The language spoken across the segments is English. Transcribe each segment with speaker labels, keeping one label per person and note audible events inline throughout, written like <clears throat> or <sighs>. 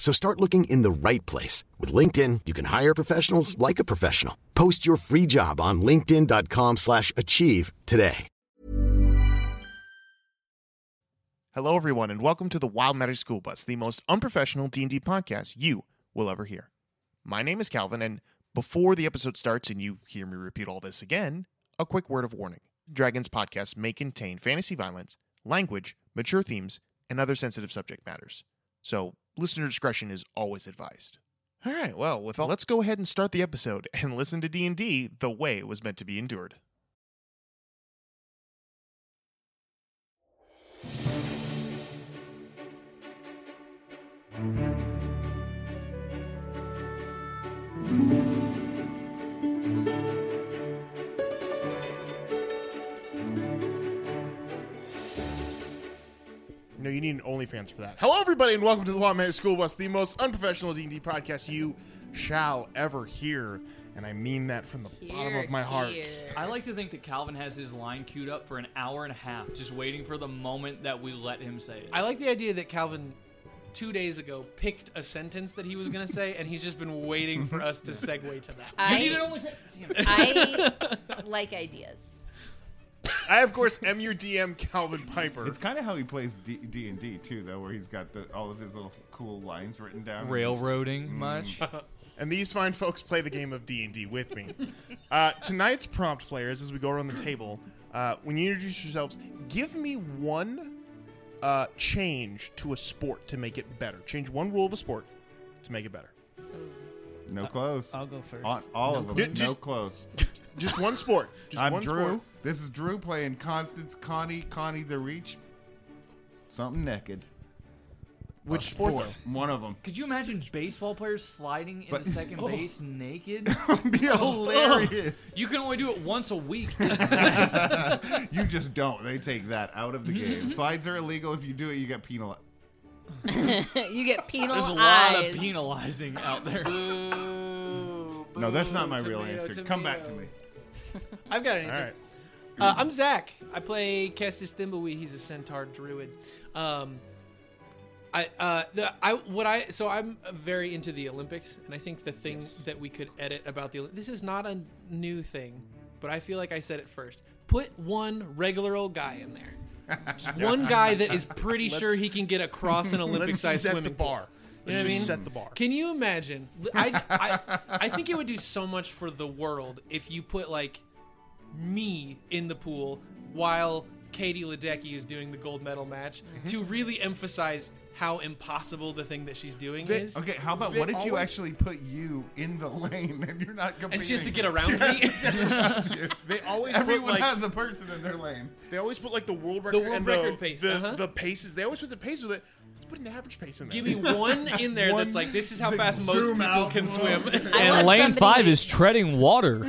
Speaker 1: So start looking in the right place. With LinkedIn, you can hire professionals like a professional. Post your free job on linkedin.com slash achieve today.
Speaker 2: Hello, everyone, and welcome to the Wild Matters School Bus, the most unprofessional D&D podcast you will ever hear. My name is Calvin, and before the episode starts and you hear me repeat all this again, a quick word of warning. Dragons podcasts may contain fantasy violence, language, mature themes, and other sensitive subject matters. So, listener discretion is always advised. All right, well, with all, let's go ahead and start the episode and listen to D&D the way it was meant to be endured. No, you need an OnlyFans for that. Hello, everybody, and welcome to the Wildman School Bus, the most unprofessional D&D podcast you shall ever hear. And I mean that from the bottom
Speaker 3: Here,
Speaker 2: of my heart.
Speaker 3: here.
Speaker 4: I like to think that Calvin has his line queued up for an hour and a half, just waiting for the moment that we let him say it.
Speaker 5: I like the idea that Calvin two days ago picked a sentence that he was going to say, and he's just been waiting for us to segue to that.
Speaker 4: you need an
Speaker 3: I,
Speaker 4: OnlyFans. Damn it.
Speaker 5: <laughs>
Speaker 3: I
Speaker 4: <laughs>
Speaker 3: like ideas.
Speaker 2: I, of course, am your DM, Calvin Piper.
Speaker 6: It's kind of how he plays D and D too, though, where he's got the, all of his little cool lines written down. Mm.
Speaker 4: Railroading much?
Speaker 2: and these fine folks play the game of d&d with me uh, tonight's prompt players as we go around the table uh, when you introduce yourselves give me one uh, change to a sport to make it better change one rule of a sport to make it better
Speaker 6: No clothes.
Speaker 7: I'll go first.
Speaker 6: On, all
Speaker 7: No
Speaker 6: of them.
Speaker 2: clothes.
Speaker 6: no
Speaker 2: Just-
Speaker 6: clothes.
Speaker 2: just one sport just
Speaker 6: I'm
Speaker 2: one
Speaker 6: Drew.
Speaker 2: sport.
Speaker 6: This is Drew playing Constance, Connie, Connie the Reach. Something naked.
Speaker 2: which
Speaker 6: A
Speaker 2: sport
Speaker 6: One
Speaker 2: <laughs>
Speaker 6: of them.
Speaker 4: Could you imagine baseball players sliding into
Speaker 6: But-
Speaker 4: second
Speaker 2: oh.
Speaker 4: base
Speaker 2: <laughs>
Speaker 4: naked? Oh.
Speaker 6: Be hilarious.
Speaker 4: You can only do it once
Speaker 2: <laughs>
Speaker 4: a week.
Speaker 6: <laughs> you just don't. They take that out of the
Speaker 7: <laughs>
Speaker 6: game. Slides are illegal. If you do it, you get penalized.
Speaker 7: <laughs>
Speaker 3: you get penal
Speaker 4: There's a lot
Speaker 3: eyes.
Speaker 4: of penalizing out there.
Speaker 6: No, that's not my real
Speaker 5: tomato,
Speaker 6: answer. Come back to
Speaker 5: tomato.
Speaker 6: me.
Speaker 5: <laughs> I've got an
Speaker 2: all
Speaker 5: answer.
Speaker 2: right
Speaker 5: Uh, I'm Zach. I play Kestis Thimbleweed. He's a centaur druid. Um, I, uh, the, I, what I, so I'm very into the Olympics, and I think the thing that we could edit about the Olymp- this is not a new thing, but I feel like I said it first. Put one regular old guy in there.
Speaker 2: <laughs>
Speaker 5: Just one guy that is pretty sure he can get across an
Speaker 2: let's set
Speaker 5: Olympic-sized swimming
Speaker 2: the
Speaker 5: pool.
Speaker 2: bar
Speaker 5: You
Speaker 2: let's
Speaker 5: know what I
Speaker 2: just
Speaker 5: mean?
Speaker 2: set the bar
Speaker 5: Can you imagine? I, I, I think it would do so much for the world if you put like me in the pool while Katie Ledecky is doing the gold medal match
Speaker 6: Mm-hmm.
Speaker 5: to really emphasize how impossible the thing that she's doing is.
Speaker 6: Okay, how about
Speaker 2: They
Speaker 6: what if you
Speaker 2: always-
Speaker 6: actually put you in the <laughs> lane and you're not competing?
Speaker 5: And it's just to get around
Speaker 6: <laughs>
Speaker 5: me.
Speaker 2: they always
Speaker 6: Everyone
Speaker 2: put, like, <laughs>
Speaker 6: has a person in their lane.
Speaker 2: they always put like the world record
Speaker 5: world
Speaker 2: and
Speaker 5: record pace,
Speaker 2: the,
Speaker 5: uh-huh.
Speaker 2: the paces they always put the pace with it let's put an average pace in there
Speaker 5: Give me one in there that's like this is how fast most people can swim. <laughs>
Speaker 6: <laughs>
Speaker 3: I want somebody-
Speaker 4: treading water.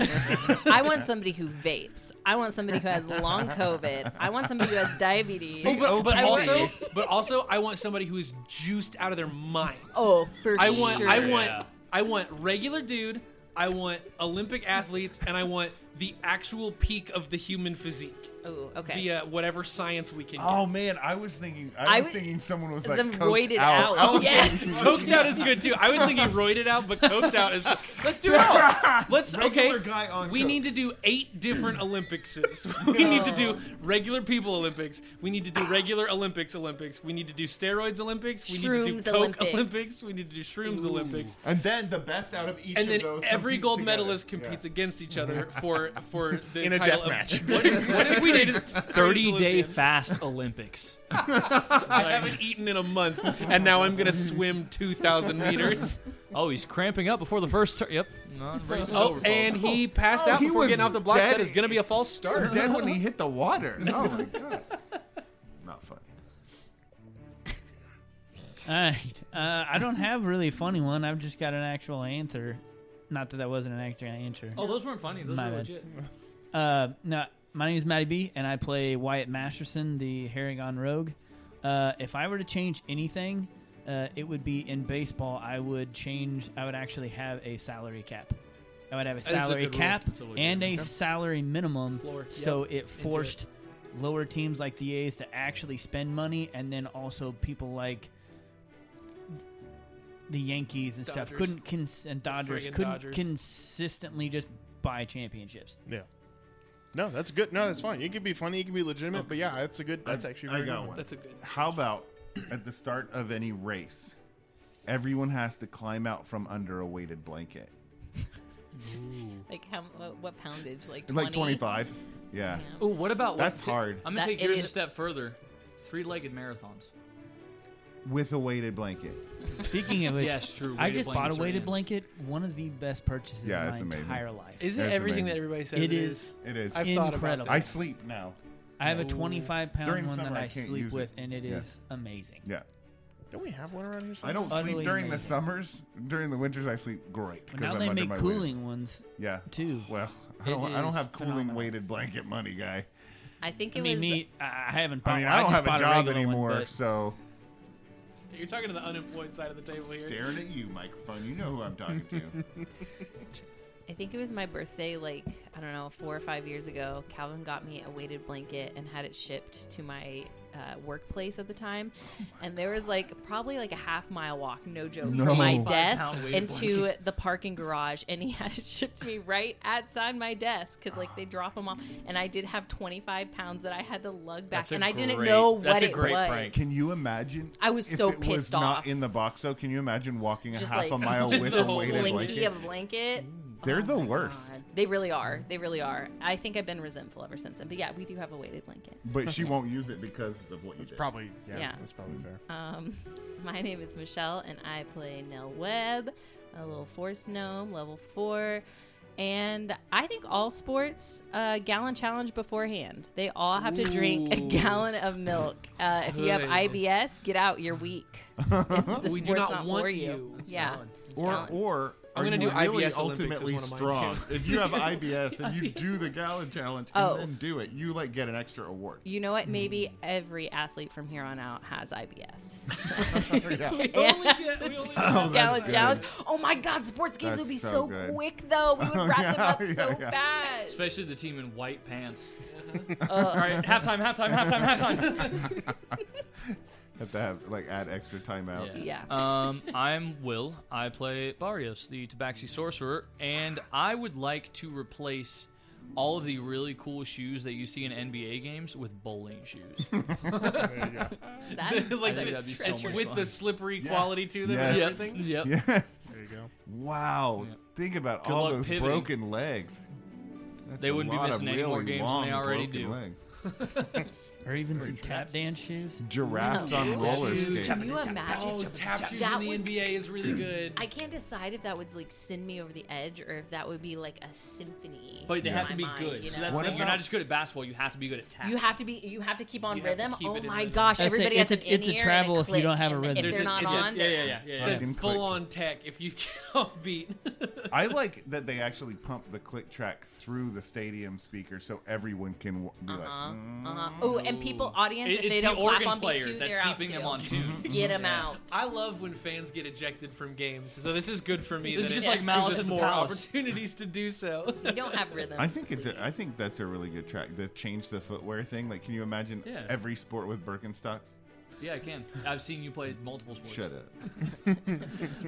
Speaker 3: I want somebody who vapes. I want somebody who has long COVID. I want somebody who has diabetes.
Speaker 5: Oh, but, but
Speaker 6: OPA.
Speaker 5: also, but also, I want somebody who is juiced out of their mind.
Speaker 3: oh, for
Speaker 5: I want
Speaker 3: sure.
Speaker 5: I want
Speaker 4: Yeah.
Speaker 5: I want regular dude, I want Olympic athletes, and I want the actual peak of the human physique
Speaker 3: Ooh, okay.
Speaker 5: via whatever science we can get.
Speaker 6: Oh man, I was thinking. I was
Speaker 3: I w-
Speaker 6: thinking someone was like
Speaker 3: Some
Speaker 6: coked
Speaker 3: roided
Speaker 6: out.
Speaker 3: out.
Speaker 6: I was
Speaker 3: Yeah.
Speaker 6: thinking-
Speaker 5: <laughs> Coked out is good too. I was thinking roided out, but coked out is. Let's do
Speaker 6: <laughs>
Speaker 5: it all. Let's
Speaker 6: Regular
Speaker 5: okay.
Speaker 6: guy on
Speaker 5: we
Speaker 6: coke.
Speaker 5: need to do eight
Speaker 6: <laughs>
Speaker 5: different Olympics. <laughs> We need to do regular people Olympics. We need to do regular Olympics Olympics. We need to do steroids Olympics. We need to
Speaker 3: Shrooms
Speaker 5: do coke
Speaker 3: Olympics.
Speaker 5: Olympics. We need to do shrooms Olympics.
Speaker 6: And then the best out of each
Speaker 5: and
Speaker 6: of
Speaker 5: then
Speaker 6: those.
Speaker 5: every
Speaker 6: compete
Speaker 5: gold
Speaker 6: together.
Speaker 5: medalist competes against each other for for
Speaker 6: <laughs>
Speaker 5: for the
Speaker 2: In a
Speaker 5: title
Speaker 2: death
Speaker 5: of-
Speaker 2: match.
Speaker 5: <laughs> What if, what if we did a
Speaker 4: Thirty day
Speaker 5: Olympian?
Speaker 4: fast Olympics.
Speaker 5: <laughs> I haven't eaten in a month, and now I'm gonna swim 2,000 meters.
Speaker 4: Oh, he's cramping up before the first turn. Yep. No, the race is
Speaker 5: Oh,
Speaker 4: over, folks.
Speaker 5: and he passed
Speaker 6: Oh,
Speaker 5: out
Speaker 6: he
Speaker 5: before
Speaker 6: was
Speaker 5: getting off the blocks.
Speaker 6: dead.
Speaker 5: That is gonna be a false start.
Speaker 6: Dead when he hit the water. <laughs> Oh my god. Not funny.
Speaker 7: All right. Uh, I don't have really a funny one. I've just got an actual answer. Not that that wasn't an actual answer.
Speaker 4: Oh, those weren't funny. Those
Speaker 7: My
Speaker 4: were
Speaker 7: bad.
Speaker 4: legit.
Speaker 7: Uh, no, my name is Matty B, and I play Wyatt Masterson, the Harrigan Rogue. Uh, if I were to change anything, uh, it would be in baseball. I would change. I would actually have a salary cap. I would have a
Speaker 4: is a
Speaker 7: salary
Speaker 4: good rule.
Speaker 7: cap
Speaker 4: That's a really good
Speaker 7: and
Speaker 4: rule.
Speaker 7: a salary minimum,
Speaker 5: Floor.
Speaker 7: so
Speaker 5: Yep.
Speaker 7: it forced lower teams like the A's to actually spend money, and then also people like the Yankees and stuff
Speaker 5: Dodgers.
Speaker 7: couldn't cons- and Dodgers
Speaker 5: friggin'
Speaker 7: couldn't
Speaker 5: Dodgers.
Speaker 7: consistently just buy championships.
Speaker 2: Yeah. <laughs> No, that's good. No, that's fine. It can be funny. It can be legitimate. But yeah, that's a good. That's actually.
Speaker 6: I
Speaker 2: Very
Speaker 6: got
Speaker 2: good
Speaker 6: one.
Speaker 5: That's a good.
Speaker 6: How about at the start of any race, everyone has to climb out from under a weighted blanket?
Speaker 3: Like how what, what poundage? Like 20?
Speaker 6: Like 25. Yeah.
Speaker 4: Oh, what about what-
Speaker 6: That's
Speaker 4: ta-
Speaker 6: hard.
Speaker 4: I'm gonna
Speaker 3: That-
Speaker 4: take
Speaker 3: it
Speaker 4: yours a
Speaker 3: is.
Speaker 4: step further. Three-legged marathons.
Speaker 6: With a weighted blanket.
Speaker 7: Speaking
Speaker 5: <laughs>
Speaker 4: <laughs>
Speaker 7: of which,
Speaker 4: Yes, true.
Speaker 7: I
Speaker 4: Weighted
Speaker 7: just bought a
Speaker 4: blankets are
Speaker 7: weighted
Speaker 4: in.
Speaker 7: blanket. One of the best purchases
Speaker 6: Yeah,
Speaker 7: of
Speaker 6: it's
Speaker 7: my
Speaker 6: amazing.
Speaker 7: entire life.
Speaker 5: Is it
Speaker 6: That's
Speaker 5: everything
Speaker 6: amazing.
Speaker 5: that everybody says?
Speaker 7: It is.
Speaker 6: It is.
Speaker 5: I've
Speaker 6: I,
Speaker 5: thought about
Speaker 7: Incredible.
Speaker 5: that.
Speaker 6: sleep now.
Speaker 7: I have a 25 pound
Speaker 6: During
Speaker 7: one that
Speaker 6: summer, I
Speaker 7: I
Speaker 6: can't
Speaker 7: sleep
Speaker 6: use it.
Speaker 7: with, and it is
Speaker 6: Yeah.
Speaker 7: amazing.
Speaker 6: Yeah.
Speaker 2: Don't we have one around here?
Speaker 6: I don't
Speaker 7: Utterly
Speaker 6: sleep during the
Speaker 7: amazing.
Speaker 6: summers. During the winters, I sleep great.
Speaker 7: But
Speaker 6: 'cause
Speaker 7: now
Speaker 6: I'm
Speaker 7: they
Speaker 6: under
Speaker 7: make
Speaker 6: my weight.
Speaker 7: cooling ones
Speaker 6: Yeah.
Speaker 7: too.
Speaker 6: Well, I
Speaker 7: It
Speaker 6: don't, I don't
Speaker 7: is
Speaker 6: have cooling
Speaker 7: phenomenal.
Speaker 6: weighted blanket money, guy.
Speaker 3: I think
Speaker 7: I
Speaker 3: it
Speaker 7: mean,
Speaker 3: was.
Speaker 7: me, I I haven't. Bought
Speaker 6: I mean,
Speaker 7: one.
Speaker 6: I don't
Speaker 7: just
Speaker 6: have a
Speaker 7: bought
Speaker 6: job
Speaker 7: regular one,
Speaker 6: anymore,
Speaker 7: but
Speaker 6: so.
Speaker 5: You're talking to the unemployed side of the table here.
Speaker 6: Staring at you, microphone. You know who I'm
Speaker 7: <laughs>
Speaker 6: talking to.
Speaker 3: I think it was my birthday. Like I don't know, four or five years ago. Calvin got me a weighted blanket and had it shipped to my uh, workplace at the time. and there was like probably like a half mile walk, no joke,
Speaker 6: No.
Speaker 3: from my
Speaker 6: Five
Speaker 3: desk
Speaker 4: pound weighted
Speaker 3: into the parking garage. And he <laughs> had it shipped to me right outside my desk because like they drop them off. And I did have 25 pounds that I had to lug back,
Speaker 4: That's a
Speaker 3: and I didn't
Speaker 4: great-
Speaker 3: know what
Speaker 4: that's a
Speaker 3: it
Speaker 4: great
Speaker 3: was.
Speaker 4: prank.
Speaker 6: Can you imagine?
Speaker 3: I was
Speaker 6: if
Speaker 3: so
Speaker 6: it was
Speaker 3: pissed
Speaker 6: not
Speaker 3: off.
Speaker 6: in the box, though. Can you imagine walking a
Speaker 3: Just
Speaker 6: half
Speaker 3: like
Speaker 6: a mile
Speaker 3: <laughs> just
Speaker 6: with
Speaker 3: the
Speaker 6: a weighted
Speaker 3: slinky
Speaker 6: blanket?
Speaker 3: of a blanket.
Speaker 6: They're the worst.
Speaker 3: God, They really are. They really are. I think I've been resentful ever since then. But yeah, we do have a weighted blanket.
Speaker 6: But
Speaker 3: <laughs>
Speaker 6: she won't use it because of what you did.
Speaker 2: Probably. Yeah,
Speaker 3: Yeah.
Speaker 2: That's probably fair.
Speaker 3: Um, my name is Michelle, and I play Nell Webb, a little force gnome, level four. And I think all sports uh, gallon challenge beforehand. They all have to drink a
Speaker 5: Ooh.
Speaker 3: gallon of milk. Uh, if you have
Speaker 5: Good.
Speaker 3: IBS, get out. You're weak.
Speaker 2: <laughs>
Speaker 3: It's- the
Speaker 5: We do
Speaker 3: sport's
Speaker 5: not want
Speaker 3: for
Speaker 5: you. It's
Speaker 3: Yeah.
Speaker 6: Or
Speaker 3: Gallon.
Speaker 6: or
Speaker 5: I'm
Speaker 6: are
Speaker 5: gonna
Speaker 6: you
Speaker 5: do
Speaker 6: really
Speaker 5: IBS Olympics is
Speaker 6: ultimately
Speaker 5: one of mine,
Speaker 6: strong?
Speaker 5: too.
Speaker 6: if
Speaker 5: <laughs>
Speaker 6: you have IBS and you do the gallon challenge and
Speaker 3: Oh.
Speaker 6: then do it, you like get an extra award.
Speaker 3: You know what? Maybe every athlete from here on out has <laughs> IBS.
Speaker 6: yeah.
Speaker 3: Yeah. <laughs> Oh,
Speaker 5: we only
Speaker 3: gallon
Speaker 6: good.
Speaker 3: challenge. Oh my God, sports games
Speaker 6: That's
Speaker 3: would be
Speaker 6: so
Speaker 3: so,
Speaker 6: good.
Speaker 3: quick though. We
Speaker 7: Oh,
Speaker 6: <laughs>
Speaker 3: would wrap them up
Speaker 6: yeah,
Speaker 3: so
Speaker 6: yeah.
Speaker 3: fast. Uh-huh.
Speaker 4: Especially the team in white pants. All right, halftime, halftime, halftime, halftime.
Speaker 6: <laughs> Have to have like add extra timeouts.
Speaker 3: Yeah.
Speaker 4: Um, I'm Will. I play Barrios, the Tabaxi sorcerer, and I would like to replace all of the really cool shoes that you see in NBA games with bowling
Speaker 5: <laughs>
Speaker 4: shoes.
Speaker 3: <laughs> That is
Speaker 5: like
Speaker 4: I think
Speaker 5: the-
Speaker 4: that'd be so
Speaker 5: just
Speaker 4: much
Speaker 5: with
Speaker 4: fun.
Speaker 5: the slippery quality to them and
Speaker 6: Yes.
Speaker 5: everything.
Speaker 4: Yep.
Speaker 6: Yes.
Speaker 2: There you go.
Speaker 6: Wow. Think about
Speaker 4: Good
Speaker 6: all
Speaker 4: luck
Speaker 6: those
Speaker 4: pivoting.
Speaker 6: broken legs. That's
Speaker 4: They
Speaker 6: a
Speaker 4: wouldn't be
Speaker 6: lot of
Speaker 4: missing any more
Speaker 6: really
Speaker 4: games than
Speaker 6: long
Speaker 4: they already
Speaker 6: broken
Speaker 4: do. <laughs>
Speaker 6: legs.
Speaker 7: <laughs> Or even some tap dance shoes.
Speaker 6: Giraffes on roller
Speaker 5: Dude,
Speaker 6: skates.
Speaker 3: Can you imagine?
Speaker 5: Oh, tap shoes
Speaker 3: That
Speaker 5: in the
Speaker 3: would-
Speaker 5: NBA is really good.
Speaker 3: I can't decide if that would like send me over the edge or if that would be like a symphony.
Speaker 4: But they
Speaker 3: in
Speaker 4: have
Speaker 3: my
Speaker 4: to be
Speaker 3: mind,
Speaker 4: good.
Speaker 3: You,
Speaker 4: So
Speaker 3: know?
Speaker 4: that's the
Speaker 6: What
Speaker 4: thing. You're
Speaker 6: about-
Speaker 4: not just good at basketball. You have to be good at tap.
Speaker 3: you have to be. You have to keep on
Speaker 5: You have to
Speaker 3: rhythm.
Speaker 5: keep
Speaker 3: oh
Speaker 5: it in
Speaker 3: my
Speaker 5: rhythm.
Speaker 3: gosh!
Speaker 7: That's it.
Speaker 3: Everybody has
Speaker 7: It's a-
Speaker 3: an in
Speaker 7: it's a
Speaker 3: ear and
Speaker 7: travel if you
Speaker 3: click,
Speaker 7: don't have a
Speaker 3: and
Speaker 7: rhythm.
Speaker 3: If they're not
Speaker 4: it's
Speaker 3: on,
Speaker 4: yeah,
Speaker 3: they're-
Speaker 4: yeah, yeah, yeah,
Speaker 5: It's
Speaker 4: yeah.
Speaker 6: Fucking
Speaker 5: a
Speaker 6: click.
Speaker 5: full-on tech if you <laughs> get off beat.
Speaker 6: I like that they actually pump the click track through the stadium speaker so everyone can w- be like, "Mm."
Speaker 3: Uh-huh. Oh, and people, audience,
Speaker 4: It-
Speaker 3: if
Speaker 4: it's
Speaker 3: they
Speaker 4: the
Speaker 3: don't
Speaker 4: organ
Speaker 3: clap on
Speaker 4: player
Speaker 3: B2,
Speaker 4: that's
Speaker 3: they're out
Speaker 4: keeping
Speaker 3: too.
Speaker 4: them on tune.
Speaker 3: Get
Speaker 6: Mm-hmm.
Speaker 3: them out.
Speaker 5: I love when fans get ejected from games, so this is good for me.
Speaker 4: This
Speaker 5: that
Speaker 4: is just
Speaker 5: it
Speaker 4: like
Speaker 5: gives
Speaker 4: Malice
Speaker 5: us
Speaker 4: at the
Speaker 5: more
Speaker 4: Palace.
Speaker 5: opportunities to do so.
Speaker 3: you don't have rhythm.
Speaker 6: I think it's a, I think that's a really good track. The change the footwear thing. Like, can you imagine
Speaker 4: Yeah.
Speaker 6: every sport with Birkenstocks?
Speaker 4: Yeah, I can. I've seen you play multiple sports.
Speaker 6: Shut up.
Speaker 4: <laughs>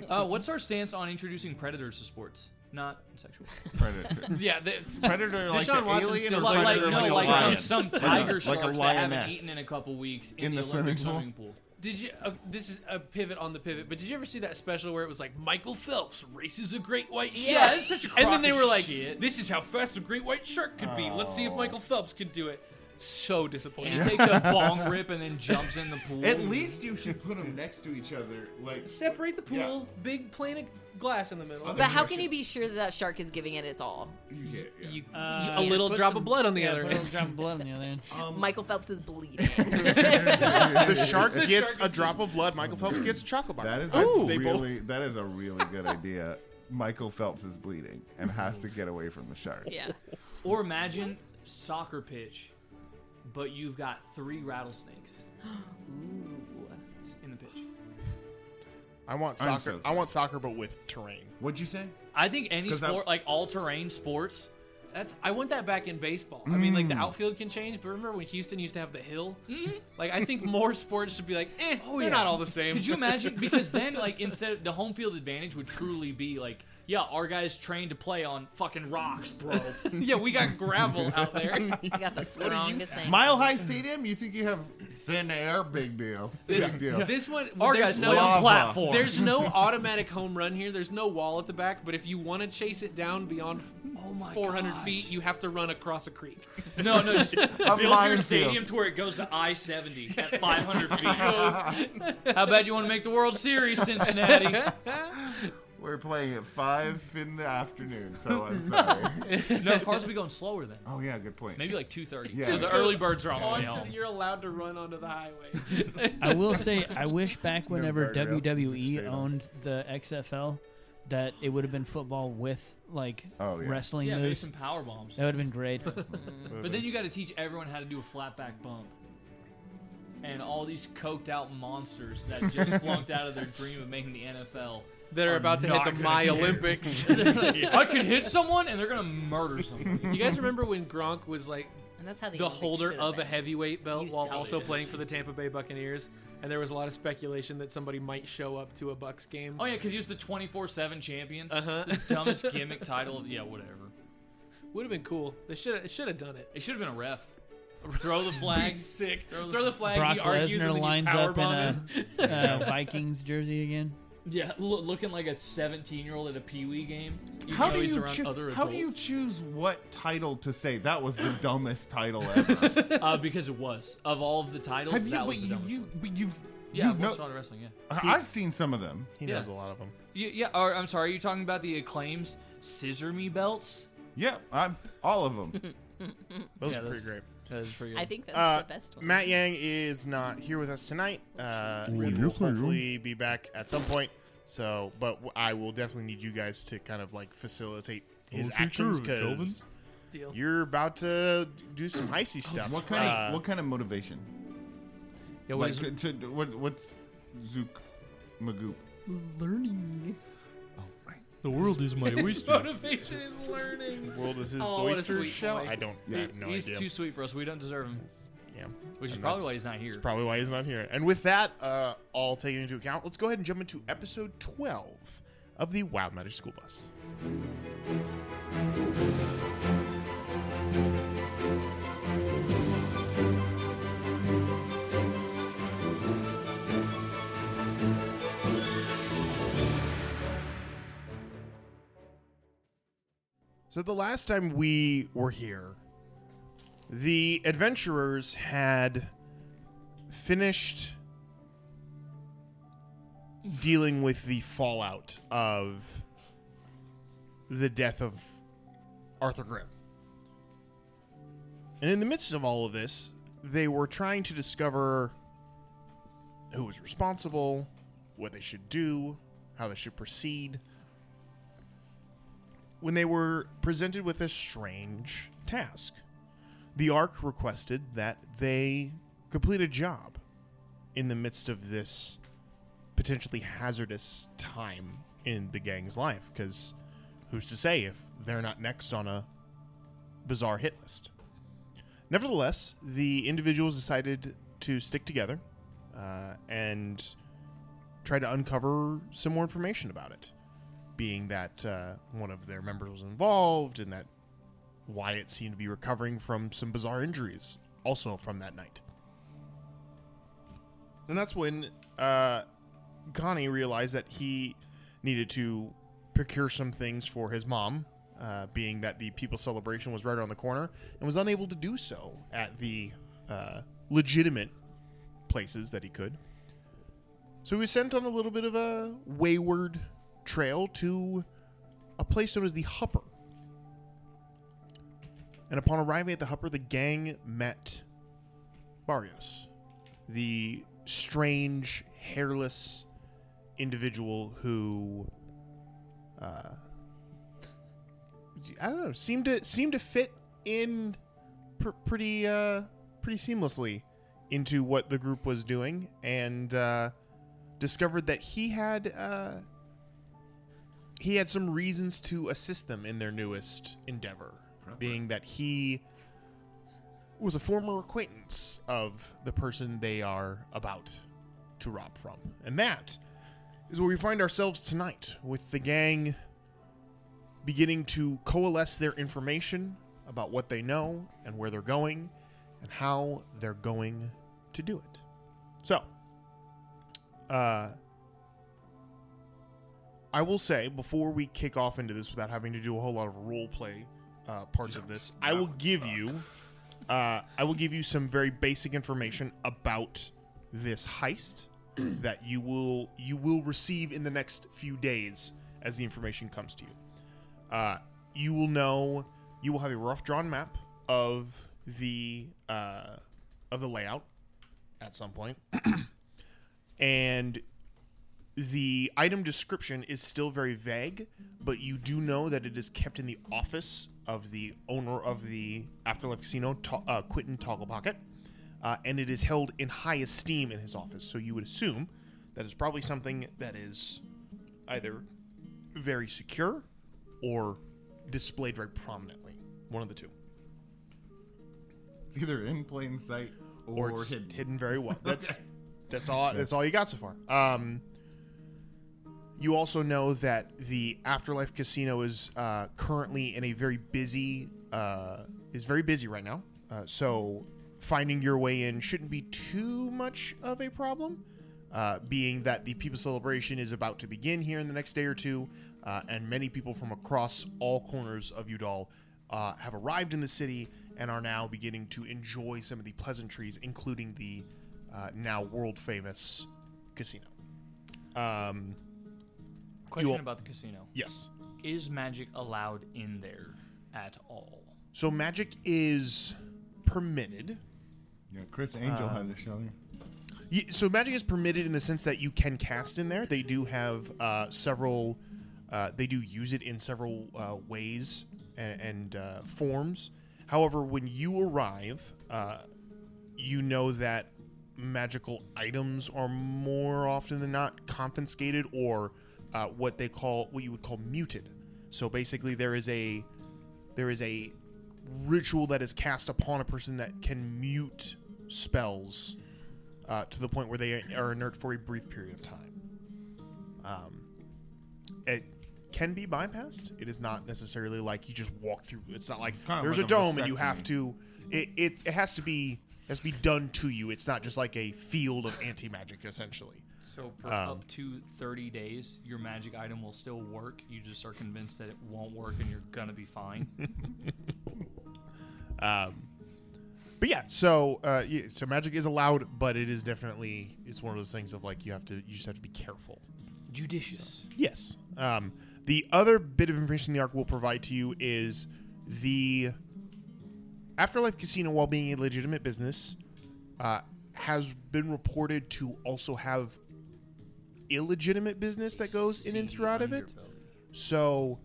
Speaker 4: Uh, what's our stance on introducing predators to sports? Not sexual.
Speaker 6: Predator.
Speaker 5: <laughs>
Speaker 4: <laughs>
Speaker 5: yeah, that's
Speaker 6: Predator like
Speaker 5: Deshaun
Speaker 6: the
Speaker 5: Watson
Speaker 6: alien
Speaker 5: still
Speaker 6: or
Speaker 4: like,
Speaker 5: plays
Speaker 4: like,
Speaker 6: predator
Speaker 5: with
Speaker 4: no,
Speaker 5: like a
Speaker 4: like
Speaker 6: lion?
Speaker 4: some, some
Speaker 6: <laughs> Like a-
Speaker 4: tiger
Speaker 6: like a
Speaker 4: sharks that haven't
Speaker 6: lioness.
Speaker 4: eaten in a couple weeks in,
Speaker 6: In
Speaker 4: the,
Speaker 6: the
Speaker 4: Olympic
Speaker 6: swimming pool?
Speaker 4: swimming pool.
Speaker 5: Did you? Uh, this is a pivot on the pivot, but did you ever see that special where it was like Michael Phelps races a great white shark?
Speaker 4: Yeah, that's such a
Speaker 5: And then
Speaker 4: crock
Speaker 5: they
Speaker 4: of
Speaker 5: were like,
Speaker 4: shit.
Speaker 5: "This is how fast a great white shark could be. Let's see if
Speaker 6: Oh.
Speaker 5: Michael Phelps could do it." So disappointing.
Speaker 4: And he takes a bong rip and then jumps in the
Speaker 6: <laughs>
Speaker 4: pool.
Speaker 6: At least you should put them next to each other. Like
Speaker 5: Separate the pool, big plane of glass in the middle.
Speaker 6: Other-
Speaker 3: But how can you be sure that that shark is giving it its all?
Speaker 6: you get, yeah.
Speaker 5: You-
Speaker 7: Uh,
Speaker 5: a little
Speaker 7: put
Speaker 5: drop
Speaker 7: some-
Speaker 5: of blood on the
Speaker 7: yeah,
Speaker 5: other
Speaker 7: put a little
Speaker 2: <laughs>
Speaker 5: end.
Speaker 7: drop of blood on the other end.
Speaker 3: <laughs> Michael Phelps is bleeding.
Speaker 2: Um, The shark gets
Speaker 5: shark
Speaker 2: a
Speaker 5: is
Speaker 2: drop of blood. Michael Phelps gets a chocolate bar.
Speaker 6: That is a
Speaker 2: Ooh.
Speaker 6: really that is a really good idea. Michael Phelps is bleeding and has to get away from the shark.
Speaker 3: yeah.
Speaker 4: Or imagine soccer pitch, but you've got three rattlesnakes in the pitch.
Speaker 2: I want
Speaker 6: I'm
Speaker 2: soccer.
Speaker 6: so
Speaker 2: I want soccer, but with terrain.
Speaker 6: What'd you say?
Speaker 4: I think any
Speaker 6: 'Cause that-
Speaker 4: sport, like all terrain sports,
Speaker 5: That's I want that back in baseball. I mean, like
Speaker 6: Hmm.
Speaker 5: the outfield can change, but remember when Houston used to have the hill?
Speaker 4: Hmm.
Speaker 5: Like
Speaker 6: <laughs>
Speaker 5: I think more sports should be like, eh, they're
Speaker 4: Oh, yeah.
Speaker 5: not all the same.
Speaker 4: Could you
Speaker 5: <laughs>
Speaker 4: imagine? <laughs> Because then, like, instead of the home field advantage would truly be like, yeah, our guys trained to play on fucking rocks, bro.
Speaker 5: <laughs> yeah, we got gravel out
Speaker 3: <laughs>
Speaker 5: there.
Speaker 3: You got the strongest thing.
Speaker 6: Mile High Stadium? You think you have thin air? Big deal.
Speaker 5: This,
Speaker 6: Big deal.
Speaker 5: this one,
Speaker 4: Our
Speaker 5: there's
Speaker 4: guys
Speaker 5: no
Speaker 4: play on
Speaker 6: lava.
Speaker 4: platform.
Speaker 5: there's
Speaker 4: <laughs>
Speaker 5: no automatic home run here. There's no wall at the back. But if you want to chase it down beyond 400 feet, you have to run across a creek.
Speaker 4: Oh <laughs> no,
Speaker 5: <laughs>
Speaker 4: no. Just build your
Speaker 6: minefield.
Speaker 4: stadium to where it goes to I seventy
Speaker 5: <laughs>
Speaker 4: at five hundred feet. How bad you want to make the World Series, Cincinnati?
Speaker 5: <laughs>
Speaker 6: <laughs> We're playing at five in the afternoon, so
Speaker 4: <laughs>
Speaker 6: I'm sorry.
Speaker 4: No, cars will be going slower then.
Speaker 6: oh yeah, good point.
Speaker 4: Maybe like two thirty.
Speaker 6: Yeah.
Speaker 4: So
Speaker 6: Just
Speaker 4: the
Speaker 5: goes
Speaker 4: early birds are on the way
Speaker 5: Onto-
Speaker 4: home.
Speaker 5: you're allowed to run onto the highway.
Speaker 4: <laughs>
Speaker 7: I will say, I wish back whenever
Speaker 6: guardrails, just
Speaker 7: WWE
Speaker 6: straight up.
Speaker 7: owned the XFL, that it would have been football with like
Speaker 6: Oh, yeah. Mm.
Speaker 7: wrestling
Speaker 4: Yeah, maybe
Speaker 7: moves.
Speaker 4: some power bombs.
Speaker 7: That would have been
Speaker 4: <laughs>
Speaker 7: great. <laughs>
Speaker 4: But then you got to teach everyone how to do a flat back bump. And all these coked out monsters that just
Speaker 7: <laughs>
Speaker 4: flunked out of their dream of making the NFL.
Speaker 5: that are about to hit
Speaker 4: not
Speaker 5: the
Speaker 4: gonna
Speaker 5: My
Speaker 2: <laughs>
Speaker 4: care. <laughs>
Speaker 5: Olympics.
Speaker 4: I can hit someone and they're gonna murder someone.
Speaker 5: you guys remember when Gronk was like
Speaker 3: and that's how the,
Speaker 5: the
Speaker 3: Olympics
Speaker 5: holder
Speaker 3: should have
Speaker 5: of a
Speaker 3: been.
Speaker 5: heavyweight belt
Speaker 3: Used
Speaker 5: while
Speaker 3: to be.
Speaker 5: also playing for the Tampa Bay Buccaneers, and there was a lot of speculation that somebody might show up to a Bucks game.
Speaker 4: Oh yeah, because he was the twenty four seven champion.
Speaker 5: Uh-huh.
Speaker 4: The dumbest gimmick title. Of, yeah, whatever.
Speaker 5: Would have been cool. They should have should have done it.
Speaker 4: It should have been a ref. Throw the flag.
Speaker 5: Be sick. Throw the, flag.
Speaker 7: Brock
Speaker 5: he argues and
Speaker 7: Lesnar
Speaker 5: then
Speaker 7: lines
Speaker 5: you
Speaker 7: up in
Speaker 5: powerbomb
Speaker 7: a, <laughs>
Speaker 5: him.
Speaker 4: <laughs>
Speaker 7: uh Vikings jersey again.
Speaker 4: yeah, lo- looking like a seventeen year old at a pee wee game. Even
Speaker 6: How
Speaker 4: though
Speaker 6: do,
Speaker 4: he's
Speaker 6: you
Speaker 4: around
Speaker 6: choo-
Speaker 4: other adults.
Speaker 6: how do you choose what title to say? That was the dumbest title ever.
Speaker 4: <laughs> Uh, because it was of all of the titles.
Speaker 6: Have you?
Speaker 4: that
Speaker 6: But
Speaker 4: was the
Speaker 6: you,
Speaker 4: dumbest
Speaker 6: you,
Speaker 4: one.
Speaker 6: but you've.
Speaker 4: Yeah,
Speaker 6: you
Speaker 4: I've
Speaker 6: know,
Speaker 4: watched a lot of wrestling. Yeah.
Speaker 6: I- I've seen some of them.
Speaker 2: He
Speaker 4: Yeah.
Speaker 2: knows a lot of them.
Speaker 4: You, yeah, or I'm sorry, are you talking about the acclaims scissor me belts?
Speaker 6: Yeah, I'm all of
Speaker 2: <laughs>
Speaker 6: them.
Speaker 2: Those
Speaker 4: Yeah,
Speaker 2: are pretty
Speaker 4: those-
Speaker 2: great.
Speaker 4: That is pretty
Speaker 3: I think that's
Speaker 2: Uh,
Speaker 3: the best one.
Speaker 2: Matt Yang is not here with us tonight. Uh, he will
Speaker 6: yes, I am.
Speaker 2: hopefully be back at some point. So, but w- I will definitely need you guys to kind of like facilitate his
Speaker 6: Okay,
Speaker 2: actions
Speaker 6: sure, Kelvin.
Speaker 2: because
Speaker 5: Deal.
Speaker 2: you're about to do some heisty stuff.
Speaker 6: What kind of
Speaker 2: Uh,
Speaker 6: what kind of motivation?
Speaker 5: Yeah, what
Speaker 6: Like,
Speaker 5: is-
Speaker 6: to, what, what's Zook Magoop?
Speaker 8: The world is my
Speaker 5: his
Speaker 8: oyster.
Speaker 5: motivation is learning.
Speaker 2: world is his
Speaker 5: Oh, what a
Speaker 2: oyster
Speaker 5: sweet
Speaker 2: shell?
Speaker 5: boy.
Speaker 2: I don't I have no
Speaker 4: he's
Speaker 2: idea.
Speaker 4: too sweet for us. We don't deserve him.
Speaker 2: yeah.
Speaker 4: Which is
Speaker 2: And
Speaker 4: probably
Speaker 2: that's-
Speaker 4: why he's not here.
Speaker 2: That's probably why he's not here. And with that, uh, all taken into account, let's go ahead and jump into episode 12 of the Wild Matter School Bus. So the last time we were here, the adventurers had finished dealing with the fallout of the death of Arthur Grimm. And in the midst of all of this, they were trying to discover who was responsible, what they should do, how they should proceed. When they were presented with a strange task, the Ark requested that they complete a job in the midst of this potentially hazardous time in the gang's life. Because who's to say if they're not next on a bizarre hit list? Nevertheless, the individuals decided to stick together uh, and try to uncover some more information about it, being that uh, one of their members was involved and that Wyatt seemed to be recovering from some bizarre injuries, also from that night. And that's when uh, Connie realized that he needed to procure some things for his mom, uh, being that the People's Celebration was right around the corner, and was unable to do so at the uh, legitimate places that he could. So he was sent on a little bit of a wayward trail to a place known as the Hupper. And upon arriving at the Hupper, the gang met Barrios, the strange, hairless individual who, uh, I don't know, seemed to seemed to fit in pr- pretty uh, pretty seamlessly into what the group was doing, and uh, discovered that he had uh, he had some reasons to assist them in their newest endeavor, being that he was a former acquaintance of the person they are about to rob from. And that is where we find ourselves tonight, with the gang beginning to coalesce their information about what they know and where they're going and how they're going to do it. So, uh, I will say before we kick off into this without having to do a whole lot of role play uh, parts of this, I will give you uh, I will give you some very basic information about this heist that you will you will receive in the next few days as the information comes to you. Uh, you will know you will have a rough drawn map of the uh, of the layout at some point, <clears throat> and the item description is still very vague, but you do know that it is kept in the office of the owner of the Afterlife Casino, Ta- uh, Quentin Toggle Pocket, uh, and it is held in high esteem in his office. So you would assume that it's probably something that is either very secure or displayed very prominently. One of the two,
Speaker 6: It's either in plain sight
Speaker 2: or,
Speaker 6: or,
Speaker 2: it's
Speaker 6: hidden.
Speaker 2: hidden. very well. That's that's all. That's all you got so far. Um, You also know that the Afterlife Casino is uh, currently in a very busy uh, is very busy right now. Uh, so finding your way in shouldn't be too much of a problem, uh, being that the People's Celebration is about to begin here in the next day or two, uh, and many people from across all corners of Udall uh, have arrived in the city and are now beginning to enjoy some of the pleasantries, including the uh, now world famous casino. Um,
Speaker 4: Question
Speaker 2: all-
Speaker 4: about the casino:
Speaker 2: yes.
Speaker 4: Is magic allowed in there at all?
Speaker 2: So magic is permitted. Uh,
Speaker 6: Yeah, Chris Angel has a show.
Speaker 2: Ye- So magic is permitted in the sense that you can cast in there. They do have uh, several. Uh, they do use it in several uh, ways and, and uh, forms. However, when you arrive, uh, you know that magical items are more often than not confiscated or uh, what they call what you would call muted. So basically, there is a there is a ritual that is cast upon a person that can mute spells uh, to the point where they are inert for a brief period of time. Um, it can be bypassed. It is not necessarily like you just walk through. It's not like
Speaker 6: Kinda
Speaker 2: there's
Speaker 6: like
Speaker 2: a
Speaker 6: a
Speaker 2: dome and you have
Speaker 6: vasectomy.
Speaker 2: to. It, it, it has to be has to be done to you. It's not just like a field of anti magic essentially.
Speaker 4: So for
Speaker 2: Um,
Speaker 4: up to 30 days, your magic item will still work. You just are convinced that it won't work, and you're gonna be fine.
Speaker 2: <laughs> Um, but yeah, so uh, yeah, so magic is allowed, but it is definitely it's one of those things of like you have to you just have to be careful.
Speaker 4: Judicious.
Speaker 2: Yes. Um, the other bit of information the arc will provide to you is the Afterlife Casino, while being a legitimate business, uh, has been reported to also have illegitimate business that goes in and
Speaker 4: Seedy
Speaker 2: throughout of it.
Speaker 4: underbelly.
Speaker 2: So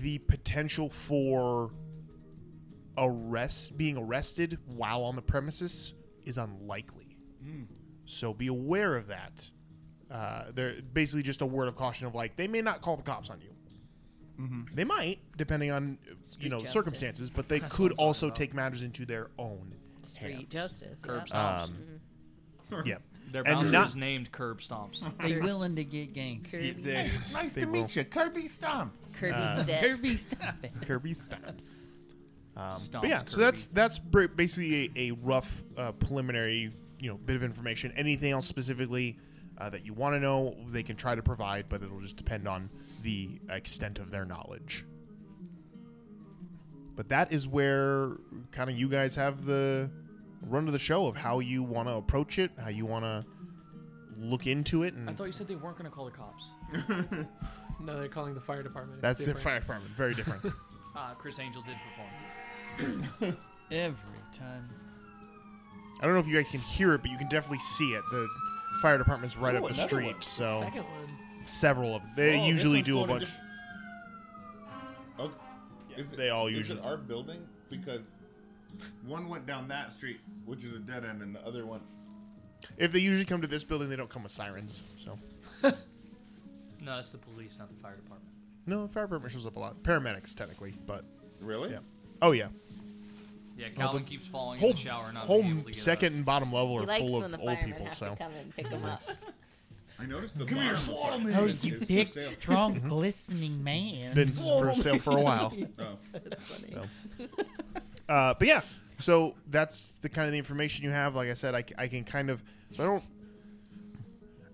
Speaker 2: the potential for arrest being arrested while on the premises is unlikely.
Speaker 6: Mm.
Speaker 2: So be aware of that. Uh, they're basically just a word of caution of like they may not call the cops on you. They might, depending on you know
Speaker 3: justice.
Speaker 2: circumstances, but
Speaker 3: <laughs>
Speaker 2: they
Speaker 4: That's what
Speaker 2: could
Speaker 4: I'm talking
Speaker 2: also
Speaker 4: about.
Speaker 2: take matters into their own
Speaker 3: Street
Speaker 2: hands.
Speaker 3: justice. yeah. Mm-hmm.
Speaker 4: Curb stomps.
Speaker 2: Um, <laughs> yeah,
Speaker 4: <laughs> Their
Speaker 2: and
Speaker 4: bouncer
Speaker 2: not-
Speaker 4: is named Curb Stomps.
Speaker 7: <laughs> They willing to get ganked.
Speaker 3: Kirby,
Speaker 6: Nice
Speaker 2: They
Speaker 6: to
Speaker 2: will.
Speaker 6: meet you, Kirby Stomps.
Speaker 3: Kirby steps.
Speaker 7: Kirby, stop it.
Speaker 2: Uh, <laughs> Kirby stops. Um,
Speaker 4: Stomps
Speaker 2: but yeah, so
Speaker 4: Kirby.
Speaker 2: that's that's br- basically a, a rough uh, preliminary you know bit of information. Anything else specifically uh, that you want to know, they can try to provide, but it'll just depend on the extent of their knowledge. But that is where kind of you guys have the run of the show of how you want to approach it, how you want to look into it, and
Speaker 4: I thought you said they weren't going to call
Speaker 2: <laughs>
Speaker 4: the cops.
Speaker 5: No, they're calling the fire department. It's
Speaker 2: that's the
Speaker 5: different.
Speaker 2: fire department. Very different.
Speaker 4: Uh, Chris Angel did perform.
Speaker 7: <coughs> Every time.
Speaker 2: I don't know if you guys can hear it, but you can definitely see it. The fire department's right
Speaker 6: Ooh,
Speaker 2: up the
Speaker 6: another
Speaker 2: street,
Speaker 6: one.
Speaker 2: so
Speaker 5: Second one.
Speaker 2: several of them. They
Speaker 6: Oh, this
Speaker 2: usually
Speaker 6: one's
Speaker 2: do a
Speaker 6: going a
Speaker 2: bunch.
Speaker 6: diff- Okay. Is it,
Speaker 2: They all
Speaker 6: is
Speaker 2: usually-
Speaker 6: it our building because one went down that street, which is a dead end, and the other one.
Speaker 2: If they usually come to this building, they don't come with sirens. So
Speaker 4: No, that's the police, not the fire department.
Speaker 2: no, the fire department shows up a lot. Paramedics, technically, but
Speaker 6: Really?
Speaker 2: yeah. Oh yeah,
Speaker 4: Yeah, Calvin keeps falling
Speaker 2: whole
Speaker 4: in the shower, and not
Speaker 2: whole
Speaker 4: being able to get
Speaker 2: second
Speaker 4: up.
Speaker 2: and bottom level
Speaker 3: He
Speaker 2: are
Speaker 3: likes
Speaker 2: full
Speaker 3: when
Speaker 2: of
Speaker 3: the
Speaker 2: old
Speaker 3: firemen
Speaker 2: people.
Speaker 3: have
Speaker 2: So
Speaker 3: to come and pick
Speaker 6: <laughs>
Speaker 2: <laughs>
Speaker 3: him up.
Speaker 6: I noticed the. Come here, swallow me.
Speaker 7: Oh, you big,
Speaker 6: <laughs>
Speaker 7: strong, glistening man.
Speaker 2: been for sale for a while.
Speaker 3: <laughs>
Speaker 6: Oh.
Speaker 3: That's funny.
Speaker 2: Uh, but yeah, so that's the kind of the information you have. Like I said, I, c- I can kind of so I don't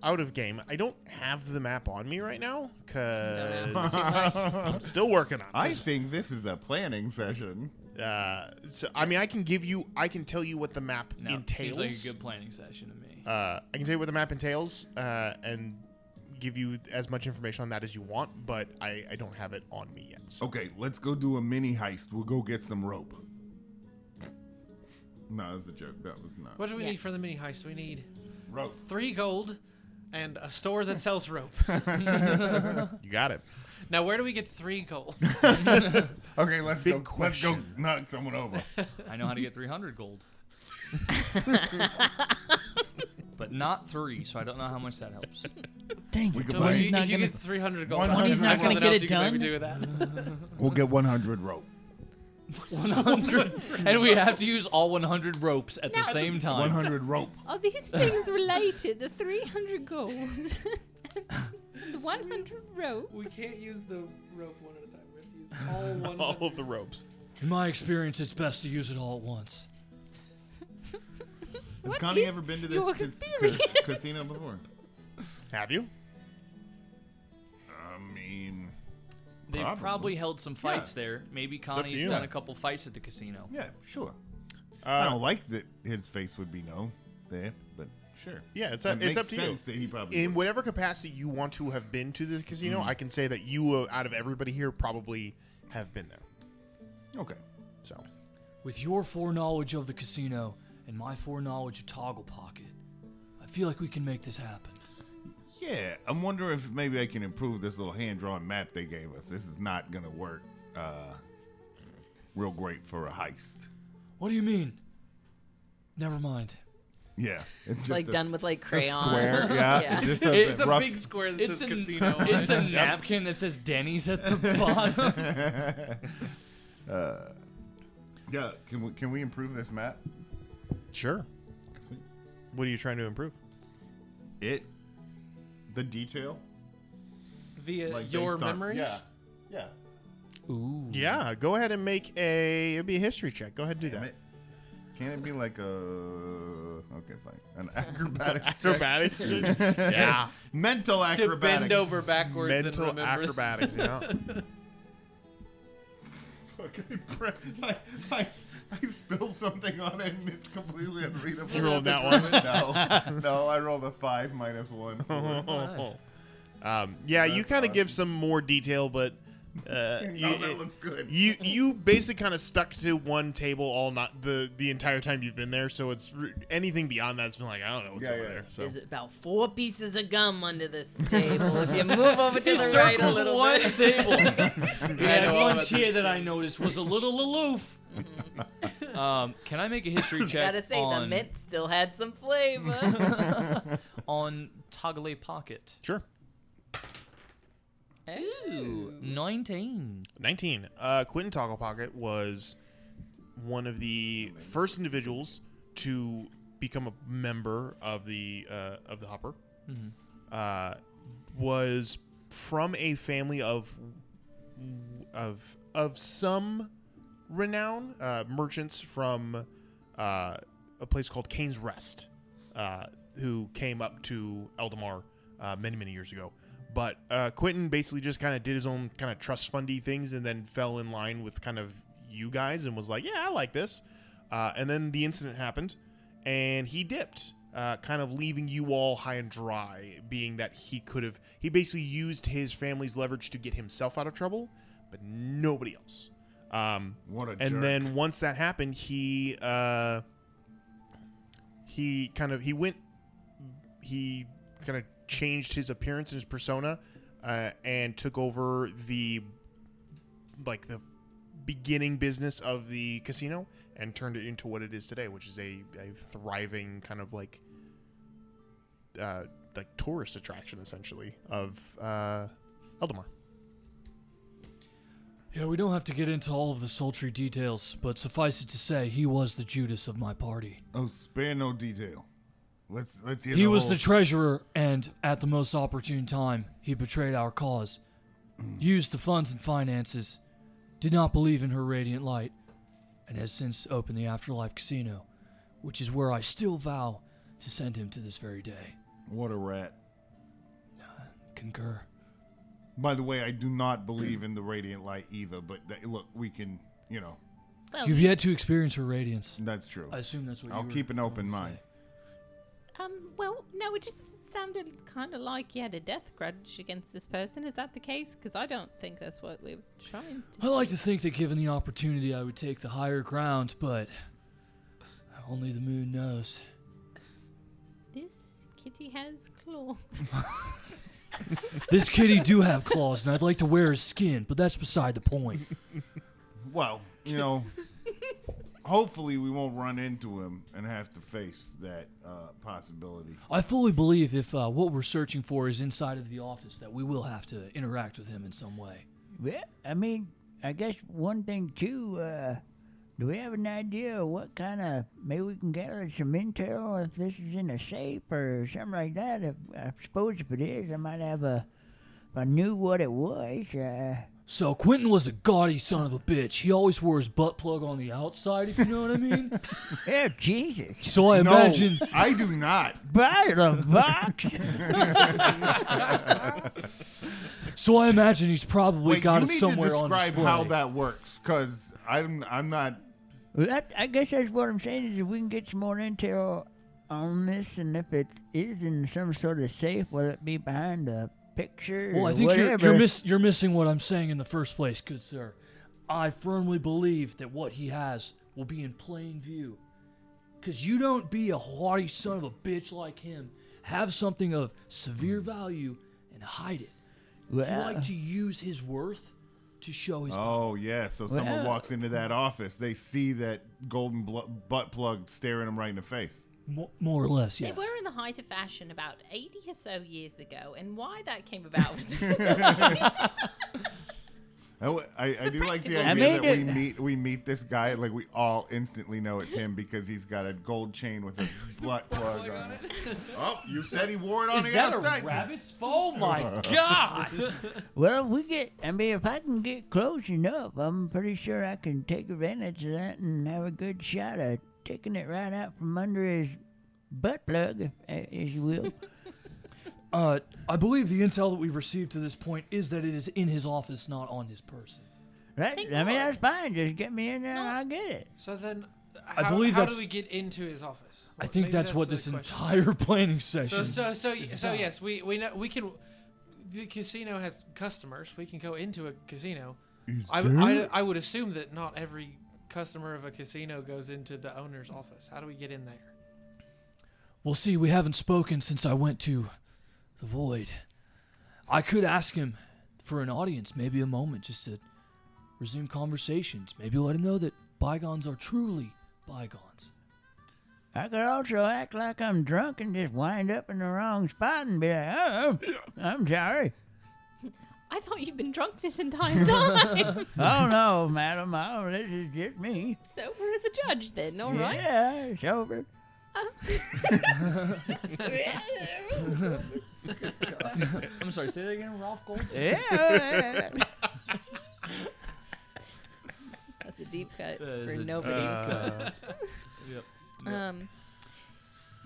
Speaker 2: out of game. I don't have the map on me right now because <laughs> I'm still working on.
Speaker 6: I
Speaker 2: This.
Speaker 6: think this is a planning session.
Speaker 2: Uh, so I mean, I can give you, I can tell you what the map
Speaker 4: No,
Speaker 2: entails.
Speaker 4: seems like a good planning session to me.
Speaker 2: uh, I can tell you what the map entails uh, and give you as much information on that as you want, but I, I don't have it on me yet. So
Speaker 6: Okay, let's go do a mini heist. We'll go get some rope. No, that was a joke. That was not.
Speaker 5: What do we
Speaker 3: Yeah.
Speaker 5: need for the mini heist? We need
Speaker 6: Rope.
Speaker 5: three gold and a store that
Speaker 6: <laughs>
Speaker 5: sells rope. <laughs>
Speaker 2: you got it.
Speaker 5: now, where do we get three gold?
Speaker 6: <laughs> Okay, let's
Speaker 2: Big
Speaker 6: go. Let's
Speaker 2: question.
Speaker 6: go knock someone over.
Speaker 4: <laughs> I know how to get 300 gold. but not three, so I don't know how much that helps.
Speaker 7: Dang
Speaker 6: We
Speaker 7: it,
Speaker 6: could
Speaker 7: Tony's
Speaker 6: buy-
Speaker 5: if you,
Speaker 7: not
Speaker 5: if you
Speaker 7: gonna-
Speaker 5: get 300 gold,
Speaker 6: One
Speaker 5: I don't
Speaker 6: hundred's
Speaker 5: know
Speaker 6: not
Speaker 5: something
Speaker 7: gonna get it
Speaker 5: else you can maybe
Speaker 7: done.
Speaker 5: do with
Speaker 6: <laughs>
Speaker 5: that.
Speaker 6: We'll get 100 rope.
Speaker 4: <laughs> 100. and we have to use all 100 ropes at the same time.
Speaker 6: 100 rope.
Speaker 3: Are these things related? The
Speaker 2: <laughs>
Speaker 3: 300 gold and the 100 rope.
Speaker 5: We can't use the rope one at a time. We have to use all one.
Speaker 2: <laughs> All of the ropes.
Speaker 4: In my experience, it's best to use it all at once.
Speaker 6: Has
Speaker 3: What
Speaker 6: Connie
Speaker 3: is
Speaker 6: ever been to this
Speaker 3: your
Speaker 6: ca-
Speaker 3: experience?
Speaker 7: <laughs>
Speaker 6: ca- casino before?
Speaker 2: Have you?
Speaker 6: I mean,
Speaker 4: They've probably,
Speaker 6: Probably.
Speaker 4: held some fights there. Maybe
Speaker 2: up to
Speaker 4: Connie's
Speaker 2: you.
Speaker 4: done a couple fights at the casino.
Speaker 6: yeah, sure.
Speaker 2: Uh,
Speaker 6: I don't like that his face would be no there, but sure.
Speaker 2: Yeah, it's
Speaker 6: It
Speaker 2: up, it's
Speaker 6: makes
Speaker 2: up to you.
Speaker 6: sense That he probably
Speaker 2: In
Speaker 6: would. Mm-hmm.
Speaker 2: whatever capacity you want to have been to the casino, I can say that you, uh, out of everybody here, probably have been there.
Speaker 6: okay.
Speaker 2: So
Speaker 4: With your foreknowledge of the casino and my foreknowledge of Toggle Pocket, I feel like we can make this happen.
Speaker 6: Yeah, I'm wondering if maybe I can improve this little hand drawn map they gave us. This is not gonna work. Uh, real great for a heist.
Speaker 4: What do you mean? Never mind.
Speaker 6: Yeah, <laughs> it's just
Speaker 3: Like
Speaker 6: a
Speaker 3: done
Speaker 6: s-
Speaker 3: with like
Speaker 6: it's a
Speaker 3: crayons. <laughs>
Speaker 4: <laughs>
Speaker 6: square, yeah,
Speaker 3: Yeah.
Speaker 6: It's, just
Speaker 4: It's
Speaker 5: It's a
Speaker 6: rough-
Speaker 5: big square that
Speaker 4: It's
Speaker 5: says
Speaker 4: a,
Speaker 5: casino. on
Speaker 4: it's
Speaker 5: it.
Speaker 6: <laughs>
Speaker 4: a napkin that says Denny's at the <laughs> bottom.
Speaker 2: <laughs>
Speaker 6: <laughs> Uh, Yeah, can we can we improve this map?
Speaker 2: sure. What are you trying to improve?
Speaker 6: It, the detail,
Speaker 5: Via
Speaker 6: like
Speaker 5: your
Speaker 6: based on-
Speaker 5: memories?
Speaker 6: Yeah, yeah.
Speaker 4: Ooh.
Speaker 2: Yeah, go ahead and make a. It'd be a history check. Go ahead and do
Speaker 6: Damn
Speaker 2: that.
Speaker 6: it. Can it be like a okay, fine, an acrobatic, <laughs>
Speaker 2: Acrobatics. yeah.
Speaker 6: mental
Speaker 5: To
Speaker 6: acrobatic?
Speaker 5: bend over backwards and
Speaker 2: Mental
Speaker 5: remember.
Speaker 2: acrobatics. Yeah.
Speaker 6: Fucking pre- I, I s- I spilled something on it and it's completely unreadable.
Speaker 2: You rolled that one.
Speaker 6: <laughs> No, <laughs> no, I rolled a five minus one.
Speaker 2: Um, yeah, you
Speaker 6: That's
Speaker 2: kind of
Speaker 6: fine.
Speaker 2: give some more detail, but
Speaker 6: <laughs>
Speaker 2: uh, you,
Speaker 6: no, that looks good.
Speaker 2: you you basically kind of stuck to one table all not the the entire time you've been there. So it's re- anything beyond that's been like I don't know what's
Speaker 6: Yeah,
Speaker 2: Oh, over
Speaker 6: yeah.
Speaker 2: there. So
Speaker 3: There's about four pieces of gum under this table. If you move over
Speaker 5: <laughs>
Speaker 3: to the right a little
Speaker 4: one
Speaker 3: bit. <laughs>
Speaker 4: table. We
Speaker 5: I know
Speaker 4: had
Speaker 5: all
Speaker 4: one
Speaker 5: about
Speaker 4: chair that I noticed was a
Speaker 5: <laughs>
Speaker 4: little aloof. um, can I make a history check
Speaker 3: Gotta say, the
Speaker 4: on,
Speaker 3: mint still had some
Speaker 4: <laughs>
Speaker 3: flavor.
Speaker 4: on Toggle Pocket?
Speaker 2: sure,
Speaker 4: Ooh, 19.
Speaker 2: nineteen. Uh, Quentin Toggle Pocket was one of the first individuals to become a member of the uh, of the Hopper. Uh, was from a family of of of some renown uh, merchants from uh, a place called Cain's Rest. uh, who came up to Eldamar uh, many many years ago. But uh, Quentin basically just kind of did his own kind of trust fundy things and then fell in line with kind of you guys and was like, yeah, I like this. Uh, and then the incident happened, and he dipped, uh, kind of leaving you all high and dry, being that he could have. He basically used his family's leverage to get himself out of trouble, but nobody else. Um,
Speaker 6: What a
Speaker 2: and
Speaker 6: jerk.
Speaker 2: then once that happened, he uh, he kind of he went he kind of changed his appearance and his persona uh, and took over the like the beginning business of the casino and turned it into what it is today which is a, a thriving kind of like uh, like tourist attraction essentially of uh, Eldamar.
Speaker 4: Yeah, we don't have to get into all of the sultry details, but suffice it to say, he was the Judas of my party.
Speaker 6: Oh, spare no detail. Let's let's hear.
Speaker 4: He
Speaker 6: the
Speaker 4: was
Speaker 6: whole-
Speaker 4: the treasurer, and at the most opportune time, he betrayed our cause,
Speaker 6: Mm.
Speaker 4: used the funds and finances, did not believe in her radiant light, and has since opened the Afterlife Casino, which is where I still vow to send him to this very day.
Speaker 6: what a rat.
Speaker 4: Concur.
Speaker 6: By the way, I do not believe in the radiant light either. But that, look, we can, you know,
Speaker 3: Well,
Speaker 4: You've yet to experience her radiance.
Speaker 6: that's true.
Speaker 4: I assume that's what
Speaker 6: I'll
Speaker 4: you were
Speaker 6: keep an
Speaker 4: going
Speaker 6: open
Speaker 4: to
Speaker 6: mind.
Speaker 4: say.
Speaker 3: um, well, no, it just sounded kind of like you had a death grudge against this person. Is that the case? Because I don't think that's what we were trying to.
Speaker 4: I like to think that given the opportunity, I would take the higher ground, but only the moon knows.
Speaker 3: This kitty has claw.
Speaker 4: <laughs> This kitty do have claws, and I'd like to wear his skin, but that's beside the point.
Speaker 6: Well, you know, <laughs> hopefully we won't run into him and have to face that uh, possibility.
Speaker 4: I fully believe if uh, what we're searching for is inside of the office, that we will have to interact with him in some way.
Speaker 9: Well, I mean, I guess one thing too. Uh, do we have an idea of what kind of maybe we can gather some intel if this is in a safe or something like that? If I suppose if it is, I might have a. If I knew what it was, uh,
Speaker 4: So Quentin was a gaudy son of a bitch. He always wore his butt plug on the outside, if you know what I mean.
Speaker 9: <laughs> oh Jesus,
Speaker 4: So I
Speaker 6: no,
Speaker 4: imagine
Speaker 6: I do not.
Speaker 9: by the box.
Speaker 4: <laughs> so I imagine he's probably
Speaker 6: Wait,
Speaker 4: got
Speaker 6: you
Speaker 4: it
Speaker 6: need
Speaker 4: somewhere
Speaker 6: to describe
Speaker 4: on display.
Speaker 6: how that works, because I'm I'm not.
Speaker 9: Well, that, I guess that's what I'm saying is if we can get some more intel on this, and if it is in some sort of safe, whether it be behind a picture
Speaker 4: Well,
Speaker 9: or
Speaker 4: I think
Speaker 9: whatever.
Speaker 4: you're, you're, miss, you're missing what I'm saying in the first place, good sir. I firmly believe that what he has will be in plain view. Because you don't be a haughty son of a bitch like him. Have something of severe value and hide it. You
Speaker 9: well,
Speaker 4: like to use his worth to show his.
Speaker 6: Oh yeah, so someone
Speaker 9: Well-
Speaker 6: walks into that office, they see that golden bl- butt plug staring them right in the face.
Speaker 4: Mo- more or less, yes.
Speaker 3: They were in the height of fashion about 80 or so years ago, and why that came about
Speaker 4: <laughs>
Speaker 3: was. <laughs>
Speaker 6: I,
Speaker 4: Oh,
Speaker 6: w- I- I do like the
Speaker 3: practical.
Speaker 9: I
Speaker 6: idea that
Speaker 9: made
Speaker 6: we
Speaker 9: it-
Speaker 6: meet we meet this guy like we all instantly know it's him because he's got a gold chain with a butt plug on
Speaker 1: uh,
Speaker 6: it. <laughs> Oh, <laughs> you said he wore it on
Speaker 4: Is
Speaker 6: the
Speaker 4: that
Speaker 6: outside.
Speaker 4: a rabbit's? Oh my
Speaker 6: <laughs>
Speaker 4: god!
Speaker 9: well, if we get, I mean, if I can get close enough, I'm pretty sure I can take advantage of that and have a good shot at taking it right out from under his butt plug, if, as you
Speaker 4: <laughs>
Speaker 9: will.
Speaker 4: Uh, I believe the intel that we've received to this point is that it is in his office, not on his person.
Speaker 9: right?
Speaker 3: Thank
Speaker 9: I mean,
Speaker 3: God.
Speaker 9: that's fine. Just get me in there and I'll get it.
Speaker 5: So then,
Speaker 4: I
Speaker 5: how,
Speaker 4: believe
Speaker 5: how
Speaker 4: that's-
Speaker 5: do we get into his office?
Speaker 4: I think
Speaker 5: Maybe
Speaker 4: that's, what
Speaker 5: the
Speaker 4: this
Speaker 5: question.
Speaker 4: entire <laughs> planning
Speaker 5: So
Speaker 4: session.
Speaker 5: so so y- so
Speaker 4: about.
Speaker 5: yes, we we know we can. The casino has customers. We can go into a casino. I, w- I d- I would assume that not every customer of a casino goes into the owner's office. How do we get in there?
Speaker 4: We'll see. We haven't spoken since I went to the void. I could ask him for an audience, maybe a moment, just to resume conversations. Maybe let him know that bygones are truly bygones. <laughs>
Speaker 9: I could also act like I'm drunk and just wind up in the wrong spot and be like, oh, I'm sorry.
Speaker 3: I thought you'd been drunk this
Speaker 4: <laughs>
Speaker 3: entire
Speaker 7: <laughs>
Speaker 3: time.
Speaker 9: oh, no, madam. Oh, this is just me.
Speaker 3: Sober as a judge, then, all right?
Speaker 9: Yeah, it's over.
Speaker 10: I'm sorry, say that again, Ralph Gold.
Speaker 9: Yeah.
Speaker 4: <laughs>
Speaker 3: That's a deep cut
Speaker 10: That is a-
Speaker 3: for <laughs>
Speaker 4: Uh,
Speaker 6: <laughs>
Speaker 3: nobody.
Speaker 10: uh, yep.
Speaker 3: Um,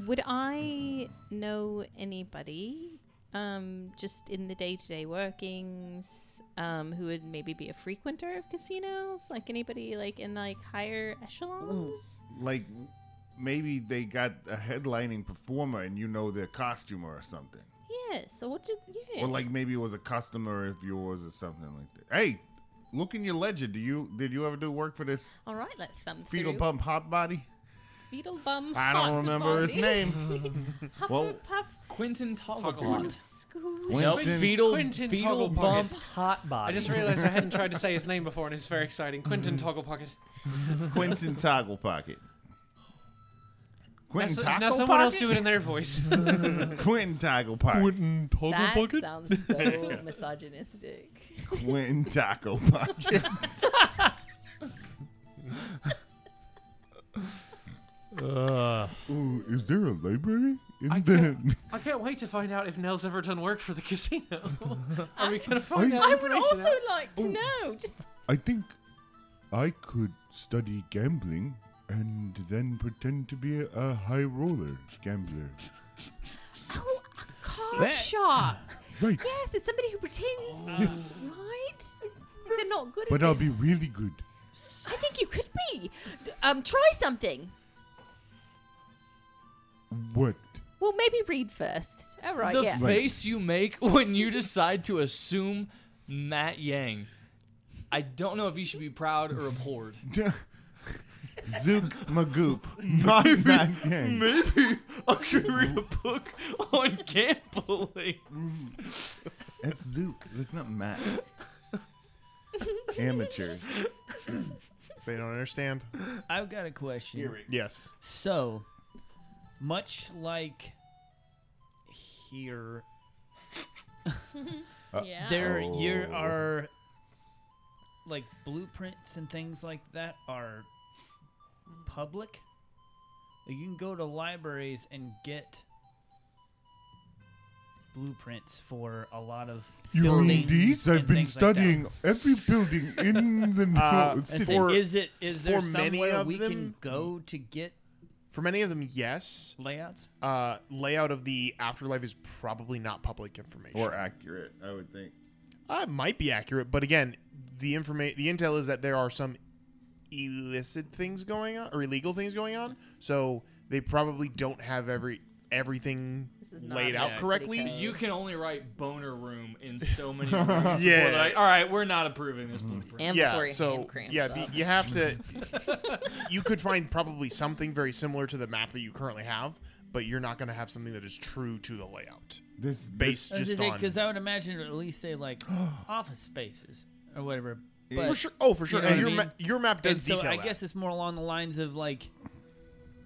Speaker 3: Would I know anybody um, just in the day to day workings um, who would maybe be a frequenter of casinos? Like anybody like in like higher echelons?
Speaker 6: Like maybe they got a headlining performer and you know their costumer or something.
Speaker 3: Yeah. So what did yeah?
Speaker 6: Or like maybe it was a customer of yours or something like that. Hey, look in your ledger. Do you did you ever do work for this
Speaker 3: All right, let's thumb
Speaker 6: fetal
Speaker 3: through.
Speaker 6: pump hot body?
Speaker 3: Fetal bum.
Speaker 6: I don't
Speaker 3: hot
Speaker 6: remember his
Speaker 3: body. <laughs>
Speaker 6: name.
Speaker 3: Hufflepuff.
Speaker 6: Well-
Speaker 4: Quentin
Speaker 5: Sogglebot.
Speaker 4: Togglebot.
Speaker 3: Scoosh.
Speaker 6: Quentin-
Speaker 4: Nope. Fetal,
Speaker 5: Quentin
Speaker 4: fetal
Speaker 5: Togglebot.
Speaker 4: bump hot body.
Speaker 5: I just realized I hadn't
Speaker 4: <laughs>
Speaker 5: tried to say his name before, and it's very exciting. Quentin
Speaker 4: Mm-hmm.
Speaker 5: Toggle Pocket. <laughs>
Speaker 6: Quentin Toggle Pocket.
Speaker 5: Now,
Speaker 6: Quentin
Speaker 5: so-
Speaker 6: Toggle
Speaker 5: now someone else
Speaker 6: Pocket?
Speaker 5: do it in their voice.
Speaker 6: <laughs>
Speaker 5: <laughs>
Speaker 6: Quentin Toggle Pocket.
Speaker 3: That
Speaker 6: <laughs>
Speaker 3: sounds so misogynistic.
Speaker 6: Quentin Taco
Speaker 3: <laughs>
Speaker 6: Pocket. Uh. Ooh, is there a library in
Speaker 5: I
Speaker 6: the?
Speaker 5: can't- I can't wait to find out if Nell's ever done work for
Speaker 8: <laughs>
Speaker 5: the <laughs> casino. Are we
Speaker 6: I-
Speaker 5: gonna find out?
Speaker 3: I would
Speaker 5: information
Speaker 3: also
Speaker 5: out?
Speaker 3: like to know. Just
Speaker 6: <laughs> I think I could study gambling and then pretend to be a high roller gambler.
Speaker 3: oh, a card
Speaker 7: That-
Speaker 3: shop.
Speaker 6: Right. Ah.
Speaker 3: Yes, it's somebody who pretends.
Speaker 6: Yes.
Speaker 3: Right? They're not good
Speaker 6: But
Speaker 3: at
Speaker 6: I'll
Speaker 3: it.
Speaker 6: be really good.
Speaker 3: I think you could be. Um, try something.
Speaker 6: What?
Speaker 3: Well, maybe read first. All <laughs> right,
Speaker 4: the
Speaker 3: yeah.
Speaker 4: face you make when you decide to assume Matt Yang. I don't know if you should be proud
Speaker 2: <laughs>
Speaker 4: or abhorred.
Speaker 6: <laughs> Zook Magoop.
Speaker 7: <laughs>
Speaker 6: Not Matt Gang.
Speaker 4: Maybe <laughs> I could <laughs> read a book <laughs> on gambling.
Speaker 7: <laughs>
Speaker 6: That's Zook. That's not Matt. <coughs> Amateur.
Speaker 2: They don't understand.
Speaker 7: I've got a question.
Speaker 2: Yes.
Speaker 7: So, much like
Speaker 6: <laughs>
Speaker 7: here,
Speaker 3: yeah.
Speaker 7: there you
Speaker 6: Oh.
Speaker 7: are like blueprints and things like that are public. Like, You can go to libraries and get blueprints for a lot of
Speaker 6: You mean
Speaker 7: buildings
Speaker 6: these? I've
Speaker 7: and
Speaker 6: been
Speaker 7: things like that.
Speaker 6: studying every building in
Speaker 7: <laughs>
Speaker 6: the
Speaker 2: Uh,
Speaker 6: no-
Speaker 7: And
Speaker 6: city.
Speaker 7: so is it is there
Speaker 2: for many
Speaker 7: somewhere
Speaker 2: of
Speaker 7: we
Speaker 2: them-
Speaker 7: can go to get
Speaker 2: For many of them, yes.
Speaker 7: layouts?
Speaker 2: Uh, layout of the afterlife is probably not public information.
Speaker 6: Or accurate, I would think.
Speaker 2: Uh, it might be accurate, but again, the informa- the intel is that there are some illicit things going on or illegal things going on. So they probably don't have every everything
Speaker 3: This is not
Speaker 2: laid
Speaker 3: a
Speaker 2: out
Speaker 3: city
Speaker 2: correctly.
Speaker 3: code.
Speaker 4: You can only write boner room in
Speaker 2: <laughs>
Speaker 4: so many rooms. before they're like, all right, we're not approving this blueprint.
Speaker 3: And before
Speaker 2: Yeah,
Speaker 3: your
Speaker 2: so
Speaker 3: hand cramps
Speaker 2: yeah,
Speaker 3: up.
Speaker 2: the, you have to.
Speaker 4: <laughs>
Speaker 2: you could find probably something very similar to the map that you currently have, but you're not going to have something that is true to the layout.
Speaker 6: This
Speaker 2: Based just on
Speaker 7: Because I would imagine it would at least
Speaker 2: <gasps>
Speaker 7: say like office spaces or whatever. But,
Speaker 2: for sure. Oh, for sure.
Speaker 7: know
Speaker 2: and
Speaker 7: what
Speaker 2: your
Speaker 7: I
Speaker 2: ma-
Speaker 7: mean?
Speaker 2: your map does
Speaker 7: and so
Speaker 2: detail
Speaker 7: I
Speaker 2: that.
Speaker 7: guess it's more along the lines of like,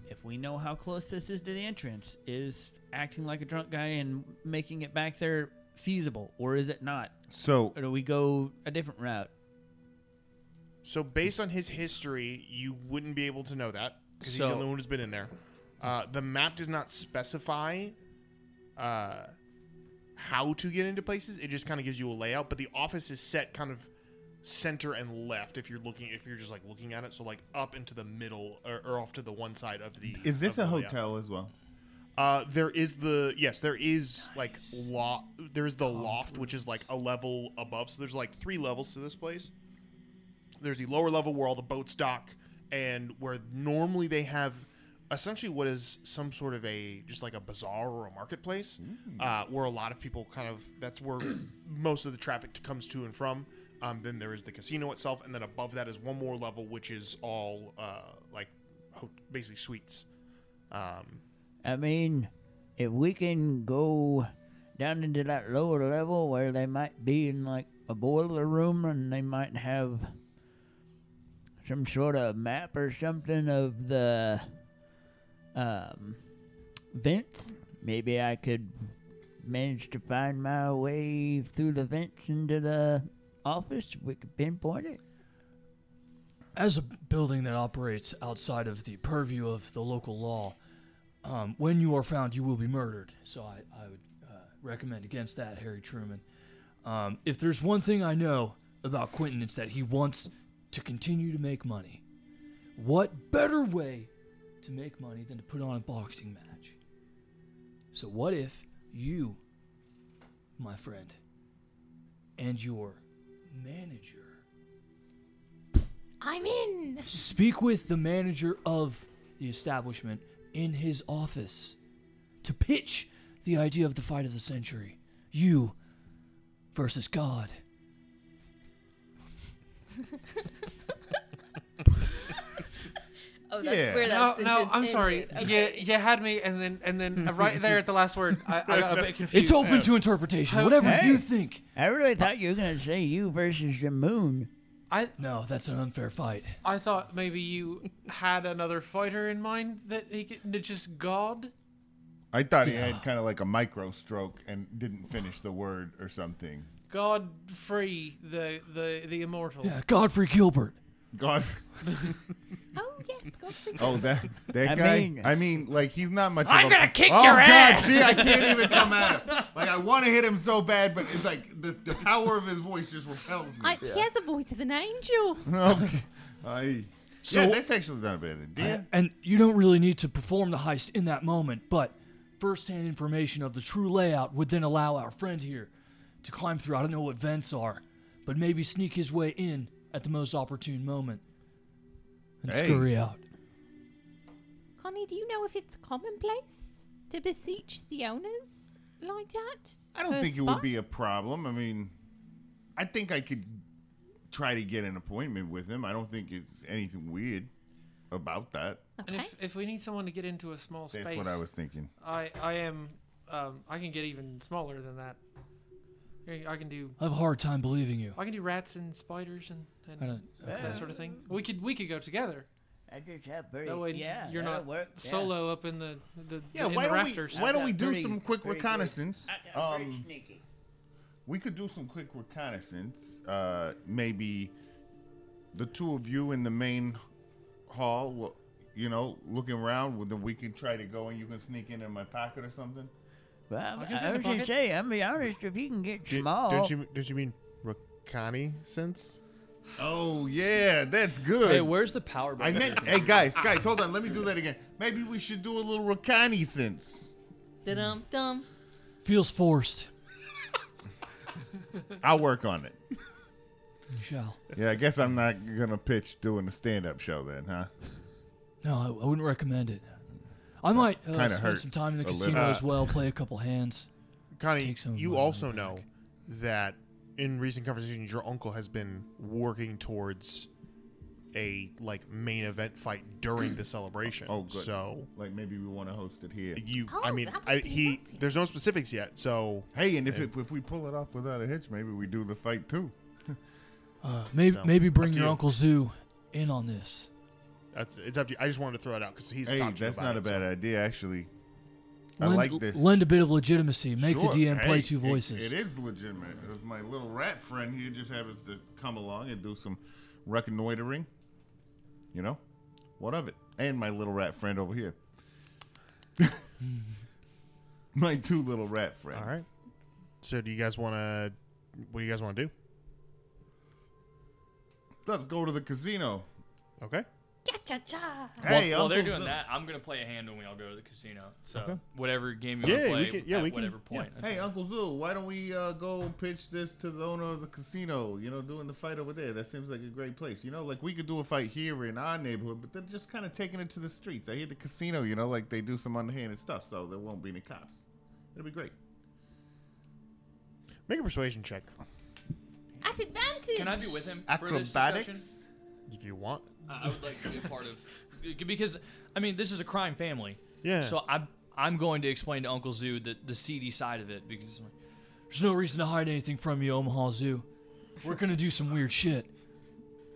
Speaker 7: if we know how close this is to the entrance, is acting like a drunk guy and making it back there feasible, or is it not?
Speaker 6: So
Speaker 7: Or do we go a different route?
Speaker 2: So based on his history, you wouldn't be able to know that because he's
Speaker 4: So-
Speaker 2: the only one who's been in there. Uh, the map does not specify uh, how to get into places. It just kind of gives you a layout, but the office is set kind of center and left if you're looking if you're just like looking at it so like up into the middle or, or off to the one side of the
Speaker 6: is this
Speaker 2: of
Speaker 6: a
Speaker 2: the layout.
Speaker 6: hotel as well?
Speaker 2: uh there is the yes there is like loft there's the loft which is like a level above so there's like three levels to this place there's the lower level where all the boats dock and where normally they have essentially what is some sort of a just like a bazaar or a marketplace uh, where a lot of people kind of that's where most of the traffic comes to and from um, then there is the casino itself and then above that is one more level which is all uh, like ho- basically suites um,
Speaker 7: I mean, if we can go down into that lower level where they might be in like a boiler room and they might have some sort of map or something of the um, vents, maybe I could manage to find my way through the vents into the office. We could pinpoint it.
Speaker 8: as a building that operates outside of the purview of the local law, um, when you are found, you will be murdered. So I, I would uh, recommend against that, Harry Truman. Um, if there's one thing I know about Quentin, it's that he wants to continue to make money. What better way to make money than to put on a boxing match? So what if you, my friend, and your manager
Speaker 3: I'm in.
Speaker 8: speak with the manager of the establishment in his office to pitch the idea of the fight of the century. You versus God.
Speaker 3: Oh, that's
Speaker 6: Yeah.
Speaker 3: where
Speaker 5: No,
Speaker 3: that
Speaker 5: no,
Speaker 3: sentence
Speaker 5: I'm sorry.
Speaker 3: ended.
Speaker 5: You,
Speaker 3: Okay.
Speaker 5: you had me, and then and then
Speaker 8: <laughs>
Speaker 5: right there at the last word, I, I got a bit confused. Oh.
Speaker 8: It's open to interpretation.
Speaker 5: How-
Speaker 8: Whatever
Speaker 5: Hey.
Speaker 8: you think.
Speaker 7: I really thought you were gonna say you versus the moon.
Speaker 5: I
Speaker 8: No, that's an unfair fight.
Speaker 5: I thought maybe you had another fighter in mind that he could just God.
Speaker 6: I thought he had kind of like a micro stroke and didn't finish the word or something.
Speaker 5: God free the the the immortal.
Speaker 8: Yeah, Godfrey Gilbert.
Speaker 7: <laughs>
Speaker 6: God, <laughs>
Speaker 3: Oh yes, go for it.
Speaker 6: oh that that
Speaker 7: I
Speaker 6: guy.
Speaker 7: mean-
Speaker 6: I mean, like he's not much.
Speaker 8: I'm
Speaker 6: of a,
Speaker 8: gonna kick
Speaker 6: oh,
Speaker 8: your
Speaker 6: God,
Speaker 8: ass!
Speaker 6: See, I can't even come at
Speaker 8: <laughs>
Speaker 6: him. Like I want to hit him so bad, but it's like the, the power of his voice just repels me.
Speaker 3: I, He has a voice of an angel.
Speaker 8: <laughs>
Speaker 6: okay. I,
Speaker 8: So-
Speaker 6: yeah, that's actually not a bad idea.
Speaker 8: And you don't really need to perform the heist in that moment, but first-hand information of the true layout would then allow our friend here to climb through. I don't know what vents are, but maybe sneak his way in at the most opportune moment and
Speaker 6: Hey.
Speaker 8: scurry out.
Speaker 3: Connie, do you know if it's commonplace to beseech the owners like that?
Speaker 6: I don't
Speaker 3: for a
Speaker 6: think it would
Speaker 3: spot?
Speaker 6: be a problem. I mean, I think I could try to get an appointment with him. I don't think it's anything weird about that.
Speaker 5: And
Speaker 3: Okay.
Speaker 5: if, if we need someone to get into a small space,
Speaker 6: That's what I was thinking.
Speaker 5: I I am um, I can get even smaller than that. I- I can do
Speaker 8: I have a hard time believing you.
Speaker 5: I can do rats and spiders and,
Speaker 8: I
Speaker 5: and
Speaker 8: don't.
Speaker 5: that sort of thing. We could we could go together.
Speaker 7: I just
Speaker 2: <laughs>
Speaker 7: have pretty.
Speaker 5: That way
Speaker 7: yeah,
Speaker 5: you're
Speaker 7: that'll
Speaker 5: not
Speaker 7: work. yeah.
Speaker 5: solo up in the the,
Speaker 6: Yeah,
Speaker 5: in
Speaker 6: why
Speaker 5: the
Speaker 6: don't
Speaker 5: rafters.
Speaker 6: we why don't we do
Speaker 7: Pretty-
Speaker 6: some quick
Speaker 7: pretty good.
Speaker 6: reconnaissance?
Speaker 7: I'm very
Speaker 6: Um,
Speaker 7: sneaky.
Speaker 6: we could do some quick reconnaissance. Uh, maybe the two of you in the main hall, lo- you know, looking around. well, Then we can try to go and you can sneak in in my pocket or something.
Speaker 7: Well,
Speaker 5: can
Speaker 7: I,
Speaker 5: fit in the
Speaker 7: was gonna
Speaker 5: pocket.
Speaker 7: say, I'm be honest. If you can get small,
Speaker 2: Don't you don't you mean Rakani sense?
Speaker 6: Oh yeah, that's good.
Speaker 4: where's the power
Speaker 6: I meant, hey guys, guys, hold on. Let me do that again. Maybe we should do a little reconnaissance.
Speaker 3: Dum dum.
Speaker 8: Feels forced.
Speaker 6: I'll work on it.
Speaker 8: You shall.
Speaker 6: Yeah, I guess I'm not gonna pitch doing a stand-up show then, huh?
Speaker 8: No, I, I wouldn't recommend it. I might uh,
Speaker 6: kinda
Speaker 8: spend
Speaker 6: hurts
Speaker 8: some time in the
Speaker 6: a little.
Speaker 8: casino
Speaker 6: Uh,
Speaker 8: as well, play a couple hands.
Speaker 2: <laughs> Connie,
Speaker 8: Take some of
Speaker 2: you
Speaker 8: my
Speaker 2: also
Speaker 8: money
Speaker 2: know
Speaker 8: back.
Speaker 2: that in recent conversations, your uncle has been working towards a like main event fight during the celebration.
Speaker 6: Oh, good.
Speaker 2: So
Speaker 6: Like maybe we want to host it here.
Speaker 2: you,
Speaker 3: Oh,
Speaker 2: I mean,
Speaker 3: that would
Speaker 2: I,
Speaker 3: be
Speaker 2: he.
Speaker 3: lovely.
Speaker 2: There's no specifics yet, so
Speaker 6: Hey, and if it, if we pull it off without a hitch, maybe we do the fight too.
Speaker 8: Uh, maybe
Speaker 2: So,
Speaker 8: maybe
Speaker 2: up
Speaker 8: bring
Speaker 2: to
Speaker 8: your
Speaker 2: you.
Speaker 8: Uncle Zoo in on this.
Speaker 2: that's it's up to you. I just wanted to throw it out because he's.
Speaker 6: hey,
Speaker 2: talked to you
Speaker 6: that's
Speaker 2: about
Speaker 6: not
Speaker 2: it,
Speaker 6: a bad
Speaker 2: so.
Speaker 6: idea actually. I
Speaker 8: lend,
Speaker 6: like this.
Speaker 8: Lend a bit of legitimacy. Make
Speaker 6: Sure.
Speaker 8: the DM play
Speaker 6: Hey,
Speaker 8: two
Speaker 6: it-
Speaker 8: voices.
Speaker 6: it is legitimate. It's my little rat friend here just happens to come along and do some reconnoitering. You know, what of it? And my little rat friend over here. <laughs> my two little rat friends.
Speaker 2: All right. So do you guys want to? What do you guys want to do?
Speaker 6: Let's go to the casino.
Speaker 2: Okay.
Speaker 3: Cha cha cha.
Speaker 6: Hey,
Speaker 4: while, while they're
Speaker 6: Uncle
Speaker 4: doing
Speaker 6: Zo-
Speaker 4: that, I'm gonna play a hand when we all go to the casino. So whatever game you
Speaker 2: Yeah,
Speaker 4: want
Speaker 2: we
Speaker 4: to play,
Speaker 2: can- yeah,
Speaker 4: at
Speaker 2: we can-
Speaker 4: whatever
Speaker 2: yeah.
Speaker 4: point.
Speaker 6: Hey, Uncle Zoo, why don't we uh, go pitch this to the owner of the casino? You know, doing the fight over there. That seems like a great place. You know, like we could do a fight here in our neighborhood, but they're just kind of taking it to the streets. I hear the casino, you know, like they do some underhanded stuff, so there won't be any cops. It'll be great.
Speaker 2: Make a persuasion check
Speaker 3: At advantage.
Speaker 4: Can I be with him for this discussion?
Speaker 6: Acrobatics?
Speaker 2: if you want.
Speaker 4: Uh, I would like to be a part of because I mean this is a crime family.
Speaker 2: Yeah.
Speaker 4: So I'm I'm going to explain to Uncle Zoo the, the seedy side of it because I'm like, there's no reason to hide anything from you, Omaha Zoo. We're gonna do some weird shit,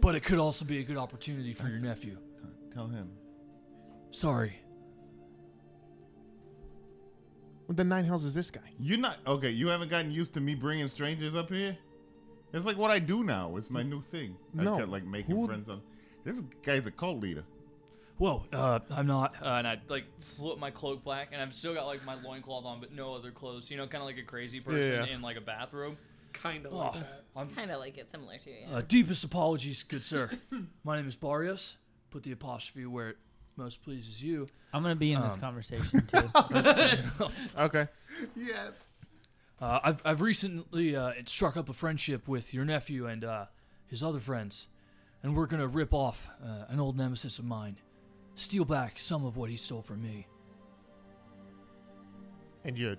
Speaker 4: but it could also be a good opportunity for your nephew.
Speaker 6: Tell him.
Speaker 8: Sorry.
Speaker 2: What the nine hells is this guy?
Speaker 6: You're not. Okay, you haven't gotten used to me bringing strangers up here? It's like what I do now. It's my new thing.
Speaker 2: No.
Speaker 6: I kept, like making
Speaker 2: Who-
Speaker 6: friends on. This guy's a cult leader.
Speaker 8: Whoa, uh, I'm not.
Speaker 4: Uh, and I like flip my cloak back, and I've still got like my loincloth on, but no other clothes. You know, kind of like a crazy person
Speaker 2: yeah.
Speaker 4: in like a bathrobe.
Speaker 5: Kind of.
Speaker 8: Oh,
Speaker 3: Kind of like it, similar to you.
Speaker 4: Uh,
Speaker 8: uh, deepest apologies, good sir. My name is Barrios. Put the apostrophe where it
Speaker 4: most pleases you.
Speaker 7: I'm gonna be in this
Speaker 4: Um.
Speaker 7: conversation too.
Speaker 4: <laughs>
Speaker 2: Okay.
Speaker 6: Yes.
Speaker 4: Uh, I've I've recently uh, it struck up a friendship with your nephew and uh, his other friends, and we're gonna rip off uh, an old nemesis of mine, steal back some of what he stole from me.
Speaker 2: And you're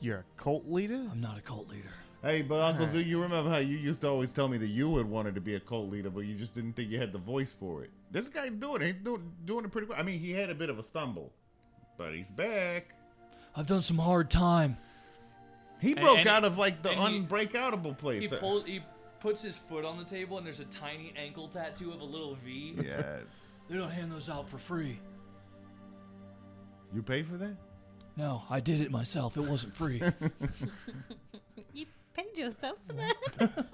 Speaker 2: you're a cult leader?
Speaker 4: I'm not a cult leader.
Speaker 6: Hey, but Uncle Zoo, you remember how you used to always tell me that you had wanted to be a cult leader, but you just didn't think you had the voice for it. This guy's doing it. He's doing, doing it pretty well. I mean, he had a bit of a stumble, but he's back.
Speaker 4: I've done some hard time.
Speaker 6: He
Speaker 4: And-
Speaker 6: broke
Speaker 4: and-
Speaker 6: out of like the
Speaker 4: and he-
Speaker 6: unbreakoutable place.
Speaker 4: He pulls. He puts his foot on the table, and there's a tiny ankle tattoo of a little V.
Speaker 6: yes.
Speaker 4: <laughs> They don't hand those out for free.
Speaker 6: You pay for that?
Speaker 4: No, I did it myself.
Speaker 7: <laughs>
Speaker 4: It wasn't free,
Speaker 2: <laughs>
Speaker 3: You paid yourself for that.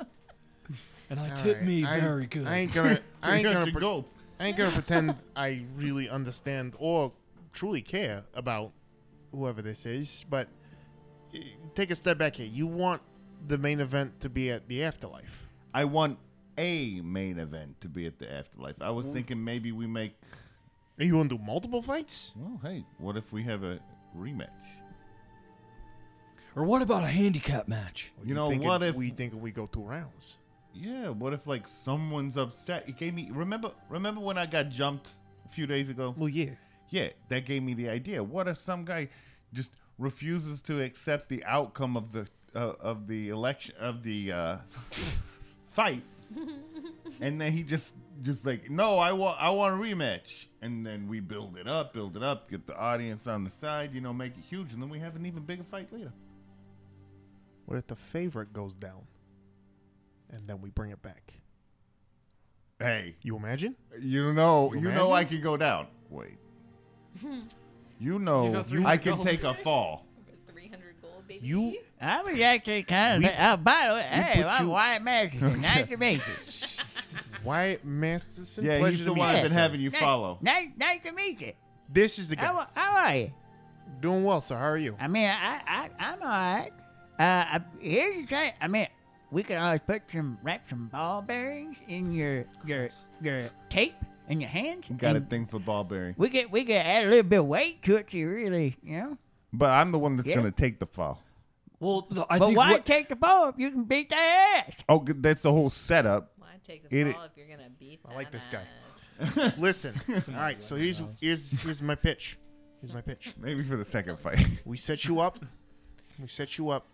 Speaker 4: and I
Speaker 2: All
Speaker 4: tipped
Speaker 2: right.
Speaker 4: me
Speaker 2: I-
Speaker 4: very good.
Speaker 2: I ain't
Speaker 4: <laughs>
Speaker 2: gonna I ain't gonna
Speaker 6: 300
Speaker 2: pre-
Speaker 6: gold.
Speaker 2: I ain't gonna pretend I really understand or truly care about whoever this is, but eh, take a step back here. You want the main event to be at the afterlife.
Speaker 6: I want a main event to be at the afterlife. I was thinking maybe we make.
Speaker 2: Are you gonna do multiple fights?
Speaker 6: Well, hey, what if we have a rematch?
Speaker 4: or what about a handicap match?
Speaker 2: Or
Speaker 6: You know,
Speaker 2: thinking
Speaker 6: what if-
Speaker 2: we think we go two rounds?
Speaker 6: Yeah, what if like someone's upset? It gave me remember remember when I got jumped a few days ago?
Speaker 2: Well, yeah.
Speaker 6: Yeah, that gave me the idea. What if some guy just refuses to accept the outcome of the uh, of the election of the uh, <laughs> fight, and then he just just like no, I want I want a rematch, and then we build it up, build it up, get the audience on the side, you know, make it huge, and then we have an even bigger fight later.
Speaker 2: What if the favorite goes down, and then we bring it back?
Speaker 6: Hey,
Speaker 2: You imagine?
Speaker 6: you know,
Speaker 2: You
Speaker 6: you, know, I
Speaker 2: imagine?
Speaker 6: can go down. Wait, you know,
Speaker 5: three
Speaker 6: I can
Speaker 5: goals.
Speaker 6: take a fall.
Speaker 3: Three hundred gold, baby.
Speaker 2: You
Speaker 7: I was actually kind
Speaker 2: We-
Speaker 7: of. Uh, by the way, hey,
Speaker 2: put
Speaker 7: I'm
Speaker 2: you-
Speaker 6: <laughs>
Speaker 7: Wyatt Masterson. Nice to meet you.
Speaker 2: Wyatt Masterson.
Speaker 6: Yeah,
Speaker 2: Pleasure
Speaker 6: he's
Speaker 2: to
Speaker 6: the
Speaker 2: meet
Speaker 6: one
Speaker 2: you,
Speaker 6: I've been
Speaker 2: sir.
Speaker 6: having you
Speaker 7: Nice-
Speaker 6: follow.
Speaker 7: Nice, nice to meet you.
Speaker 2: This is the guy.
Speaker 7: How, how are you?
Speaker 2: Doing well, sir. How are you?
Speaker 7: I mean, I, I, I'm all right. Uh, I, here's the thing. I mean, we could always put some wrap some ball bearings in your your your tape in your hands.
Speaker 6: Got a
Speaker 7: and
Speaker 6: thing for ball bearing.
Speaker 7: We could we could add a little bit of weight to it. So you really, you know.
Speaker 6: But I'm the one that's
Speaker 7: Yeah.
Speaker 6: gonna take the fall.
Speaker 4: Well, the, I
Speaker 7: But
Speaker 4: think
Speaker 7: why
Speaker 4: what-
Speaker 7: take the ball if you can beat their ass?
Speaker 6: Oh, g- that's the whole setup.
Speaker 3: Why take
Speaker 6: It-
Speaker 3: the fall if you're gonna beat?
Speaker 2: I like
Speaker 3: that
Speaker 2: this guy.
Speaker 3: ass?
Speaker 2: Listen.
Speaker 7: <laughs>
Speaker 2: All right. So here's here's here's my pitch. Here's my pitch.
Speaker 6: Maybe for the second fight. <laughs>
Speaker 2: We set you up. We set you up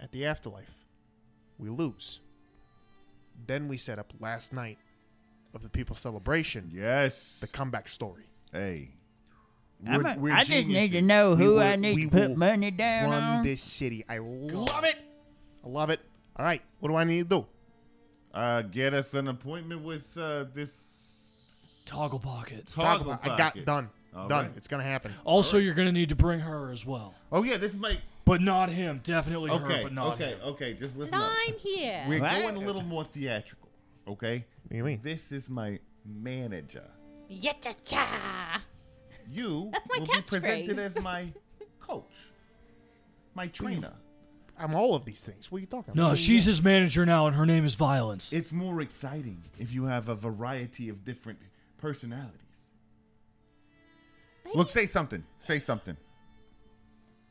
Speaker 2: at the afterlife. We lose. Then we set up last night of the people's celebration,
Speaker 6: yes.
Speaker 2: the comeback story.
Speaker 6: Hey.
Speaker 7: I'm
Speaker 6: We're-
Speaker 7: a-
Speaker 6: we're
Speaker 7: I just need to
Speaker 6: geniuses.
Speaker 7: know
Speaker 2: We
Speaker 7: who
Speaker 2: will-
Speaker 7: I need
Speaker 2: we
Speaker 7: to put
Speaker 2: will
Speaker 7: money down
Speaker 2: Run
Speaker 7: on.
Speaker 2: this city. I love it. I love it. All right. What do I need to do?
Speaker 6: Uh, get us an appointment with uh, this
Speaker 4: toggle pockets.
Speaker 2: Talk
Speaker 6: toggle
Speaker 2: about. I got
Speaker 6: pocket.
Speaker 2: done.
Speaker 6: All
Speaker 2: done.
Speaker 6: right.
Speaker 2: It's gonna happen.
Speaker 4: Also, you're gonna need to bring her as well,
Speaker 6: Oh yeah, this might.
Speaker 4: but not him. Definitely her,
Speaker 6: Okay.
Speaker 4: but not
Speaker 6: Okay.
Speaker 4: him.
Speaker 6: Okay. Just listen.
Speaker 3: And
Speaker 6: up.
Speaker 3: I'm here.
Speaker 6: We're
Speaker 7: What?
Speaker 6: going a little more theatrical. Okay.
Speaker 2: What do you mean?
Speaker 6: This is my manager.
Speaker 3: Yatta cha.
Speaker 6: You
Speaker 3: That's my
Speaker 6: will be presented
Speaker 3: catchphrase.
Speaker 6: as my
Speaker 3: <laughs>
Speaker 6: coach, my trainer.
Speaker 2: I'm all of these things. What are you talking about?
Speaker 4: No, she's his manager now, and her name is Violence.
Speaker 6: It's more exciting if you have a variety of different personalities. Look, say something. Say something.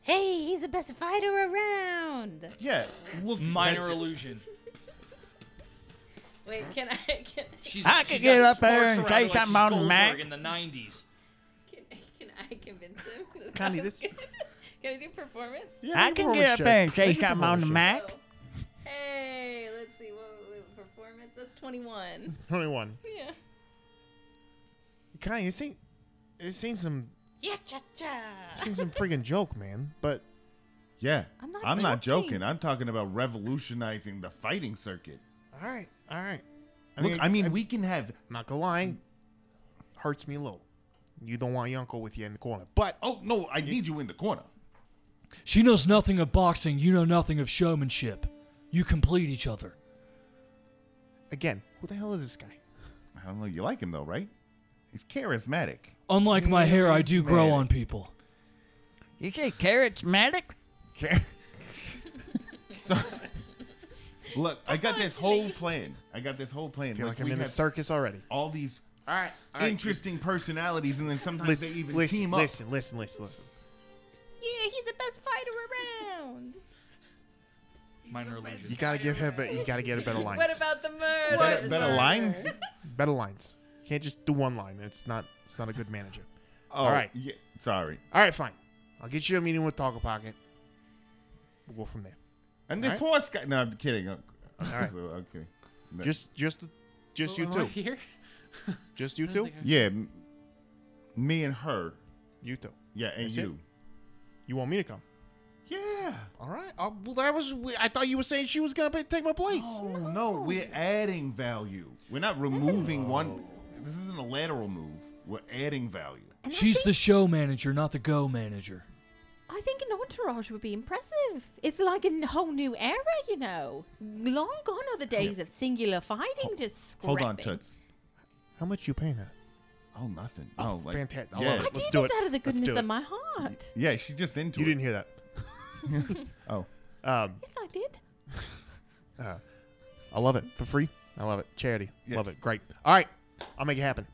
Speaker 3: Hey, he's the best fighter around.
Speaker 6: Yeah. Look,
Speaker 4: Minor
Speaker 6: that-
Speaker 4: illusion.
Speaker 3: Wait, can I can
Speaker 4: She's,
Speaker 7: I
Speaker 4: she's
Speaker 7: could get
Speaker 4: got
Speaker 7: up there
Speaker 4: sports
Speaker 7: and
Speaker 4: around
Speaker 7: say
Speaker 4: her like
Speaker 7: something
Speaker 4: she's
Speaker 7: on the
Speaker 4: Goldberg
Speaker 7: mic.
Speaker 4: in the '90s.
Speaker 3: can, can I convince him? that that
Speaker 2: Connie,
Speaker 3: was
Speaker 2: this-
Speaker 3: good? <laughs> Can I do performance? Oh.
Speaker 2: Yeah,
Speaker 7: I
Speaker 2: you
Speaker 7: can
Speaker 2: always
Speaker 7: get up
Speaker 2: check.
Speaker 7: there and
Speaker 2: Yeah,
Speaker 7: say
Speaker 2: you
Speaker 7: something on the
Speaker 2: always
Speaker 7: mic.
Speaker 3: Hey, let's see what, what performance. That's twenty-one.
Speaker 2: check. 21.
Speaker 3: Yeah.
Speaker 2: Kai, this ain't, this ain't some,
Speaker 3: Yeah, cha
Speaker 2: this
Speaker 3: cha. <laughs>
Speaker 2: ain't some friggin' joke, man. But
Speaker 6: Yeah.
Speaker 3: I'm not joking.
Speaker 6: joking. I'm talking about revolutionizing the fighting circuit.
Speaker 2: all right, all right.
Speaker 6: Look, I mean, we can have.
Speaker 2: not gonna lie, hurts me low. You don't want your uncle with you in the corner, but
Speaker 6: Oh, no, I need you in the corner.
Speaker 4: She knows nothing of boxing. You know nothing of showmanship. You complete each other.
Speaker 2: again, who the hell is this guy?
Speaker 6: I don't know. You like him, though, right? He's charismatic.
Speaker 4: Unlike my hair, I do grow
Speaker 6: Charismatic.
Speaker 4: on people.
Speaker 7: You say charismatic?
Speaker 6: Char- <laughs> so, look, I got this whole plan. I got this whole plan.
Speaker 2: I feel like
Speaker 6: we
Speaker 2: I'm in a
Speaker 6: have
Speaker 2: circus already.
Speaker 6: all these
Speaker 2: All right. all right.
Speaker 6: interesting personalities, and then sometimes
Speaker 2: Listen,
Speaker 6: they even
Speaker 2: listen,
Speaker 6: team up.
Speaker 2: listen, listen, listen, listen.
Speaker 3: Yeah, he's the best fighter around.
Speaker 4: Minor illusion.
Speaker 2: You gotta give him. A, you gotta get a better lines.
Speaker 3: What about the murder?
Speaker 6: Better, better lines.
Speaker 2: <laughs> better lines? You can't just do one line. It's not. It's not a good manager.
Speaker 6: Oh,
Speaker 2: All right.
Speaker 6: yeah, sorry.
Speaker 2: All right, fine. I'll get you a meeting with Toggle Pocket. We'll go from there.
Speaker 6: And this
Speaker 2: All
Speaker 6: horse guy. No, I'm kidding. I'm, <laughs> I'm
Speaker 2: All right.
Speaker 6: so- I'm kidding. No.
Speaker 2: Just, just, just you
Speaker 5: Am I
Speaker 2: two.
Speaker 5: here?
Speaker 2: Just you
Speaker 5: I
Speaker 2: two.
Speaker 5: think
Speaker 6: yeah, m- me and her.
Speaker 2: You two.
Speaker 6: Yeah, and
Speaker 2: That's it?
Speaker 6: you.
Speaker 2: You want me to come?
Speaker 6: Yeah.
Speaker 2: All right. I'll, well, that was. I thought you were saying she was gonna take my place.
Speaker 6: Oh no. we're adding value. We're not removing one. This isn't a lateral move. We're adding value.
Speaker 4: She's the show manager, not the go manager.
Speaker 3: I think an entourage would be impressive. It's like a n- whole new era, you know. Long gone are the days of singular fighting, just scrapping.
Speaker 6: Hold on, Toots.
Speaker 2: How much you paying her?
Speaker 6: Oh, nothing.
Speaker 2: Oh,
Speaker 6: Oh, like,
Speaker 2: fantastic. I
Speaker 6: Yeah.
Speaker 2: love
Speaker 3: I
Speaker 2: it. Let's
Speaker 3: do
Speaker 2: do
Speaker 3: this
Speaker 2: it.
Speaker 3: out of the
Speaker 2: Let's do
Speaker 3: goodness
Speaker 2: it.
Speaker 3: of my heart.
Speaker 6: Yeah, she's just into
Speaker 2: You
Speaker 6: it. Oh.
Speaker 2: didn't
Speaker 6: <laughs>
Speaker 2: hear that. <laughs> Um,
Speaker 3: Yes, I did.
Speaker 2: <laughs> Uh, I love it for free. I love it. Charity.
Speaker 6: Yeah.
Speaker 2: Love it. Great. All right. I'll make it happen.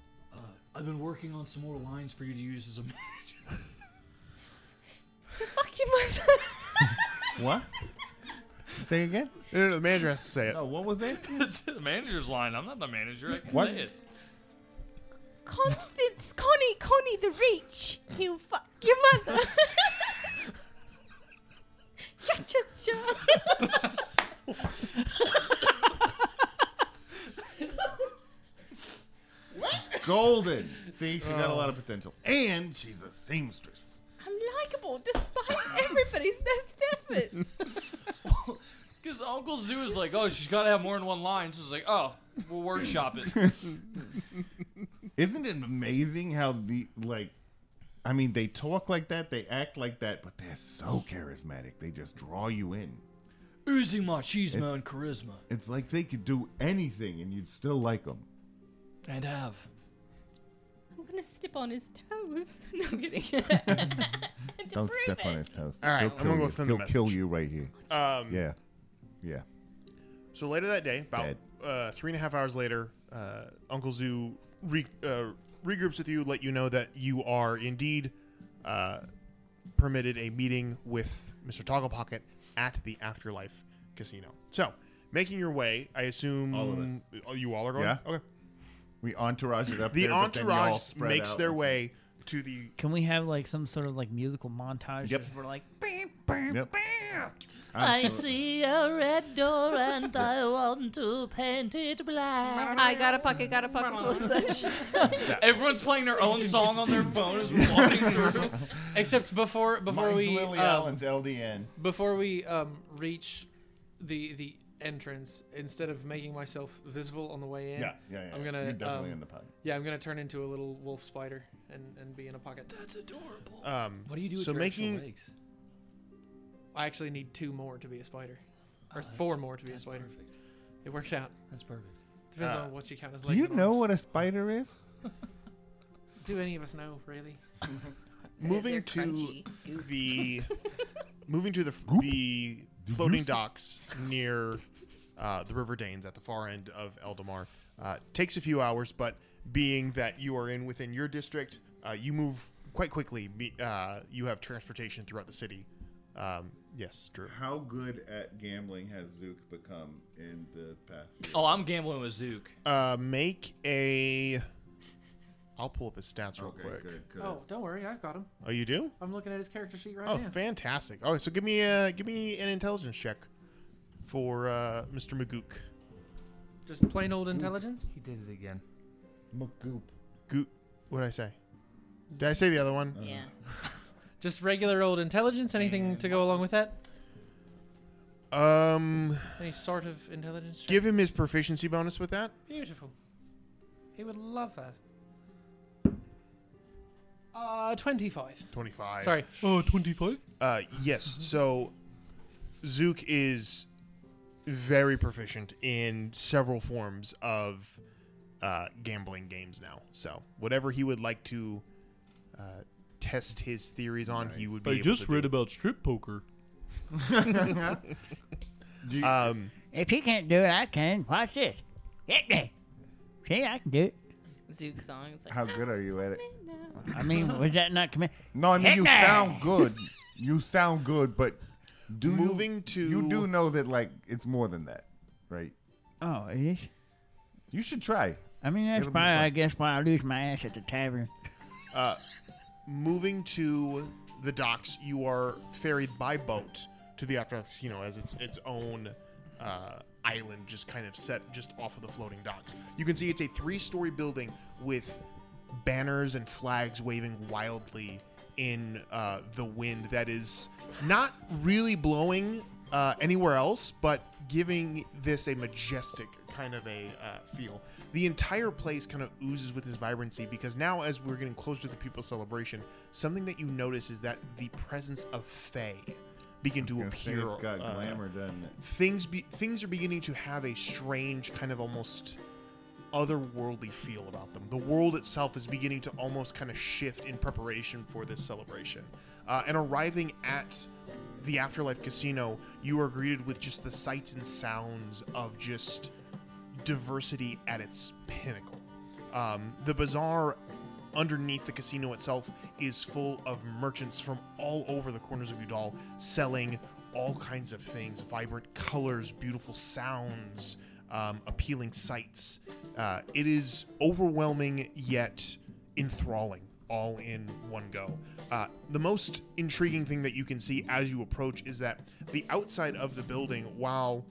Speaker 4: I've been working on some more lines for you to use as a <laughs> manager.
Speaker 3: You're fucking my.
Speaker 6: What? Say again?
Speaker 2: No, no, no, the manager has to say it.
Speaker 6: No, what was that?
Speaker 4: <laughs> It's the manager's line. I'm not the manager. I can
Speaker 6: What?
Speaker 4: say it.
Speaker 3: Constance, Connie, Connie the Rich. You fuck your mother. <laughs> cha cha cha. <laughs>
Speaker 6: Golden. See, she got a
Speaker 2: Oh.
Speaker 6: lot of potential. And she's a
Speaker 2: <laughs>
Speaker 6: seamstress.
Speaker 3: I'm likable despite everybody's best efforts. <laughs>
Speaker 4: Because Uncle Zoo is like, oh, she's got to have more than one line. So it's like, oh, we'll workshop it.
Speaker 6: Isn't it amazing how the like I mean they talk like that, they act like that, but they're so charismatic. They just draw you in.
Speaker 4: Oozing machismo and charisma.
Speaker 6: It's like they could do anything and you'd still like them.
Speaker 4: And have.
Speaker 3: I'm gonna step on his toes. <laughs> No I'm kidding.
Speaker 6: <laughs> Don't step on his toes.
Speaker 2: All right,
Speaker 6: He'll
Speaker 2: I'm
Speaker 6: kill
Speaker 2: gonna go
Speaker 6: you.
Speaker 2: send a
Speaker 6: He'll kill you right here.
Speaker 2: Um,
Speaker 6: Yeah. Yeah.
Speaker 2: So later that day, about
Speaker 6: Dead.
Speaker 2: uh, three and a half hours later, uh, Uncle Zoo re- uh, regroups with you, let you know that you are indeed uh, permitted a meeting with Mr. Toggle Pocket at the Afterlife Casino. So, making your way, I assume
Speaker 6: All of us.
Speaker 2: Oh, you all are going.
Speaker 6: Yeah.
Speaker 2: Okay.
Speaker 6: We entourage it up
Speaker 2: The
Speaker 6: there, but then y'all
Speaker 2: entourage
Speaker 6: spread
Speaker 2: makes
Speaker 6: out.
Speaker 2: their way to the
Speaker 7: Can we have like some sort of like musical montage?
Speaker 6: Yep.
Speaker 7: Where like
Speaker 6: Yep.
Speaker 11: I see a red door and I want to paint it black.
Speaker 3: I got a pocket, got a pocket full of sunshine.
Speaker 4: <laughs> Everyone's playing their own song on their phone <laughs> as we're
Speaker 6: <laughs>
Speaker 4: walking through.
Speaker 5: Except before before
Speaker 6: Mine's
Speaker 5: we
Speaker 6: Lily
Speaker 5: um,
Speaker 6: Allen's LDN.
Speaker 5: before we um, reach the the entrance, instead of making myself visible on the way in,
Speaker 6: Yeah, yeah, yeah.
Speaker 5: I'm gonna
Speaker 6: You're definitely
Speaker 5: um,
Speaker 6: in the pod.
Speaker 5: yeah, I'm gonna turn into a little wolf spider and, and be in a pocket.
Speaker 2: um,
Speaker 4: What do you do with
Speaker 2: so
Speaker 4: your
Speaker 2: making
Speaker 4: legs?
Speaker 5: I actually need two more to be a spider, or four more to be a spider.
Speaker 4: Oh, Perfect.
Speaker 5: It works out.
Speaker 4: That's perfect.
Speaker 5: Depends
Speaker 2: Uh,
Speaker 5: on what you count as
Speaker 6: Do
Speaker 5: legs.
Speaker 6: you
Speaker 5: and
Speaker 6: know
Speaker 5: arms.
Speaker 6: what a spider is?
Speaker 5: Do any of us know
Speaker 6: <laughs>
Speaker 5: really?
Speaker 3: They're
Speaker 2: moving to
Speaker 3: crunchy.
Speaker 2: the moving to the the floating docks near uh, the River Danes at the far end of Eldamar uh, takes a few hours, but being that you are in within your district, uh, you move quite quickly. Be- Uh, you have transportation throughout the city. Um, yes, Drew.
Speaker 6: How good at gambling has Zook become in the past? Year?
Speaker 4: Oh, I'm gambling with Zook.
Speaker 2: Uh, make a. I'll pull up his stats real quick.
Speaker 5: Oh, don't worry, I've got him.
Speaker 2: Oh, you do?
Speaker 5: I'm looking at his character sheet right
Speaker 2: Oh,
Speaker 5: now.
Speaker 2: fantastic! Oh, so give me a give me an intelligence check for uh, Mr. Magook.
Speaker 5: Just plain old intelligence.
Speaker 8: He did it again.
Speaker 6: McGoop.
Speaker 2: Goop. What did I say? Did I say the other one?
Speaker 3: Yeah.
Speaker 5: <laughs> Just regular old intelligence. Anything to go along with that?
Speaker 2: Um,
Speaker 5: Any sort of intelligence? check?
Speaker 2: give him his proficiency bonus with that.
Speaker 5: Beautiful. He would love that. Uh, 25.
Speaker 2: Twenty-five.
Speaker 5: Sorry.
Speaker 8: Oh, 25?
Speaker 2: Uh,
Speaker 8: Mm-hmm.
Speaker 2: yes. So, Zook is very proficient in several forms of uh, gambling games now. So, whatever he would like to uh, test his theories on, he would be. able to do.
Speaker 8: about strip
Speaker 2: <laughs>
Speaker 8: poker. <laughs>
Speaker 2: Um,
Speaker 11: If he can't do it, I can. Watch this. Hit me. See, I can do it.
Speaker 3: Zook song. It's like,
Speaker 6: How good are you at it?
Speaker 7: I mean, was that not commit?
Speaker 6: No, I mean you
Speaker 7: Hitman.
Speaker 6: sound good. You sound good, but do you-
Speaker 2: Moving to-
Speaker 6: you do know that like it's more than that, right?
Speaker 7: Oh, it is.
Speaker 6: You should try.
Speaker 7: I mean, that's
Speaker 6: It'll be
Speaker 7: why I
Speaker 6: fun.
Speaker 7: guess why I lose my ass at the tavern.
Speaker 2: Uh, moving to the docks, you are ferried by boat to the Afterlife Casino as its its own uh, island, just kind of set just off of the floating docks. You can see it's a three story building with banners and flags waving wildly in uh, the wind that is not really blowing uh, anywhere else, but giving this a majestic kind of a uh, feel. The entire place kind of oozes with this vibrancy because now, as we're getting closer to the People's Celebration, something that you notice is that the presence of Fae begin to
Speaker 6: Gonna say
Speaker 2: appear.
Speaker 6: it's got
Speaker 2: uh,
Speaker 6: glamour, doesn't it?
Speaker 2: Things be- things are beginning to have a strange kind of almost otherworldly feel about them. The world itself is beginning to almost kind of shift in preparation for this celebration. Uh, and arriving at the Afterlife Casino, you are greeted with just the sights and sounds of just diversity at its pinnacle. Um, the bazaar underneath the casino itself is full of merchants from all over the corners of Udall selling all kinds of things vibrant colors, beautiful sounds, um, appealing sights. Uh, it is overwhelming yet enthralling all in one go. Uh, the most intriguing thing that you can see as you approach is that the outside of the building, while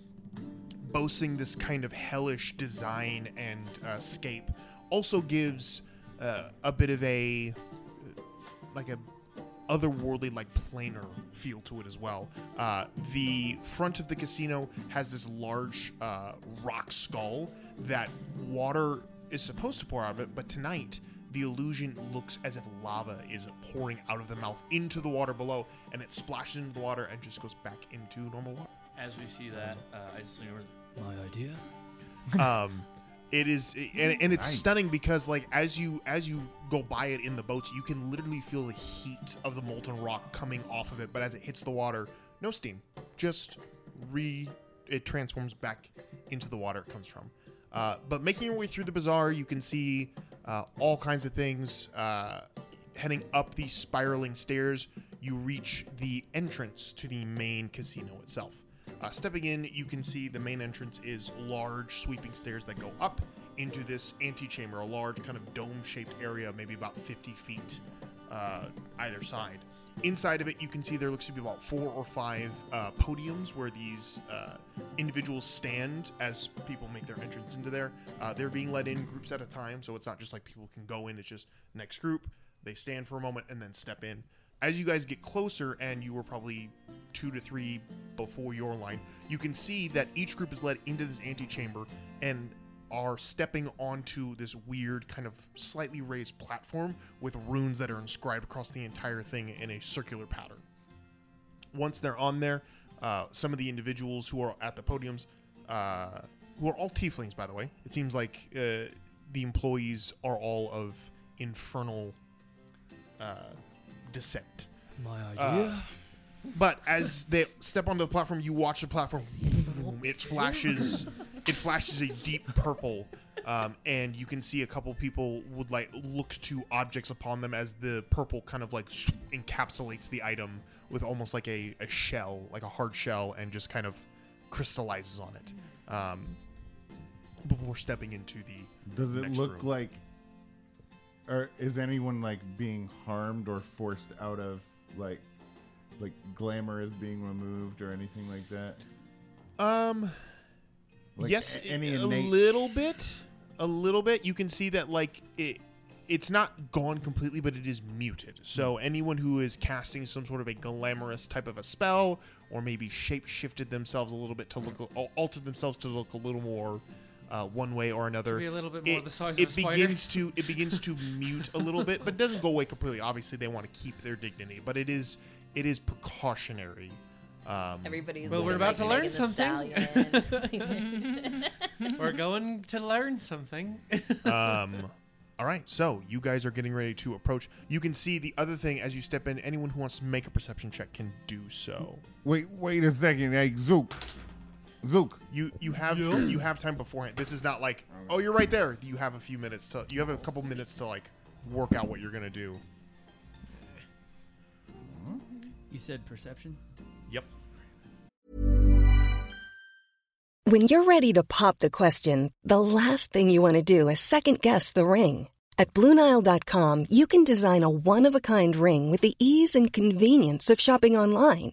Speaker 2: boasting this kind of hellish design and uh, scape also gives uh, a bit of a like a otherworldly like planar feel to it as well uh, the front of the casino has this large uh, rock skull that water is supposed to pour out of it but tonight the illusion looks as if lava is pouring out of the mouth into the water below and it splashes into the water and just goes back into normal water
Speaker 4: As we see that, uh, I just lean over. My idea.
Speaker 2: um it is and, and it's stunning because like as you as you go by it in the boats you can literally feel the heat of the molten rock coming off of it but as it hits the water no steam just re it transforms back into the water it comes from uh, but making your way through the bazaar you can see uh, all kinds of things uh, heading up these spiraling stairs you reach the entrance to the main casino itself uh, stepping in, you can see the main entrance is large sweeping stairs that go up into this antechamber, a large kind of dome shaped area, maybe about 50 feet uh, either side. Inside of it, you can see there looks to be about four or five uh, podiums where these uh, individuals stand as people make their entrance into there. Uh, they're being let in groups at a time, so it's not just like people can go in, it's just next group. They stand for a moment and then step in as you guys get closer and you were probably two to three before your line you can see that each group is led into this antechamber and are stepping onto this weird kind of slightly raised platform with runes that are inscribed across the entire thing in a circular pattern once they're on there, uh, some of the individuals who are at the podiums, uh, who are all tieflings, by the way, it seems like uh, the employees are all of infernal uh, descent.
Speaker 4: My idea.
Speaker 2: But as they step onto the platform, you watch the platform. boom, it flashes. It flashes a deep purple, um, and you can see a couple people would like look to objects upon them as the purple kind of like encapsulates the item with almost like a, a shell, like a hard shell, and just kind of crystallizes on it. Um, before stepping into the
Speaker 6: Does it
Speaker 2: next
Speaker 6: look
Speaker 2: room.
Speaker 6: like, or is anyone like being harmed or forced out of like, like glamour is being removed or anything like that?
Speaker 2: Um.
Speaker 6: Like
Speaker 2: yes,
Speaker 6: a- any
Speaker 2: a
Speaker 6: innate-
Speaker 2: little bit, a little bit. You can see that like it, it's not gone completely, but it is muted. So
Speaker 6: Hmm.
Speaker 2: anyone who is casting some sort of a glamorous type of a spell, or maybe shape shifted themselves a little bit to look, al- altered themselves to look a little more. Uh, one way or another,
Speaker 5: be a little bit more the size of
Speaker 2: it
Speaker 5: a spider.
Speaker 2: begins
Speaker 5: <laughs>
Speaker 2: to it begins to mute a little bit, but doesn't go away completely. Obviously, they want to keep their dignity, but it is it is precautionary. Um,
Speaker 3: everybody's
Speaker 5: Well, we're
Speaker 3: looking
Speaker 5: about to
Speaker 3: like
Speaker 5: learn <laughs>
Speaker 3: something. <laughs>
Speaker 5: We're going to learn something. <laughs>
Speaker 2: um, <laughs> all right, so you guys are getting ready to approach. You can see the other thing as you step in. Anyone who wants to make a perception check can do so.
Speaker 6: Wait, wait a second, hey Zook. Zook.
Speaker 2: You you have you have time beforehand. This is not like oh you're right there. You have a few minutes to you have a couple minutes to like work out what you're gonna do.
Speaker 7: You said perception.
Speaker 2: Yep.
Speaker 10: When you're ready to pop the question, the last thing you want to do is second guess the ring. At Bluenile.com, you can design a one of a kind ring with the ease and convenience of shopping online.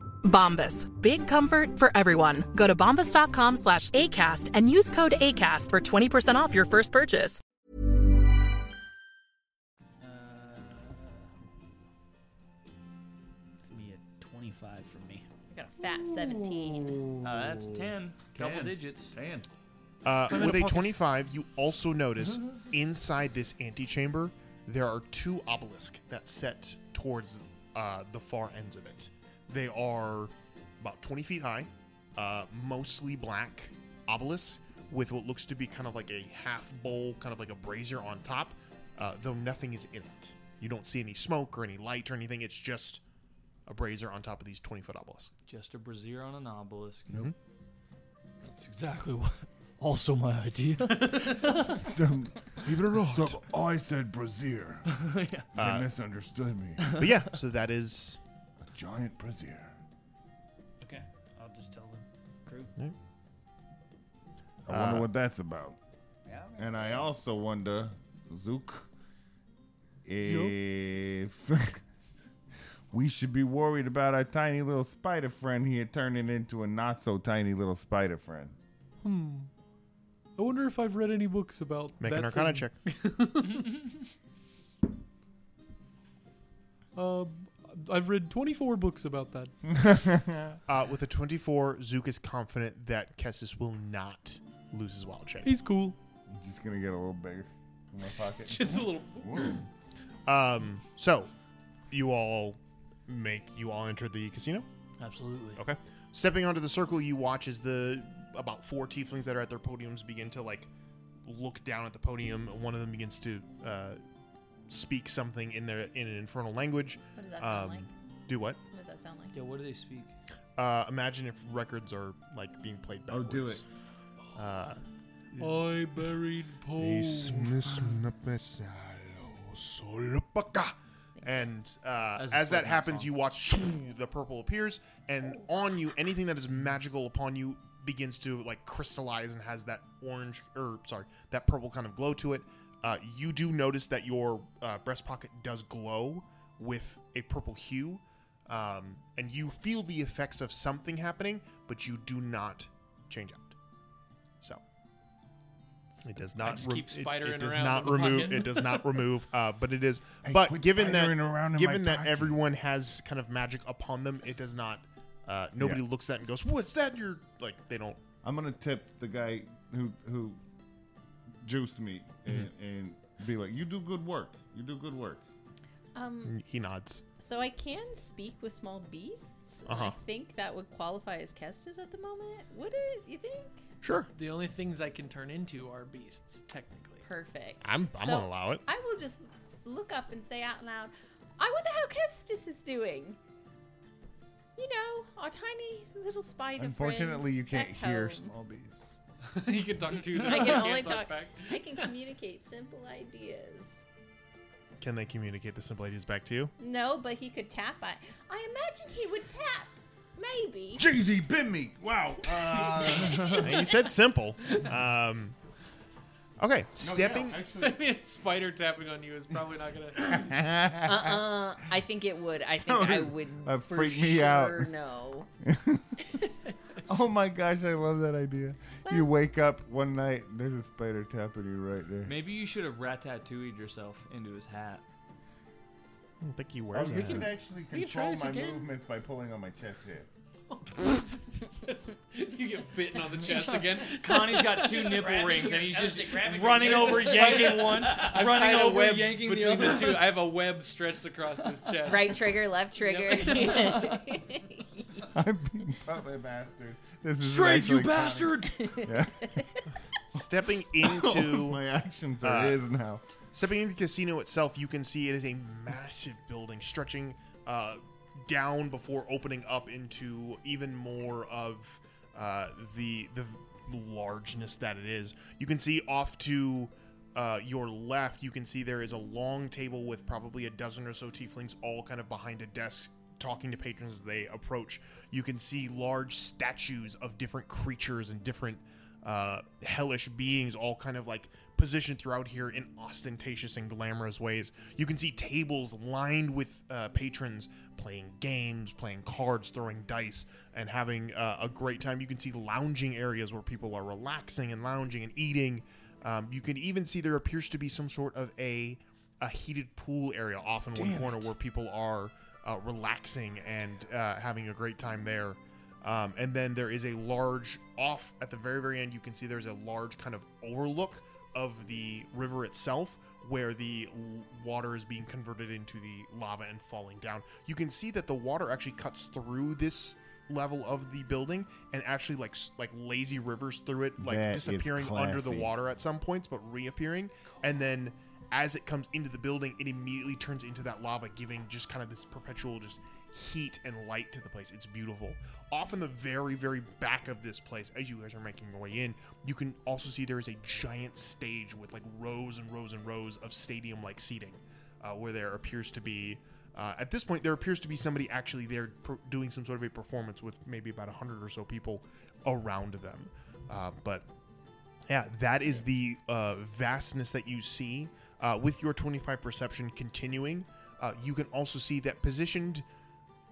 Speaker 12: Bombas. Big comfort for everyone. Go to bombas.com slash ACAST and use code ACAST for 20% off your first purchase.
Speaker 7: Uh, it's me a twenty-five from me.
Speaker 3: I got a fat 17.
Speaker 7: Oh,
Speaker 4: Uh, that's 10. Double
Speaker 6: Ten.
Speaker 4: digits.
Speaker 6: Damn.
Speaker 2: Uh,
Speaker 6: Climb
Speaker 2: with
Speaker 6: into
Speaker 2: a
Speaker 6: pockets.
Speaker 2: 25, you also notice inside this antechamber there are two obelisks that set towards uh, the far ends of it. They are about 20 feet high, uh, mostly black obelisks with what looks to be kind of like a half bowl, kind of like a brazier on top, uh, though nothing is in it. You don't see any smoke or any light or anything. It's just a brazier on top of these 20 foot obelisks.
Speaker 4: Just a brazier on an obelisk.
Speaker 6: Mhm.
Speaker 4: That's exactly what. Also, my idea.
Speaker 6: Even I said Brazier.
Speaker 2: Uh,
Speaker 6: They misunderstood me.
Speaker 2: but yeah, so that is
Speaker 6: <laughs> A giant Brazier.
Speaker 7: Okay, I'll just tell them. Crew.
Speaker 6: I wonder
Speaker 2: Uh,
Speaker 6: what that's about. And I also wonder, Zook, if <laughs> we should be worried about our tiny little spider friend here turning into a not so tiny little spider friend.
Speaker 5: I wonder if I've read any books about
Speaker 2: make
Speaker 5: that
Speaker 2: an arcana
Speaker 5: thing.
Speaker 2: check.
Speaker 5: <laughs> Um, I've read 24 books about that.
Speaker 2: Uh, with a 24, Zook is confident that Kessis will not lose his wild check.
Speaker 5: He's cool.
Speaker 6: I'm just gonna get a little bigger in my pocket.
Speaker 5: <laughs> Just a little.
Speaker 6: Whoa.
Speaker 2: Um, so, you all make you all enter the casino.
Speaker 4: Absolutely.
Speaker 2: Okay. Stepping onto the circle, you watch as the about four tieflings that are at their podiums begin to like look down at the podium. One of them begins to uh, speak something in their in an infernal language. Um,
Speaker 3: What does that sound like?
Speaker 2: Do what?
Speaker 3: What does that sound like?
Speaker 4: Yeah, what do they speak?
Speaker 2: Uh, imagine if records are like being played
Speaker 6: Oh,
Speaker 2: backwards.
Speaker 6: do
Speaker 2: Uh,
Speaker 5: I buried Poe.
Speaker 2: And uh, as,
Speaker 4: As the
Speaker 2: that
Speaker 4: Slipknot
Speaker 2: happens,
Speaker 4: song.
Speaker 2: you watch the purple appears, and on you, anything that is magical upon you begins to like crystallize and has that orange, or sorry, that purple kind of glow to it. Uh, you do notice that your uh, breast pocket does glow with a purple hue, um, and you feel the effects of something happening, but you do not change out. So it does not
Speaker 5: just
Speaker 2: re-
Speaker 5: keep
Speaker 2: it-
Speaker 5: spidering
Speaker 2: it, does
Speaker 5: around
Speaker 2: not
Speaker 5: in the pocket.
Speaker 2: remove it does not remove uh, but it is
Speaker 6: Hey,
Speaker 2: but
Speaker 6: quit
Speaker 2: given that
Speaker 6: spidering around in
Speaker 2: given
Speaker 6: my
Speaker 2: that
Speaker 6: pocket.
Speaker 2: everyone has kind of magic upon them it does not uh, nobody
Speaker 6: Yeah.
Speaker 2: looks at it and goes what's that you're like they don't
Speaker 6: I'm gonna tip the guy who who juice me and,
Speaker 2: Mm-hmm.
Speaker 6: and be like, "You do good work. You do good work."
Speaker 3: Um,
Speaker 2: He nods.
Speaker 3: so I can speak with small beasts. and
Speaker 2: Uh-huh.
Speaker 3: I think that would qualify as Kestis at the moment. Would it? You think?
Speaker 2: Sure.
Speaker 5: The only things I can turn into are beasts, technically.
Speaker 3: Perfect.
Speaker 2: I'm- I'm gonna allow it.
Speaker 3: I will just look up and say out loud, I wonder how Kestis is doing. You know, our tiny little spider.
Speaker 6: Unfortunately,
Speaker 3: friend
Speaker 6: you can't
Speaker 3: back
Speaker 6: hear
Speaker 3: home.
Speaker 6: small bees.
Speaker 5: <laughs> you can talk <laughs> to them.
Speaker 3: I
Speaker 5: you
Speaker 3: can
Speaker 5: can't
Speaker 3: only talk.
Speaker 5: back.
Speaker 3: I can communicate simple ideas.
Speaker 2: Can they communicate the simple ideas back to you?
Speaker 3: No, but he could tap. I, I imagine he would tap. Maybe.
Speaker 6: Jeezy, bend me. <laughs> Wow.
Speaker 5: <laughs>
Speaker 6: Uh,
Speaker 2: you said simple. Um, okay, stepping.
Speaker 5: actually, <laughs> I mean, a spider tapping on you is probably not
Speaker 3: Uh uh
Speaker 5: gonna.
Speaker 3: I think it would. I think I would.
Speaker 6: That
Speaker 3: for
Speaker 6: freaked me out. <laughs>
Speaker 3: sure know. <laughs>
Speaker 6: oh my gosh, I love that idea. You wake up one night, there's a spider tapping you right there.
Speaker 4: Maybe you should have rat tattooed yourself into his hat.
Speaker 2: I don't think you
Speaker 6: Oh, you can actually
Speaker 4: We can try
Speaker 6: control
Speaker 4: this
Speaker 6: my
Speaker 4: again.
Speaker 6: movements by pulling on my chest hair.
Speaker 4: <laughs>
Speaker 5: you get bitten on the chest <laughs> again.
Speaker 4: Connie's got two nipple rings, and he's just running over, yanking one,
Speaker 5: <laughs> I've
Speaker 4: running
Speaker 5: tied a
Speaker 4: over,
Speaker 5: web
Speaker 4: yanking the
Speaker 5: between
Speaker 4: other. <laughs>
Speaker 5: two. I have a web stretched across his chest.
Speaker 3: Right trigger, left trigger.
Speaker 5: <laughs>
Speaker 3: <laughs>
Speaker 6: I'm being puppet bastard. This is
Speaker 2: Strafe,
Speaker 6: actually
Speaker 2: you bastard!
Speaker 6: comedy. <laughs> Yeah.
Speaker 2: Stepping
Speaker 6: All
Speaker 2: into uh,
Speaker 6: of <laughs> my actions are his now.
Speaker 2: Stepping into the casino itself, you can see it is a massive building stretching uh, down before opening up into even more of uh, the the largeness that it is. You can see off to uh, your left, you can see there is a long table with probably a dozen or so tieflings all kind of behind a desk talking to patrons as they approach. You can see large statues of different creatures and different uh, hellish beings, all kind of like positioned throughout here in ostentatious and glamorous ways. You can see tables lined with uh, patrons playing games, playing cards, throwing dice, and having uh, a great time. You can see lounging areas where people are relaxing and lounging and eating. Um, you can even see there appears to be some sort of a a heated pool area off in one
Speaker 4: Damn
Speaker 2: corner
Speaker 4: it.
Speaker 2: where people are uh, relaxing and uh, having a great time there. Um, and then there is a large off at the very very end. You can see there's a large kind of overlook of the river itself, where the l- water is being converted into the lava and falling down. You can see that the water actually cuts through this level of the building and actually like s- like lazy rivers through it, like
Speaker 6: That is
Speaker 2: disappearing under the
Speaker 6: classy.
Speaker 2: water at some points but reappearing. And then as it comes into the building, it immediately turns into that lava, giving just kind of this perpetual just heat and light to the place. It's beautiful. Off in the very, very back of this place, as you guys are making your way in, you can also see there is a giant stage with like rows and rows and rows of stadium like seating, uh, where there appears to be. Uh, at this point, there appears to be somebody actually there per- doing some sort of a performance with maybe about 100 or so people around them. Uh, but yeah, that is the uh, vastness that you see. Uh, with your 25 perception continuing, uh, you can also see that positioned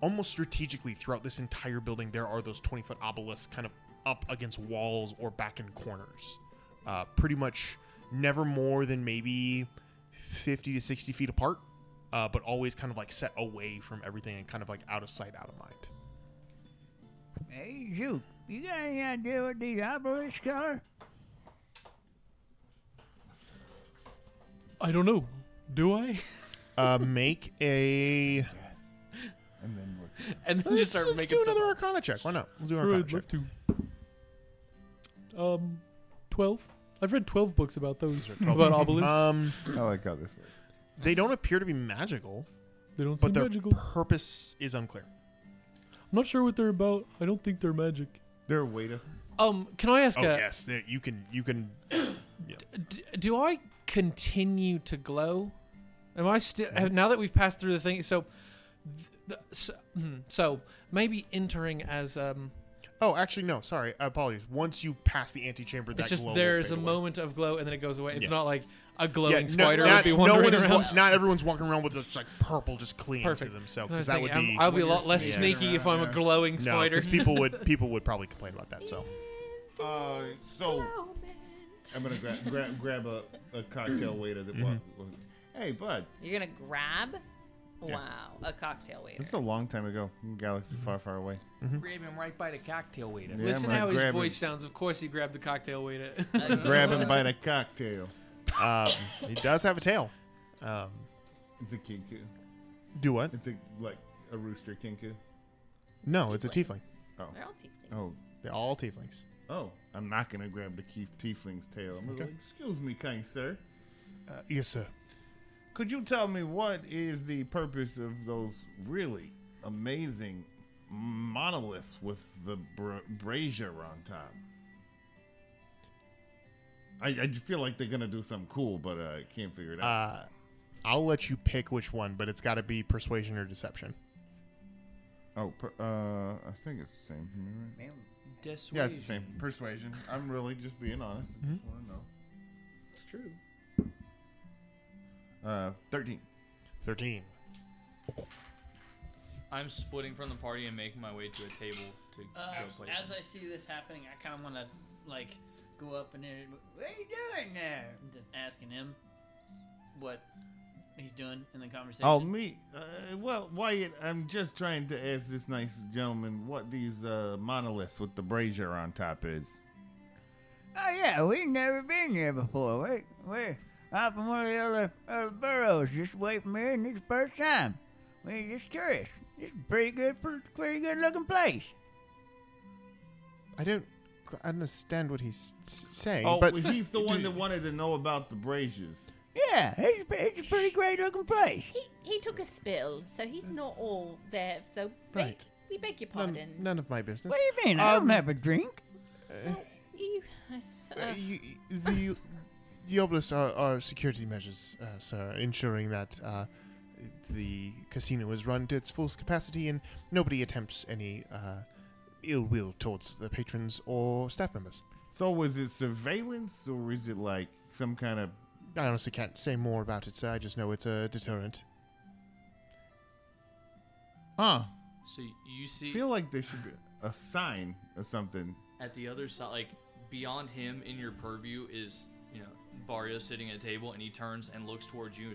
Speaker 2: almost strategically throughout this entire building, there are those 20 foot obelisks kind of up against walls or back in corners. Uh, pretty much never more than maybe 50 to 60 feet apart, uh, but always kind of like set away from everything and kind of like out of sight, out of mind.
Speaker 9: Hey, you, you got any idea what these obelisks are?
Speaker 5: I don't know. Do I?
Speaker 2: Uh, make a. Yes.
Speaker 6: And then look.
Speaker 5: And then just start
Speaker 2: let's
Speaker 5: making
Speaker 2: do
Speaker 5: stuff
Speaker 2: another
Speaker 5: up.
Speaker 2: Arcana check. Why not? Let's do an
Speaker 5: Sure,
Speaker 2: Arcana
Speaker 5: I'd
Speaker 2: check.
Speaker 5: love Um, twelve. I've read twelve books about those about obelisks.
Speaker 2: Um,
Speaker 6: I like how this works.
Speaker 2: They don't appear to be magical.
Speaker 5: They don't
Speaker 2: but
Speaker 5: seem
Speaker 2: their
Speaker 5: magical.
Speaker 2: purpose is unclear.
Speaker 5: I'm not sure what they're about. I don't think they're magic.
Speaker 6: They're a waiter.
Speaker 5: Um, can I ask
Speaker 2: oh
Speaker 5: a?
Speaker 2: yes, there- you can you can.
Speaker 5: D- do I continue to glow? Am I still have- now that we've passed through the thing? So, th- th- so, hmm, so maybe entering as um,
Speaker 2: Oh, actually no. Sorry, apologies. Once you pass the antechamber, that
Speaker 5: it's just
Speaker 2: glow will
Speaker 5: there's
Speaker 2: fade
Speaker 5: a
Speaker 2: away.
Speaker 5: moment of glow and then it goes away. It's
Speaker 2: Yeah.
Speaker 5: not like a
Speaker 2: Yeah,
Speaker 5: glowing
Speaker 2: no-
Speaker 5: spider
Speaker 2: not,
Speaker 5: would be
Speaker 2: no
Speaker 5: wandering
Speaker 2: one is wa-
Speaker 5: around.
Speaker 2: Not everyone's walking around with this like purple just clinging
Speaker 5: Perfect.
Speaker 2: to themselves
Speaker 5: That's
Speaker 2: because
Speaker 5: what I
Speaker 2: that
Speaker 5: was
Speaker 2: would
Speaker 5: thinking.
Speaker 2: be.
Speaker 5: I'm- I'll be a lot less sneaky if I'm a glowing spider.
Speaker 2: because people
Speaker 5: <laughs>
Speaker 2: would people would probably complain about that. So
Speaker 6: Uh, so I'm gonna grab
Speaker 2: Mm-hmm.
Speaker 6: grab grab a, a cocktail waiter that walks. Hey, bud.
Speaker 3: You're gonna grab. Wow, a cocktail waiter.
Speaker 6: This is a long time ago. Galaxy far, far away.
Speaker 13: Grab him right by the cocktail waiter.
Speaker 6: Yeah,
Speaker 5: Listen
Speaker 6: I'm
Speaker 5: how his
Speaker 6: grabbing-
Speaker 5: voice sounds. Of course, he grabbed the cocktail waiter.
Speaker 6: Grab him by the cocktail.
Speaker 2: Um, <laughs> he does have a tail. Um,
Speaker 6: it's a kinku.
Speaker 2: Do what?
Speaker 6: It's a like a rooster kinku.
Speaker 2: No, it's a tiefling.
Speaker 6: Oh.
Speaker 3: They're all
Speaker 6: Oh.
Speaker 2: They're all tieflings.
Speaker 6: Oh, I'm not gonna grab the key- tiefling's tail. I'm gonna go,
Speaker 2: Okay.
Speaker 6: excuse me, kind sir.
Speaker 2: Uh, yes, sir.
Speaker 6: Could you tell me what is the purpose of those really amazing monoliths with the bra- brazier on top? I, I feel like they're gonna do something cool, but uh, I can't figure it out.
Speaker 2: Uh, I'll let you pick which one, but it's got to be persuasion or deception.
Speaker 6: Oh, per, uh, I think it's the same. Am I right? Yeah, it's the same. Persuasion. I'm really just being honest. I
Speaker 2: Mm-hmm.
Speaker 6: just want to know.
Speaker 5: It's true.
Speaker 6: Uh, thirteen.
Speaker 2: Thirteen.
Speaker 4: I'm splitting from the party and making my way to a table to
Speaker 13: Uh,
Speaker 4: go play.
Speaker 13: as I see this happening, I kind of want to like go up and there. What are you doing there? And Just asking him what he's doing in the conversation.
Speaker 6: Oh, me. Uh, well, Wyatt, I'm just trying to ask this nice gentleman what these uh, monoliths with the brazier on top is.
Speaker 9: Oh yeah, we've never been here before. We we out from one of the other, other boroughs, just away from here, and it's the first time. We're just curious. It's a pretty good, pretty, pretty good looking place.
Speaker 2: I don't qu- understand what he's s- saying.
Speaker 6: oh,
Speaker 2: but
Speaker 6: well,
Speaker 2: <laughs>
Speaker 6: he's the one that wanted to know about the braziers.
Speaker 9: Yeah, it's, a pre- it's a pretty great looking place.
Speaker 3: He he took a spill, so he's not all there. So
Speaker 2: Right.
Speaker 3: we beg
Speaker 6: Um,
Speaker 3: your
Speaker 2: None,
Speaker 3: pardon.
Speaker 2: none of my business. Um,
Speaker 9: What do you mean? I don't have a drink.
Speaker 6: eh.
Speaker 3: You, I s-
Speaker 2: Uh,
Speaker 3: uh,
Speaker 2: you, the the obelisk are, are security measures, uh, sir, ensuring that uh, the casino is run to its full capacity and nobody attempts any uh, ill will towards the patrons or staff members.
Speaker 6: So was it surveillance or is it like some kind of?
Speaker 2: I honestly can't say more about it, sir. I just know it's a deterrent. <laughs>
Speaker 6: Huh.
Speaker 4: So you see,
Speaker 6: feel like there should be a sign or something.
Speaker 4: at the other side, like beyond him in your purview is you know Barrio sitting at a table, and he turns and looks towards you.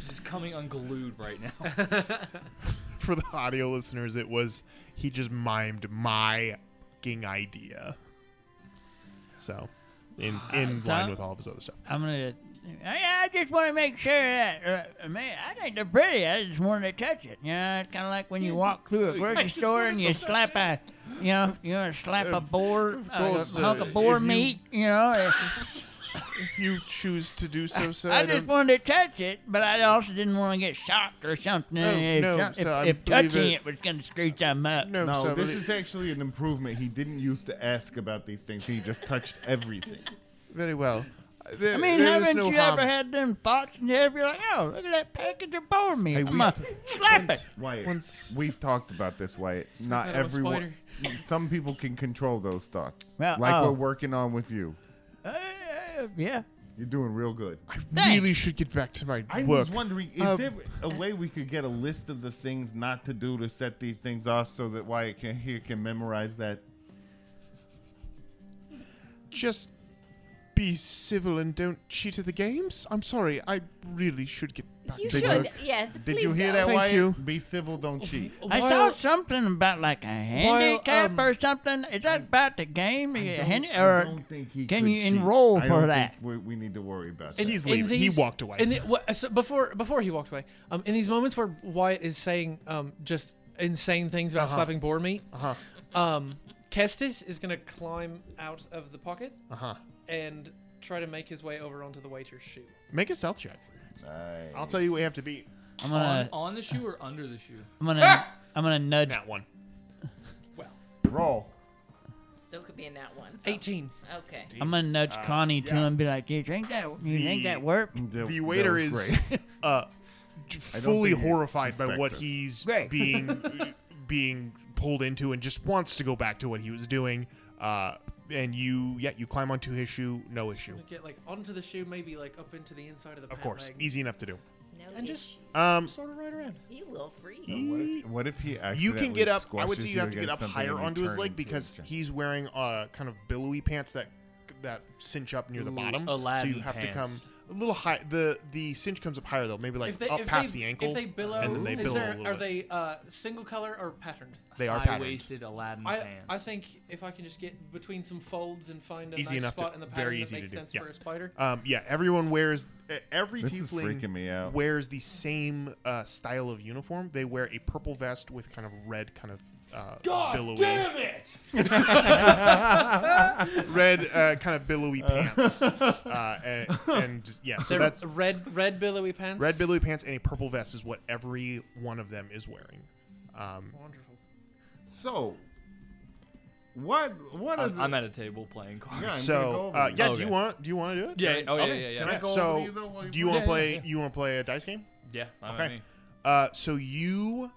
Speaker 4: Just coming unglued right
Speaker 9: <laughs>
Speaker 4: now.
Speaker 2: <laughs> For the audio listeners, it was he just mimed my fucking idea. So, in in
Speaker 9: So-
Speaker 2: line with all of his other stuff.
Speaker 9: I'm gonna. Oh, I, I just want to make sure that uh, man, I think they're pretty. I just want to touch it. You know, it's kind of like when you walk through a grocery store and you slap a, you know, you want to slap a boar, uh,
Speaker 2: course,
Speaker 9: hunk
Speaker 2: uh,
Speaker 9: of boar
Speaker 2: if you-
Speaker 9: meat. You, know, uh,
Speaker 2: If you choose to do so, sir,
Speaker 9: I,
Speaker 2: I
Speaker 9: just
Speaker 2: don't-
Speaker 9: wanted to touch it, but I also didn't want to get shocked or something.
Speaker 2: No,
Speaker 9: if
Speaker 2: no,
Speaker 9: some- if,
Speaker 2: sir, I
Speaker 9: if
Speaker 2: believe
Speaker 9: touching
Speaker 2: it-
Speaker 9: it, was gonna screw something up.
Speaker 6: No, this is actually an improvement. He didn't used to ask about these things. He just touched everything. Uh,
Speaker 2: Very well.
Speaker 9: I mean, haven't you ever had them thoughts in your head? You're like, oh, look at that package of boar meat.
Speaker 6: Hey,
Speaker 9: I'm
Speaker 6: we
Speaker 9: gonna
Speaker 6: used
Speaker 9: slap it.
Speaker 6: Wyatt, we've talked about this, Wyatt. Not
Speaker 9: kind of a
Speaker 6: everyone. Some people can control those thoughts,
Speaker 9: Well,
Speaker 6: like
Speaker 9: oh.
Speaker 6: we're working on with you.
Speaker 9: Uh, yeah.
Speaker 6: You're doing real good. I
Speaker 2: really should get back to my
Speaker 6: I
Speaker 2: work.
Speaker 6: was wondering, is
Speaker 2: Um,
Speaker 6: there a way we could get a list of the things not to do to set these things off, so that Wyatt can here can memorize that?
Speaker 2: just be civil and don't cheat at the games? I'm sorry, I really should get back
Speaker 3: You
Speaker 2: to
Speaker 3: should,
Speaker 2: work.
Speaker 3: yes,
Speaker 6: Did you hear that,
Speaker 2: Thank
Speaker 6: Wyatt?
Speaker 2: you.
Speaker 6: Be civil, don't cheat.
Speaker 9: I saw something about like a handicap
Speaker 6: um,
Speaker 9: or something. Is that about the game?
Speaker 6: I
Speaker 9: Yeah,
Speaker 6: don't-
Speaker 9: handi-
Speaker 6: I
Speaker 9: or
Speaker 6: don't think he
Speaker 9: can
Speaker 6: could
Speaker 9: you
Speaker 6: cheat.
Speaker 9: enroll
Speaker 6: I
Speaker 9: for
Speaker 6: don't
Speaker 9: that?
Speaker 6: think We, we need to worry about that.
Speaker 5: And- and these- And the, wha- so before before he walked away, um, in these moments where Wyatt is saying um, just insane things about
Speaker 2: Uh-huh.
Speaker 5: slapping boar meat,
Speaker 2: Uh-huh.
Speaker 5: um, Kestis is going to climb out of the pocket
Speaker 2: Uh-huh.
Speaker 5: and try to make his way over onto the waiter's shoe.
Speaker 2: Make a stealth check. I'll tell you what you have to beat.
Speaker 4: I'm
Speaker 5: gonna-
Speaker 4: on, on the shoe or under the shoe.
Speaker 9: I'm gonna <laughs>
Speaker 6: <laughs>
Speaker 9: I'm gonna nudge
Speaker 2: that one.
Speaker 6: Roll.
Speaker 3: still could be in that one. so-
Speaker 5: 18.
Speaker 3: Okay.
Speaker 9: I'm gonna nudge
Speaker 2: Uh,
Speaker 9: Connie to
Speaker 2: yeah.
Speaker 9: him and be like, you think that you think <laughs> that
Speaker 2: The-
Speaker 9: worked?
Speaker 2: The waiter <laughs>
Speaker 9: <laughs>
Speaker 2: is uh, j-
Speaker 9: I don't
Speaker 2: fully
Speaker 9: think he
Speaker 2: horrified by
Speaker 9: suspects
Speaker 2: what
Speaker 9: us.
Speaker 2: he's
Speaker 9: Great.
Speaker 5: <laughs>
Speaker 2: being being pulled into, and just wants to go back to what he was doing. Uh, and you, yeah, you climb onto his shoe, no issue.
Speaker 5: Gonna Get like onto the shoe, maybe like up into the inside of the.
Speaker 2: Of
Speaker 5: pant
Speaker 2: course,
Speaker 5: leg.
Speaker 2: easy enough to do.
Speaker 3: No
Speaker 5: and just
Speaker 2: Um,
Speaker 5: sort of right around.
Speaker 3: You little freak.
Speaker 6: what, if, what if he
Speaker 2: you
Speaker 6: accidentally
Speaker 2: can get up. I would
Speaker 6: squashes
Speaker 2: say you have to get
Speaker 6: against
Speaker 2: up
Speaker 6: something
Speaker 2: higher
Speaker 6: and you
Speaker 2: onto his
Speaker 6: turn
Speaker 2: leg
Speaker 6: into a
Speaker 2: because
Speaker 6: giant-
Speaker 2: he's wearing uh, kind of billowy pants that that cinch up near the
Speaker 4: Ooh,
Speaker 2: bottom. so you
Speaker 4: Aladdin
Speaker 2: have to come
Speaker 4: pants.
Speaker 2: a little high. The the cinch comes up higher though, maybe like up past the ankle,
Speaker 5: if they billow,
Speaker 2: and then they
Speaker 5: is
Speaker 2: billow
Speaker 5: there-
Speaker 2: a little
Speaker 5: are
Speaker 2: bit.
Speaker 5: they uh, single color or patterned?
Speaker 2: They are patterned. High-waisted
Speaker 4: Aladdin
Speaker 5: I, I think if I can just get between some folds and find a
Speaker 2: easy
Speaker 5: nice
Speaker 2: enough
Speaker 5: spot
Speaker 2: to
Speaker 5: in the pattern
Speaker 2: very
Speaker 5: that
Speaker 2: easy
Speaker 5: makes
Speaker 2: to do.
Speaker 5: sense
Speaker 2: yeah.
Speaker 5: for a spider.
Speaker 2: Um, yeah, everyone wears e- every
Speaker 6: This is
Speaker 2: tiefling
Speaker 6: freaking me out.
Speaker 2: wears the same uh, style of uniform. They wear a purple vest with kind of red kind of uh,
Speaker 8: God
Speaker 2: billowy.
Speaker 8: damn it!
Speaker 2: <laughs> red uh, kind of
Speaker 6: <laughs>
Speaker 2: billowy pants. Uh, and, and yeah, so
Speaker 5: They're
Speaker 2: that's
Speaker 5: red red billowy pants.
Speaker 2: Red billowy pants and a purple vest is what every one of them is wearing. Um,
Speaker 5: Wonderful.
Speaker 6: So, what? What
Speaker 4: I'm,
Speaker 6: are the?
Speaker 4: I'm at a table playing cards.
Speaker 6: Yeah, I'm
Speaker 2: so uh, yeah, do you
Speaker 4: Okay.
Speaker 2: want do you want to do it?
Speaker 4: Yeah,
Speaker 2: Or-
Speaker 4: oh, yeah,
Speaker 2: okay.
Speaker 4: yeah, yeah,
Speaker 2: Can
Speaker 4: yeah.
Speaker 2: I
Speaker 4: Yeah.
Speaker 2: go
Speaker 4: So,
Speaker 2: over you, though, while you do you
Speaker 4: yeah,
Speaker 2: want
Speaker 4: yeah,
Speaker 2: to play?
Speaker 4: yeah.
Speaker 2: You want to play a dice game?
Speaker 4: Yeah, fine with
Speaker 2: Okay.
Speaker 4: me.
Speaker 2: Uh, so you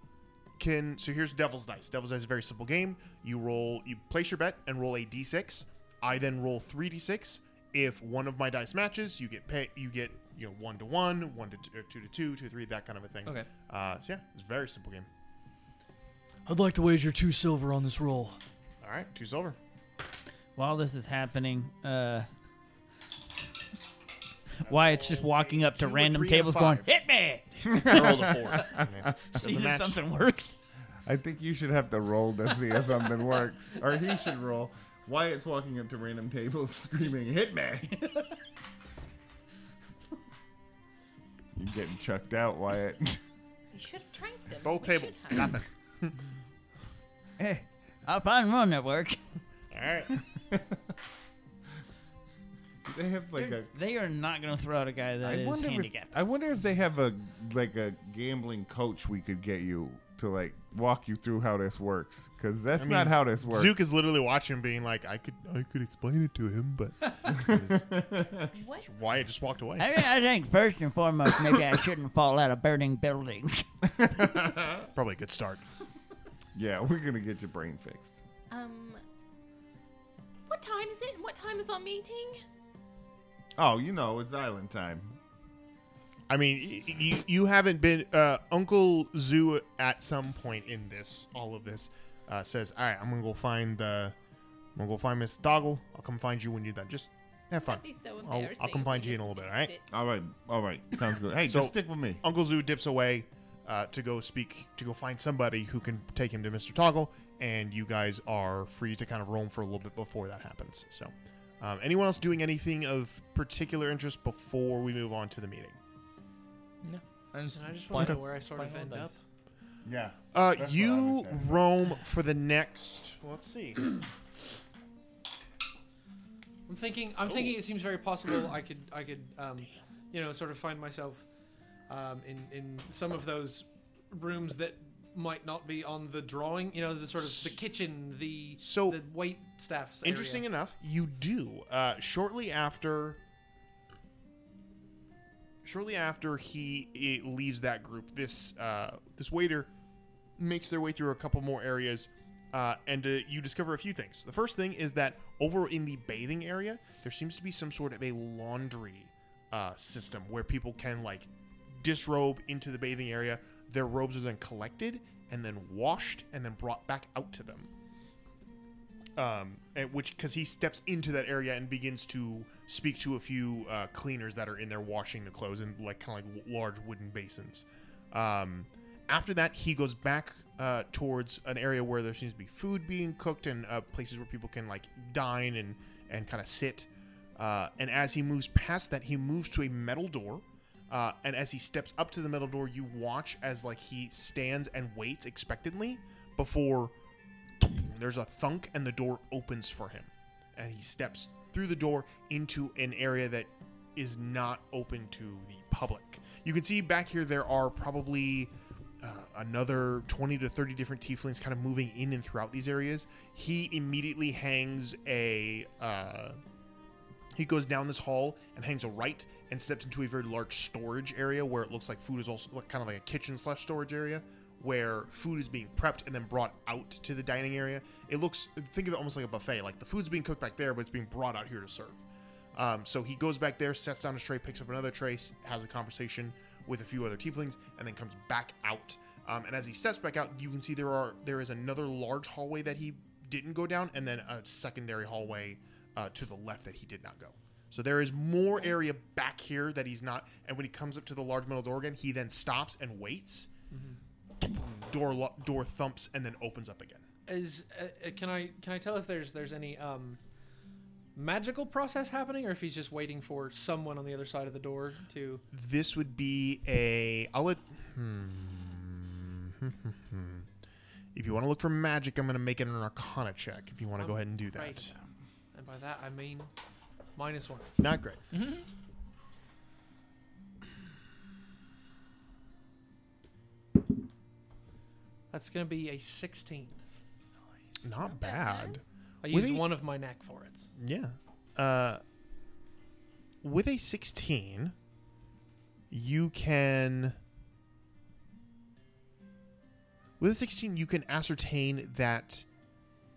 Speaker 2: can. So here's Devil's Dice. Devil's Dice is a very simple game. You roll. You place your bet and roll a d6. I then roll three d6. If one of my dice matches, you get pay. You get you know one to one, one to two, or two to two, two to three, that kind of a thing.
Speaker 4: Okay.
Speaker 2: Uh, so yeah, it's a very simple game.
Speaker 4: I'd like to wager two silver on this roll.
Speaker 2: All right, two silver.
Speaker 7: While this is happening, uh, Wyatt's just walking up to random
Speaker 13: three, and
Speaker 7: tables going,
Speaker 13: five.
Speaker 7: hit me!
Speaker 13: I rolled a
Speaker 7: <laughs>
Speaker 13: four.
Speaker 7: I've
Speaker 13: Doesn't
Speaker 7: seen if
Speaker 13: match.
Speaker 7: something works.
Speaker 6: I think you should have to roll to see if something works, or he should roll. Wyatt's walking up to random tables screaming, "Hit
Speaker 9: <laughs>
Speaker 6: me!" You're getting chucked out, Wyatt. <laughs>
Speaker 3: You should have tranked them.
Speaker 2: Both
Speaker 3: You
Speaker 2: tables.
Speaker 3: should have.
Speaker 9: <laughs>
Speaker 2: <laughs>
Speaker 9: Eh, I'll find one that works.
Speaker 2: All
Speaker 9: <laughs>
Speaker 2: right.
Speaker 6: they have like a.
Speaker 7: They are not going to throw out a guy that
Speaker 6: I
Speaker 7: is
Speaker 6: wonder, if, <laughs>
Speaker 7: handicapped.
Speaker 6: I wonder if they have a like a gambling coach we could get you to like walk you through how this works because that's
Speaker 2: I mean,
Speaker 6: not how this works.
Speaker 2: Zook is literally watching, being like, "I could, I could explain it to him,
Speaker 6: <laughs>
Speaker 2: but
Speaker 3: What?
Speaker 2: <laughs> Wyatt just walked away."
Speaker 9: I, mean, I think first and foremost, maybe I shouldn't fall out of burning
Speaker 2: <laughs>
Speaker 9: buildings.
Speaker 6: <laughs>
Speaker 2: Probably a good start.
Speaker 6: yeah, <laughs> we're gonna get your brain fixed.
Speaker 3: Um, what time is it? What time is our meeting?
Speaker 6: Oh, you know it's island time.
Speaker 2: I mean, y- you you haven't been uh, Uncle Zoo at some point in this all of this uh, says, "All right, I'm gonna go find the, I'm gonna go find Miss Doggle. I'll come find you when you're done. Just have fun.
Speaker 3: That'd be so
Speaker 2: I'll, I'll
Speaker 3: embarrassing
Speaker 2: come
Speaker 3: if
Speaker 2: find
Speaker 3: we
Speaker 2: you in a
Speaker 3: just
Speaker 2: little bit. All
Speaker 3: missed
Speaker 2: right.
Speaker 6: All right, all right, sounds good. Hey,
Speaker 2: So
Speaker 6: just stick with me.
Speaker 2: Uncle Zoo dips away uh, to go speak to go find somebody who can take him to Mr. Toggle, and you guys are free to kind of roam for a little bit before that happens. So, um, anyone else doing anything of particular interest before we move on to the meeting?
Speaker 4: No.
Speaker 5: And I just
Speaker 4: playing-
Speaker 5: want to know where I sort of
Speaker 4: playing
Speaker 5: end
Speaker 4: all
Speaker 5: up.
Speaker 4: dice.
Speaker 6: Yeah.
Speaker 2: Uh,
Speaker 6: That's
Speaker 2: you roam for the next. Let's see.
Speaker 5: I'm thinking. I'm
Speaker 2: Oh.
Speaker 5: thinking. It seems very possible. I could.
Speaker 2: <clears throat>
Speaker 5: I could. Um, you know, sort of find myself um, in in some of those rooms that might not be on the drawing. You know, the sort of the kitchen, the
Speaker 2: So-
Speaker 5: the wait staffs.
Speaker 2: Interesting
Speaker 5: Area.
Speaker 2: enough, you do. Uh, shortly after, shortly after he eh, leaves that group, this uh, this waiter makes their way through a couple more areas, uh, and uh, you discover a few things. The first thing is that over in the bathing area, there seems to be some sort of a laundry uh, system where people can like disrobe into the bathing area. Their robes are then collected and then washed and then brought back out to them um, and which because he steps into that area and begins to speak to a few uh, cleaners that are in there washing the clothes in like kind of like w- large wooden basins. Um, after that, he goes back uh, towards an area where there seems to be food being cooked and uh, places where people can like dine and and kind of sit. Uh, and as he moves past that, he moves to a metal door. Uh, and as he steps up to the metal door, you watch as like he stands and waits expectantly before there's a thunk and the door opens for him and he steps through the door into an area that is not open to the public you can see back here there are probably uh, another 20 to 30 different tieflings kind of moving in and throughout these areas he immediately hangs a uh, he goes down this hall and hangs a right and steps into a very large storage area where it looks like food is also like, kind of like a kitchen slash storage area where food is being prepped and then brought out to the dining area. It looks, think of it almost like a buffet. Like the food's being cooked back there, but it's being brought out here to serve. Um, so he goes back there, sets down his tray, picks up another tray, s- has a conversation with a few other tieflings, and then comes back out. Um, and as he steps back out, you can see there are there is another large hallway that he didn't go down, and then a secondary hallway uh, to the left that he did not go. So there is more area back here that he's not. And when he comes up to the large metal door again, he then stops and waits. Door lo- door thumps and then opens up again.
Speaker 5: Is uh, uh, can I can I tell if there's there's any um magical process happening, or if he's just waiting for someone on the other side of the door to?
Speaker 2: This would be a. I'll let. Hmm. <laughs> if you want to look for magic, I'm going to make it an Arcana check. If you want to go ahead and do that,
Speaker 5: Um, Right. And by that I mean minus one.
Speaker 2: not great.
Speaker 5: Mm-hmm. That's gonna be a sixteen.
Speaker 2: Not bad.
Speaker 5: I
Speaker 2: With
Speaker 5: used
Speaker 2: a-
Speaker 5: one of my knack for it.
Speaker 2: Yeah. Uh, with a 16, you can. With a 16, you can ascertain that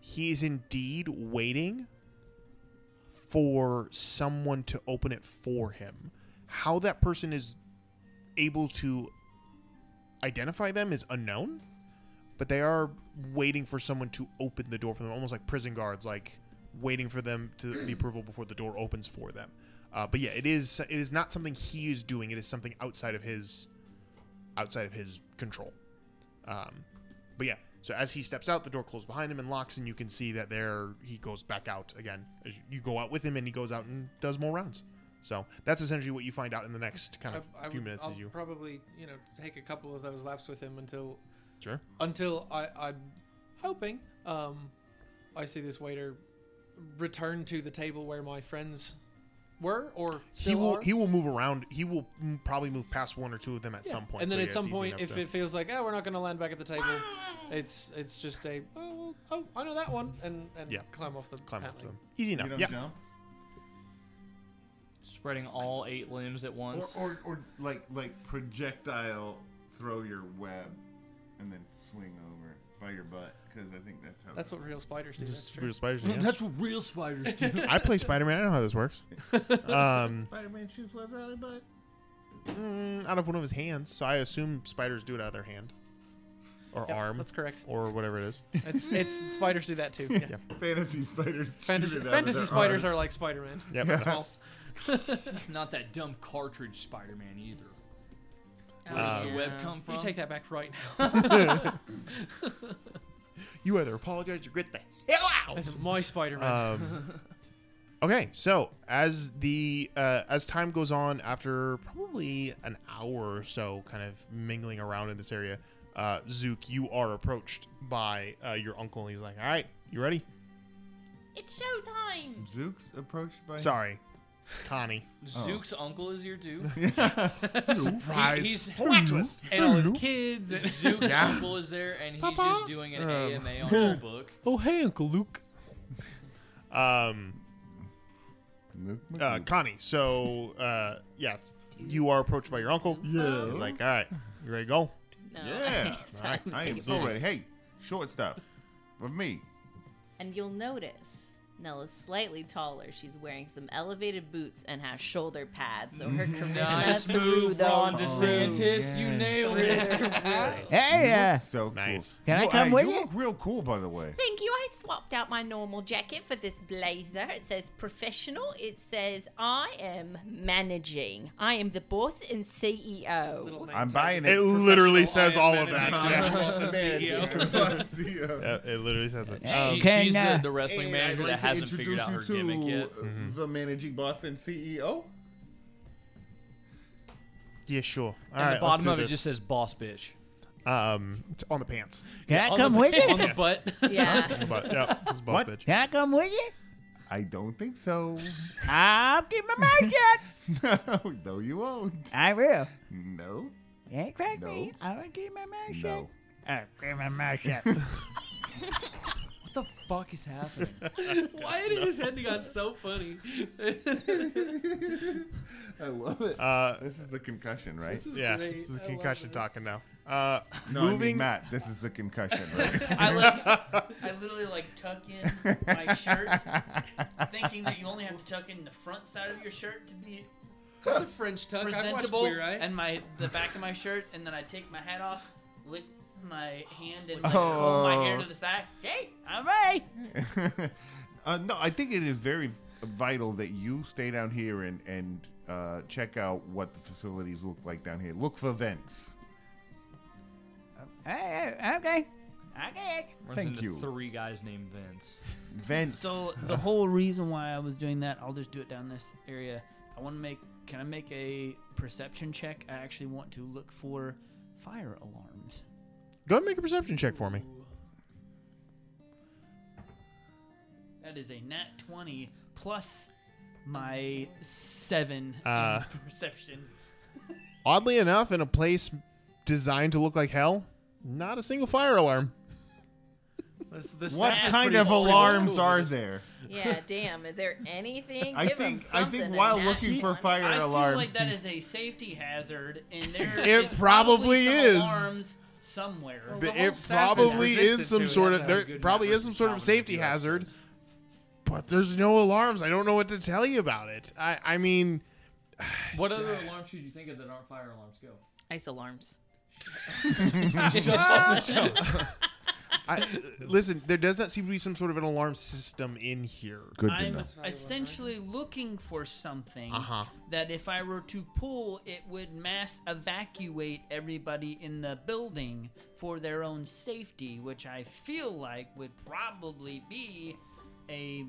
Speaker 2: he is indeed waiting for someone to open it for him. How that person is able to identify them is unknown, but they are waiting for someone to open the door for them, almost like prison guards, like waiting for them to the approval before the door opens for them. Uh, but yeah, it is it is not something he is doing. It is something outside of his outside of his control. Um, but yeah, so as he steps out, the door closes behind him and locks, and you can see that there he goes back out again. As you- you go out with him, and he goes out and does more rounds. So that's essentially what you find out in the next kind of
Speaker 5: I
Speaker 2: few
Speaker 5: would-
Speaker 2: minutes
Speaker 5: I'll
Speaker 2: as you
Speaker 5: probably you know take a couple of those laps with him until
Speaker 2: sure.
Speaker 5: until I, I'm hoping um, I see this waiter return to the table where my friends were or still
Speaker 2: he will
Speaker 5: are.
Speaker 2: he will move around. He will m- probably move past one or two of them at
Speaker 5: Yeah.
Speaker 2: some point.
Speaker 5: And then
Speaker 2: so yeah,
Speaker 5: at
Speaker 2: it's
Speaker 5: some
Speaker 2: easy
Speaker 5: point,
Speaker 2: enough
Speaker 5: if
Speaker 2: to-
Speaker 5: it feels like, oh, we're not going to land back at the table, it's it's just a, oh, well, oh I know that one, and, and
Speaker 2: Yeah.
Speaker 5: climb off the
Speaker 2: Climb off
Speaker 5: paneling.
Speaker 2: them. Easy
Speaker 4: enough,
Speaker 6: don't
Speaker 4: yeah.
Speaker 6: jump?
Speaker 4: Spreading all eight limbs at
Speaker 6: <laughs> Or,
Speaker 4: once.
Speaker 6: or, or like like projectile throw your web and then swing over by your butt because I think that's how.
Speaker 5: That's what real spiders do. That's true.
Speaker 6: <laughs>
Speaker 2: real spiders
Speaker 4: <laughs>
Speaker 2: do, yeah.
Speaker 4: That's what real spiders do.
Speaker 2: <laughs> I play Spider Man. I know how this
Speaker 4: <laughs>
Speaker 2: works. Um,
Speaker 6: Spider-Man shoots webs out of butt.
Speaker 2: mm, out of one of his hands, so I assume spiders do it out of their hand or
Speaker 5: Yeah,
Speaker 2: arm.
Speaker 5: that's correct.
Speaker 2: Or whatever it is. <laughs>
Speaker 5: It's, it's spiders do that too. Yeah.
Speaker 6: Fantasy spiders. shoot
Speaker 5: Fantasy,
Speaker 6: it out of
Speaker 5: fantasy
Speaker 6: their
Speaker 5: spiders
Speaker 6: arm.
Speaker 5: are like Spider Man.
Speaker 6: <laughs>
Speaker 2: Yep. <laughs>
Speaker 5: Small.
Speaker 4: <laughs> Not that dumb cartridge Spider Man either. Where
Speaker 5: Oh,
Speaker 4: does the
Speaker 5: yeah.
Speaker 4: web come from?
Speaker 5: You take that back right now. <laughs>
Speaker 2: you either apologize or get the hell out.
Speaker 5: That's my Spider-Man.
Speaker 2: Um, okay, so as the uh, as time goes on, after probably an hour or so, kind of mingling around in this area, uh, Zook, you are approached by uh, your uncle, and he's like, "All right, you ready?"
Speaker 14: It's showtime.
Speaker 6: Zook's approached by.
Speaker 2: Sorry, Connie.
Speaker 4: Zook's uncle is
Speaker 2: <laughs>
Speaker 4: here too.
Speaker 2: Surprise.
Speaker 4: He- he's
Speaker 2: Plot twist.
Speaker 4: and all his
Speaker 2: Hello.
Speaker 4: kids.
Speaker 2: <laughs> and-
Speaker 4: Zook's
Speaker 2: Yeah.
Speaker 4: uncle is there, and he's
Speaker 2: Papa?
Speaker 4: just doing an
Speaker 2: Um,
Speaker 4: AMA
Speaker 2: <laughs>
Speaker 4: on his book.
Speaker 2: Oh, hey, Uncle Luke. um, uh, Connie. So, uh, yes, you are approached by your uncle. Yeah. He's like, all right, you ready to go?
Speaker 3: No.
Speaker 4: <laughs>
Speaker 6: Yeah.
Speaker 3: It's
Speaker 6: All right.
Speaker 3: not
Speaker 6: I am
Speaker 3: taking
Speaker 6: so ready.
Speaker 3: place.
Speaker 6: Hey, short stuff. With me.
Speaker 3: And you'll notice Nella's slightly taller. She's wearing some elevated boots and has shoulder pads, so her charisma
Speaker 4: Nice
Speaker 3: through
Speaker 4: move,
Speaker 3: the
Speaker 4: Ron DeSantis. You nailed it.
Speaker 9: Hey,
Speaker 6: You
Speaker 9: uh,
Speaker 6: look so
Speaker 2: nice.
Speaker 9: Can I come with
Speaker 6: you?
Speaker 9: you?
Speaker 6: look real cool, by the way.
Speaker 14: Thank you. I swapped out my normal jacket for this blazer. It says professional. It says I am managing. I am the boss and
Speaker 3: E
Speaker 14: CEO.
Speaker 6: I'm buying it.
Speaker 2: It literally says all of that.
Speaker 6: Professional
Speaker 2: <laughs> yeah.
Speaker 6: <laughs> Man,
Speaker 2: Yeah, it literally says it.
Speaker 4: She-
Speaker 6: Can,
Speaker 4: she's the,
Speaker 6: uh,
Speaker 4: the wrestling
Speaker 6: and
Speaker 4: manager
Speaker 6: I'd like
Speaker 4: that
Speaker 6: to
Speaker 4: hasn't figured out her
Speaker 6: introduce you
Speaker 4: gimmick
Speaker 6: to,
Speaker 4: yet.
Speaker 6: uh,
Speaker 2: Mm-hmm.
Speaker 6: The managing boss and E CEO.
Speaker 2: Yeah, sure. All
Speaker 4: and
Speaker 2: right,
Speaker 4: the
Speaker 2: let's
Speaker 4: bottom
Speaker 2: do
Speaker 4: of it
Speaker 2: this.
Speaker 4: just says "boss bitch."
Speaker 2: um it's on the pants.
Speaker 9: Can I come with you?
Speaker 4: On the butt. <laughs>
Speaker 2: <laughs> On the butt. Yeah, it's boss
Speaker 6: What?
Speaker 2: bitch.
Speaker 9: Can I come with you?
Speaker 6: I don't think so.
Speaker 9: I'll keep my mouth
Speaker 6: <laughs>
Speaker 9: shut.
Speaker 6: no, no, you won't.
Speaker 9: I will.
Speaker 6: No.
Speaker 9: You ain't crack
Speaker 6: No.
Speaker 9: me. I will keep my mouth shut.
Speaker 6: No.
Speaker 9: I'll keep my
Speaker 6: <laughs>
Speaker 9: mouth shut.
Speaker 4: What the fuck is happening?
Speaker 5: Why did his head got so <laughs> funny?
Speaker 6: I love it.
Speaker 2: Uh,
Speaker 6: this is the concussion, right?
Speaker 5: This is
Speaker 2: yeah,
Speaker 5: great.
Speaker 2: this is
Speaker 5: I love
Speaker 2: concussion
Speaker 5: this.
Speaker 2: talking now. Uh,
Speaker 6: no, I mean,
Speaker 2: moving.
Speaker 6: Matt, this is the concussion,
Speaker 7: <laughs>
Speaker 6: right?
Speaker 13: I
Speaker 6: <laughs>
Speaker 13: like, I literally like tuck in my shirt, thinking that you only have to tuck in the front side of your shirt to be
Speaker 5: That's a French tuck. I've watched
Speaker 13: presentable,
Speaker 5: Queer Eye.
Speaker 13: and my the back of my shirt, and then I take my hat off, lick my
Speaker 7: Oh,
Speaker 13: hand, and like,
Speaker 6: like-
Speaker 13: comb my hair
Speaker 6: Oh.
Speaker 13: to the side. Hey, I'm ready.
Speaker 6: <laughs> uh, no, I think it is very vital that you stay down here and and uh, check out what the facilities look like down here. Look for vents.
Speaker 9: <laughs> Hey, hey, okay. Okay.
Speaker 4: Runs
Speaker 6: Thank
Speaker 4: into
Speaker 6: you.
Speaker 4: Three guys named Vince.
Speaker 6: Vents.
Speaker 7: So the whole reason why I was doing that, I'll just do it down this area. I want to make. Can I make a perception check? I actually want to look for fire alarms.
Speaker 2: Go ahead and make a perception check for me.
Speaker 7: That is a nat twenty plus my seven in
Speaker 2: Uh.
Speaker 13: um,
Speaker 7: perception.
Speaker 2: Oddly enough, in a place designed to look like hell, not a single fire alarm. what kind of alarms are there?
Speaker 3: Yeah, damn. Is there
Speaker 2: <laughs>
Speaker 3: anything?
Speaker 6: I
Speaker 3: Give 'em
Speaker 6: think I
Speaker 3: something
Speaker 6: think
Speaker 3: in
Speaker 6: while
Speaker 3: that
Speaker 6: looking for
Speaker 3: one.
Speaker 6: fire
Speaker 13: I
Speaker 6: alarms,
Speaker 13: feel like that
Speaker 6: he-
Speaker 13: is a safety hazard, and there
Speaker 2: <laughs> It
Speaker 13: is
Speaker 2: probably
Speaker 13: some
Speaker 2: is.
Speaker 13: alarms somewhere.
Speaker 2: But it probably is some sort of there probably is some sort of safety hazard. But there's no alarms. I don't know what to tell you about it. I I mean, <sighs> <laughs>
Speaker 4: What other <laughs> alarms should you think of that aren't fire alarms? Go.
Speaker 3: Ice
Speaker 4: <laughs>
Speaker 3: alarms.
Speaker 2: <laughs> I, listen, there does not seem to be some sort of an alarm system in here.
Speaker 13: I'm essentially looking for something
Speaker 2: Uh-huh.
Speaker 13: that if I were to pull, it would mass evacuate everybody in the building for their own safety, which I feel like would probably be a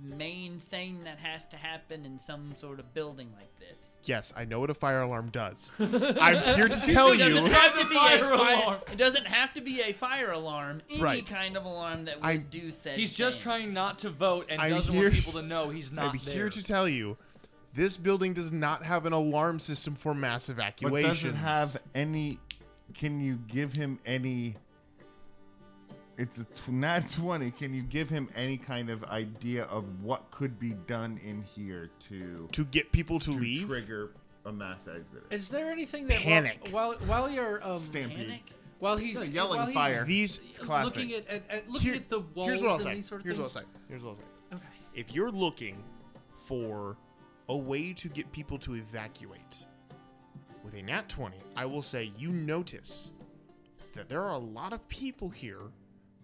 Speaker 13: main thing that has to happen in some sort of building like this.
Speaker 2: Yes, I know what a fire alarm
Speaker 4: <laughs>
Speaker 2: does. <laughs> I'm here to tell
Speaker 13: it
Speaker 2: you.
Speaker 13: Doesn't have to be a
Speaker 4: Fire
Speaker 13: fire-
Speaker 4: alarm.
Speaker 13: It doesn't have to be a fire alarm. Any
Speaker 2: Right.
Speaker 13: kind of alarm that would
Speaker 2: I'm-
Speaker 13: do said.
Speaker 4: He's just trying not to vote and
Speaker 2: I'm
Speaker 4: doesn't
Speaker 2: here-
Speaker 4: want people to know he's not
Speaker 2: I'm
Speaker 4: there.
Speaker 2: here to tell you, this building does not have an alarm system for mass
Speaker 6: but
Speaker 2: evacuation.
Speaker 6: doesn't have any. Can you give him any? It's a tw- not twenty. Can you give him any kind of idea of what could be done in here to
Speaker 2: to get people to,
Speaker 6: leave? Trigger a mass exit.
Speaker 5: Is there anything that while-
Speaker 6: Panic.
Speaker 5: while while, you're um,
Speaker 6: Stampede. Panic?
Speaker 5: while he's
Speaker 6: Yeah, yelling
Speaker 5: while he's
Speaker 6: fire.
Speaker 2: These-
Speaker 6: It's classic.
Speaker 5: looking at, at, at looking at the walls
Speaker 2: Here's what I'll
Speaker 5: and
Speaker 2: say.
Speaker 5: these sort of
Speaker 2: Here's
Speaker 5: things.
Speaker 2: what I'll say. Here's what I'll say. Okay. If you're looking for a way to get people to evacuate with a nat 20, I will say you notice that there are a lot of people here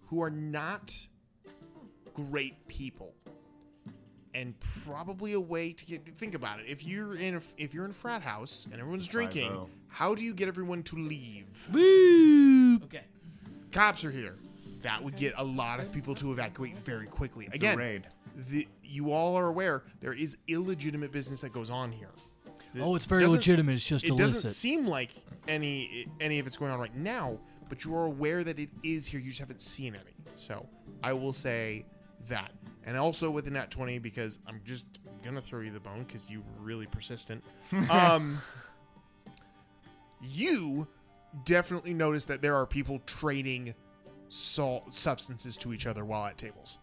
Speaker 2: who are not great people. And probably a way to get think about it. If you're in a, if you're in a frat house and everyone's drinking,
Speaker 6: Five-o.
Speaker 2: how do you get everyone to leave?
Speaker 13: Okay.
Speaker 2: cops are here. That would get a lot of people to evacuate very quickly.
Speaker 6: It's a
Speaker 2: Again,
Speaker 6: raid.
Speaker 2: The, you all are aware there is illegitimate business that goes on here. The-
Speaker 8: Oh, it's very
Speaker 2: doesn't-
Speaker 8: legitimate, it's just
Speaker 2: it doesn't
Speaker 8: illicit.
Speaker 2: seem like any any of it's going on right now, but you are aware that it is here. You just haven't seen any. So I will say that, and also with the nat twenty because I'm just gonna throw you the bone because you were really persistent.
Speaker 8: <laughs>
Speaker 2: Um, you definitely notice that there are people trading salt substances to each other while at tables.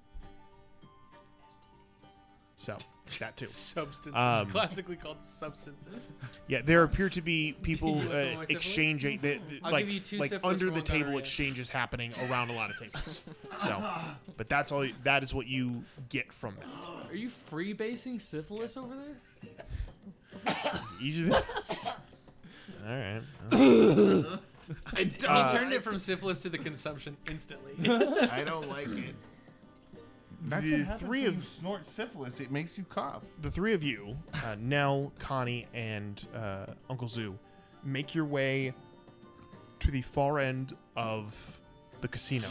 Speaker 2: So that too.
Speaker 5: <laughs> Substances,
Speaker 2: Um,
Speaker 5: classically called substances.
Speaker 2: Yeah, there appear to be
Speaker 5: <laughs>
Speaker 2: people
Speaker 5: Yeah, that's
Speaker 2: uh,
Speaker 5: all I syphilis?
Speaker 2: exchanging the, the-
Speaker 5: I'll
Speaker 2: like
Speaker 5: give you two
Speaker 2: like
Speaker 5: syphilis
Speaker 2: under
Speaker 5: for
Speaker 2: the
Speaker 5: one
Speaker 2: table
Speaker 5: gonorrhea.
Speaker 2: exchanges happening around a lot of
Speaker 5: <laughs>
Speaker 2: tables. so, but that's all. That is what you get from that.
Speaker 4: Are you freebasing syphilis over there?
Speaker 6: <laughs>
Speaker 2: Easy.
Speaker 5: <laughs>
Speaker 2: to- <laughs> all right. Uh,
Speaker 5: <laughs> I, d-
Speaker 2: uh,
Speaker 5: he turned it from syphilis to the consumption instantly.
Speaker 6: I don't like it. That's
Speaker 2: The
Speaker 6: what happens
Speaker 2: three
Speaker 6: when
Speaker 2: of-
Speaker 6: you snort syphilis. It makes you cough.
Speaker 2: the three of you, uh, Nell, Connie, and uh, Uncle Zoo, make your way to the far end of the casino.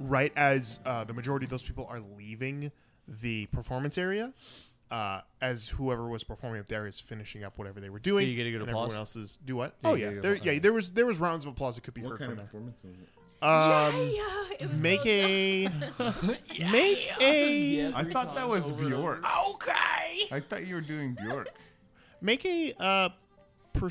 Speaker 2: Right as uh, the majority of those people are leaving the performance area, uh, as whoever was performing up there is finishing up whatever they were doing,
Speaker 4: Did you get a good
Speaker 2: and
Speaker 4: applause?
Speaker 2: everyone else is do what?
Speaker 4: Did you
Speaker 2: oh
Speaker 4: get
Speaker 2: yeah,
Speaker 4: a good
Speaker 2: there,
Speaker 4: applause?
Speaker 2: yeah. There was there was rounds of applause that could be heard from there.
Speaker 6: performance was it?
Speaker 2: Um,
Speaker 6: Yeah, it was
Speaker 2: make
Speaker 6: so-
Speaker 2: a
Speaker 6: <laughs>
Speaker 2: make a.
Speaker 6: I thought that was Bjork.
Speaker 2: Okay.
Speaker 6: I thought you were doing Bjork.
Speaker 2: Make a uh, per-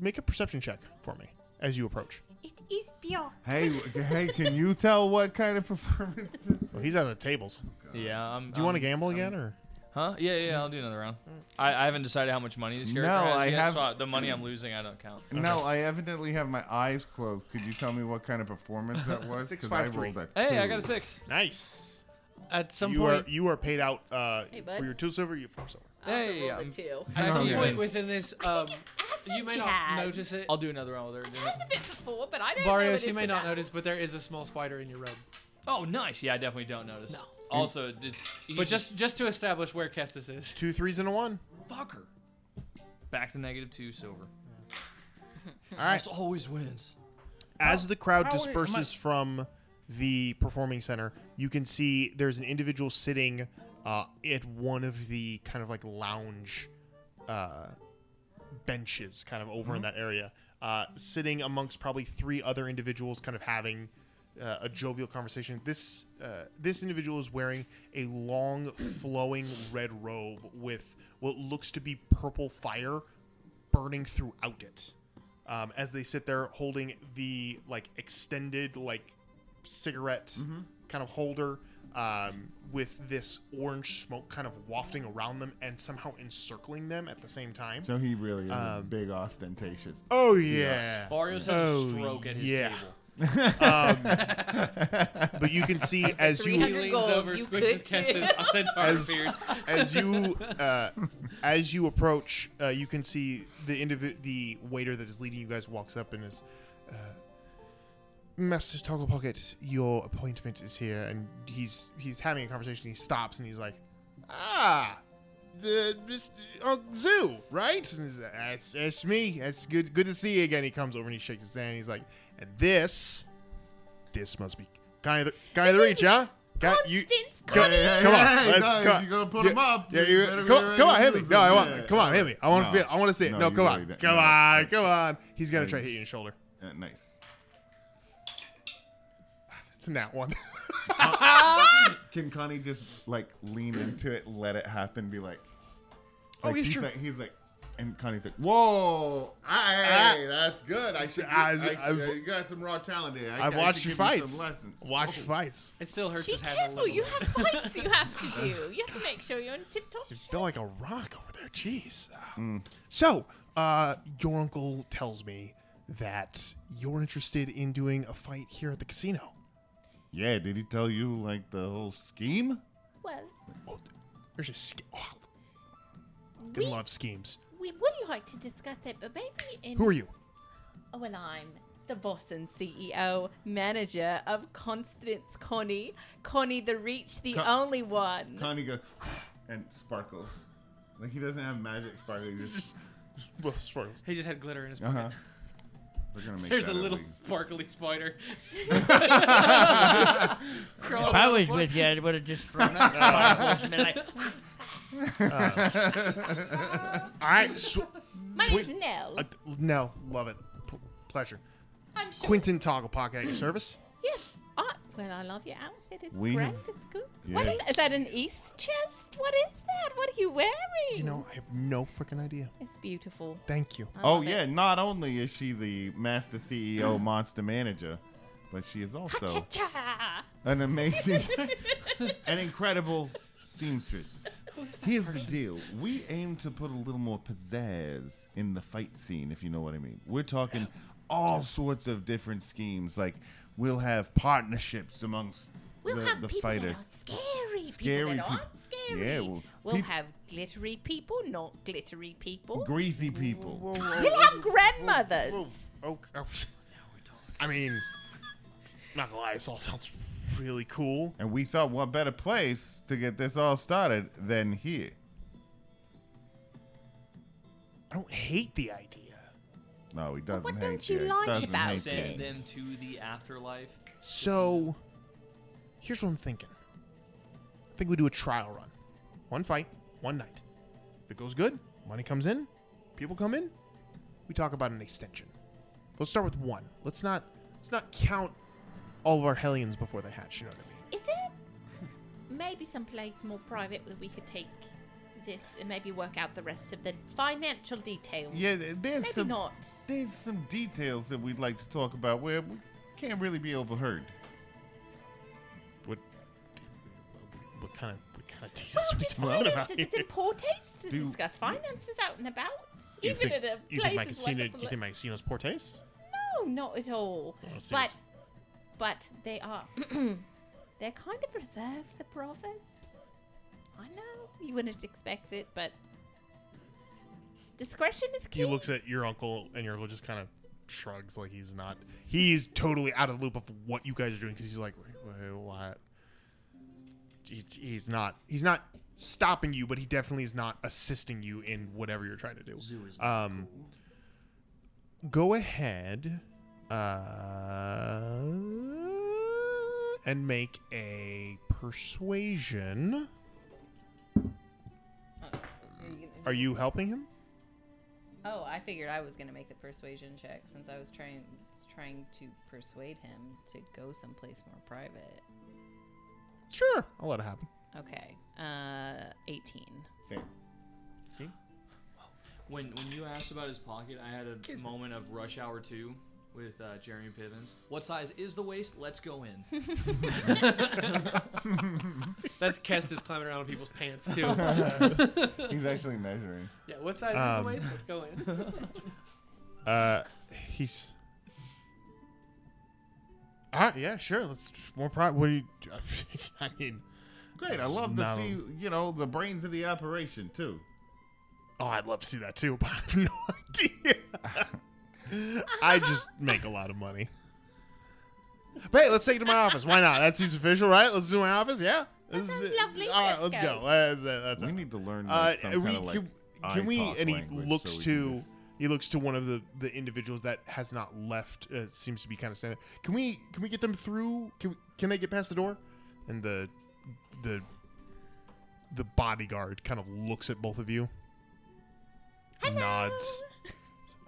Speaker 2: make a perception check for me as you approach.
Speaker 14: It is pure.
Speaker 6: hey, hey, can you tell what kind of performance? Oh,
Speaker 2: Well, he's at the tables.
Speaker 4: Yeah. I'm,
Speaker 2: Do you want to
Speaker 4: I'm-
Speaker 2: gamble
Speaker 4: I'm-
Speaker 2: again, or
Speaker 4: Huh? Yeah, yeah. I'll do another round. I, I haven't decided how much money this character
Speaker 6: No,
Speaker 4: has
Speaker 6: I
Speaker 4: yet,
Speaker 6: have-
Speaker 4: so the money I'm losing I don't count.
Speaker 6: No, I evidently have my eyes closed. Could you tell me what kind of performance
Speaker 2: <laughs>
Speaker 6: that was? 'Cause I rolled a
Speaker 4: Hey, I
Speaker 6: two.
Speaker 4: got a six.
Speaker 2: Nice.
Speaker 5: At some
Speaker 2: you
Speaker 5: point,
Speaker 2: are you are paid out uh,
Speaker 5: Hey, bud.
Speaker 2: for your two silver, you four silver.
Speaker 4: Hey,
Speaker 3: rolled a
Speaker 4: I'm-
Speaker 3: two.
Speaker 5: <laughs> at some
Speaker 4: Okay.
Speaker 5: point within this, um, you may not
Speaker 3: jazz.
Speaker 5: notice it.
Speaker 4: I'll do another round with her.
Speaker 3: Before, but I don't know.
Speaker 5: Barrios,
Speaker 3: what
Speaker 5: you
Speaker 3: it's
Speaker 5: may not
Speaker 3: about.
Speaker 5: notice, but there is a small spider in your robe.
Speaker 4: Oh, nice. Yeah, I definitely don't notice. No. Also, it's,
Speaker 5: But just just to establish where Kestis is.
Speaker 2: Two threes and a one.
Speaker 4: Fucker. back to negative two silver.
Speaker 2: All right.
Speaker 4: Ross always wins.
Speaker 2: As the crowd
Speaker 4: How- how-
Speaker 2: disperses
Speaker 4: am I-
Speaker 2: from the performing center, you can see there's an individual sitting uh, at one of the kind of like lounge uh, benches, kind of over in
Speaker 15: Mhm.
Speaker 2: that area, uh, sitting amongst probably three other individuals, kind of having uh, a jovial conversation. This uh, this individual is wearing a long, flowing red robe with what looks to be purple fire burning throughout it. Um, as they sit there holding the like extended like cigarette kind of holder um, with this orange smoke kind of wafting around them and somehow encircling them at the same time.
Speaker 6: So he really is a
Speaker 2: Um,
Speaker 6: big ostentatious.
Speaker 2: Oh yeah, Oh,
Speaker 4: Barrios has a stroke at
Speaker 2: <laughs>
Speaker 4: his table. <laughs>
Speaker 2: um, but you can see as you
Speaker 5: 300 He leans gold,
Speaker 2: <laughs>
Speaker 5: over, you squishes could test his do. <laughs> centaur
Speaker 2: as,
Speaker 5: appears.
Speaker 2: as
Speaker 5: <laughs>
Speaker 2: you uh, <laughs> as you approach, uh, you can see the indivi- the waiter that is leading you guys walks up and is. Uh, Master Toggle Pocket, your appointment is here, and he's he's having a conversation. He stops and he's like, "Ah, the this, uh, zoo, right?" And he's, that's that's me. That's good. Good to see you again. He comes over and he shakes his hand. he's like, "And this, this must be guy of the guy of the reach, huh?" Guy, you, come,
Speaker 6: Constance
Speaker 2: come on,
Speaker 6: Connie.
Speaker 2: let's-
Speaker 6: No,
Speaker 2: come on.
Speaker 6: if you're gonna put
Speaker 2: Yeah,
Speaker 6: him up,
Speaker 2: Yeah,
Speaker 6: you
Speaker 2: you-
Speaker 6: better be
Speaker 2: come,
Speaker 6: ready
Speaker 2: come
Speaker 6: to
Speaker 2: on, hit me.
Speaker 6: use
Speaker 2: No, I
Speaker 6: him.
Speaker 2: want.
Speaker 6: Yeah.
Speaker 2: Come on, hit me. I want
Speaker 6: No.
Speaker 2: to feel. I want to see it.
Speaker 6: No,
Speaker 2: No,
Speaker 6: you
Speaker 2: come
Speaker 6: really
Speaker 2: on,
Speaker 6: don't-
Speaker 2: come
Speaker 6: no.
Speaker 2: on, come on. He's gonna try to hit you in the shoulder.
Speaker 6: Uh, nice.
Speaker 2: It's in
Speaker 6: <laughs>
Speaker 2: that one.
Speaker 6: Uh,
Speaker 2: <laughs>
Speaker 6: Can Connie just like lean into it, let it happen, be like,
Speaker 2: Oh,
Speaker 6: like,
Speaker 2: yeah,
Speaker 6: he's
Speaker 2: sure.
Speaker 6: Like, he's like, and Connie's like, whoa, hey, that's good. I should.
Speaker 2: Ah. I-
Speaker 6: I-
Speaker 2: I've-
Speaker 6: uh, you got some raw talent there. I,
Speaker 2: I've
Speaker 6: I
Speaker 2: watched
Speaker 6: should
Speaker 2: your
Speaker 6: give you
Speaker 2: fights.
Speaker 6: Some lessons. Oh.
Speaker 2: Watched fights.
Speaker 5: It still hurts
Speaker 3: Be
Speaker 5: his head a
Speaker 3: careful.
Speaker 5: little.
Speaker 3: You have <laughs> fights you have
Speaker 2: <laughs>
Speaker 3: to do. You have to make sure you're on tip top.
Speaker 2: You feel like a rock over there. Jeez. So, uh, your uncle tells me that you're interested in doing a fight here at the casino.
Speaker 6: Yeah, did he tell you like the whole scheme?
Speaker 3: Well,
Speaker 2: There's a scheme. Oh, good love schemes.
Speaker 3: we would like to discuss it, but maybe in.
Speaker 2: Who are you?
Speaker 3: Oh, well, I'm the boss and CEO, manager of Constance Connie. Connie the Reach, the
Speaker 6: Con-
Speaker 3: only one.
Speaker 6: Connie goes <sighs> and sparkles. Like he doesn't have magic sparkling. he Just,
Speaker 2: <laughs> well, sparkles.
Speaker 5: He just had glitter in his pocket.
Speaker 6: Uh-huh. We're gonna make
Speaker 5: There's
Speaker 6: that
Speaker 5: a little
Speaker 6: least-
Speaker 7: <laughs>
Speaker 5: sparkly spider.
Speaker 7: If I was with you, I would have just
Speaker 2: <laughs>
Speaker 7: thrown up.
Speaker 6: <laughs>
Speaker 7: and been like,
Speaker 2: Uh, all right. Sw-
Speaker 3: My
Speaker 2: sweet-
Speaker 3: name's Nell.
Speaker 2: Uh, Nell, love it. P- pleasure.
Speaker 3: I'm sure-
Speaker 2: Quentin Toggle Pocket at your service.
Speaker 3: Yes. I, well, I love your outfit. It's
Speaker 2: We
Speaker 3: grand.
Speaker 2: have-
Speaker 3: It's good. What
Speaker 2: Yeah.
Speaker 3: is that? Is that an East chest? What is that? What are you wearing?
Speaker 2: You know, I have no freaking idea.
Speaker 3: It's beautiful.
Speaker 2: Thank you.
Speaker 3: I
Speaker 6: Oh
Speaker 3: love it.
Speaker 6: yeah! Not only is she the master
Speaker 3: <laughs>
Speaker 6: CEO, monster manager, but she is also
Speaker 3: Ha-cha-cha.
Speaker 6: an
Speaker 3: <laughs>
Speaker 6: amazing, <laughs> an incredible seamstress.
Speaker 3: Who is that
Speaker 6: Here's the
Speaker 3: person?
Speaker 6: deal: we aim to put a little more pizzazz in the fight scene, if you know what I mean. We're talking all sorts of different schemes. Like we'll have partnerships amongst
Speaker 3: We'll
Speaker 6: the,
Speaker 3: have
Speaker 6: the
Speaker 3: people
Speaker 6: fighters.
Speaker 3: that are scary,
Speaker 6: Scary
Speaker 3: people that
Speaker 6: peop-
Speaker 3: aren't scary.
Speaker 6: Yeah, well,
Speaker 3: we'll
Speaker 6: peop-
Speaker 3: have glittery people, not glittery people.
Speaker 6: Greasy people.
Speaker 3: we'll have grandmothers.
Speaker 2: Oh, oh. I mean, not gonna lie, this all sounds really cool.
Speaker 6: And we thought, what better place to get this all started than here?
Speaker 2: I don't hate the idea.
Speaker 6: No, he doesn't
Speaker 4: what
Speaker 6: hate
Speaker 4: don't you
Speaker 6: He
Speaker 4: like
Speaker 6: doesn't
Speaker 4: about
Speaker 6: hate
Speaker 4: Send
Speaker 6: you.
Speaker 4: them to the afterlife.
Speaker 2: So, here's what I'm thinking. I think we do a trial run. One fight, one night. If it goes good, money comes in, people come in, we talk about an extension. Let's start with one. Let's not let's not count all of our hellions before they hatch, you know what I mean?
Speaker 3: Is there maybe someplace more private where we could take this and maybe work out the rest of the financial details?
Speaker 6: Yeah, th- there's
Speaker 3: maybe
Speaker 6: some <laughs>
Speaker 3: not.
Speaker 6: there's some details that we'd like to talk about where we can't really be overheard.
Speaker 2: What what kind of what kind of
Speaker 3: Well,
Speaker 2: details are we
Speaker 3: just
Speaker 2: talking about
Speaker 3: finances. It's
Speaker 2: here?
Speaker 3: important to
Speaker 2: Do-
Speaker 3: discuss finances out and about,
Speaker 2: You
Speaker 3: even
Speaker 2: think-
Speaker 3: at a place
Speaker 2: you think my
Speaker 3: as
Speaker 2: casino
Speaker 3: wonderful
Speaker 2: you
Speaker 3: as-
Speaker 2: think my casino's poor taste?
Speaker 3: No, Oh, not at all.
Speaker 2: Well, it seems-
Speaker 3: but but they are <clears throat> they're kind of reserved, the proffers. I know you wouldn't expect it, but discretion is key.
Speaker 2: He looks at your uncle, and your uncle just kind of shrugs, like he's not. He's totally out of the loop of what you guys are doing because he's like, "Wait, wait, what? he- he's not he's not stopping you, but he definitely is not assisting you in whatever you're trying to do.
Speaker 8: Zoo is not
Speaker 2: um, <laughs> Go ahead uh, and make a persuasion. Are you helping him?
Speaker 3: Oh, I figured I was going to make the persuasion check since I was trying trying to persuade him to go someplace more private.
Speaker 2: Sure, I'll let it happen.
Speaker 3: Okay. Uh 18.
Speaker 2: Same.
Speaker 4: When when you asked about his pocket, I had a moment of Rush Hour Two with uh, Jeremy Pivens. What size is the waist? Let's go in. <laughs>
Speaker 5: That's
Speaker 4: <laughs>
Speaker 5: Kestis climbing around on people's pants too.
Speaker 6: <laughs>
Speaker 5: <laughs>
Speaker 6: He's actually measuring.
Speaker 5: Yeah, what size
Speaker 2: Um,
Speaker 5: is the waist? Let's
Speaker 6: <laughs>
Speaker 5: go in.
Speaker 2: Uh, he's. Ah, yeah, sure. Let's more pro. What do you? <laughs> I mean,
Speaker 6: Great. I love to
Speaker 2: No.
Speaker 6: see you know the brains of the operation too.
Speaker 2: Oh, I'd love to see that too, <laughs> but I have no idea. I just make a lot of money. But hey, let's take it to my office. Why not? That seems official, right? Let's do my office. Yeah. This is it.
Speaker 6: lovely.
Speaker 2: All right, let's uh,
Speaker 6: Let's
Speaker 2: go.
Speaker 6: go.
Speaker 2: That's it. That's
Speaker 6: We
Speaker 2: it.
Speaker 6: need to learn, like,
Speaker 2: Uh,
Speaker 6: some
Speaker 2: we-
Speaker 6: kinda, like,
Speaker 2: can,
Speaker 6: eye
Speaker 2: can we?
Speaker 6: talk
Speaker 2: And he
Speaker 6: language
Speaker 2: looks
Speaker 6: so we can
Speaker 2: to. He looks to one of the the individuals that has not left. Uh, seems to be kind of standing. there. Can we? Can we get them through? Can we, Can they get past the door? And the the the bodyguard kind of looks at both of you. Nods.
Speaker 6: <laughs>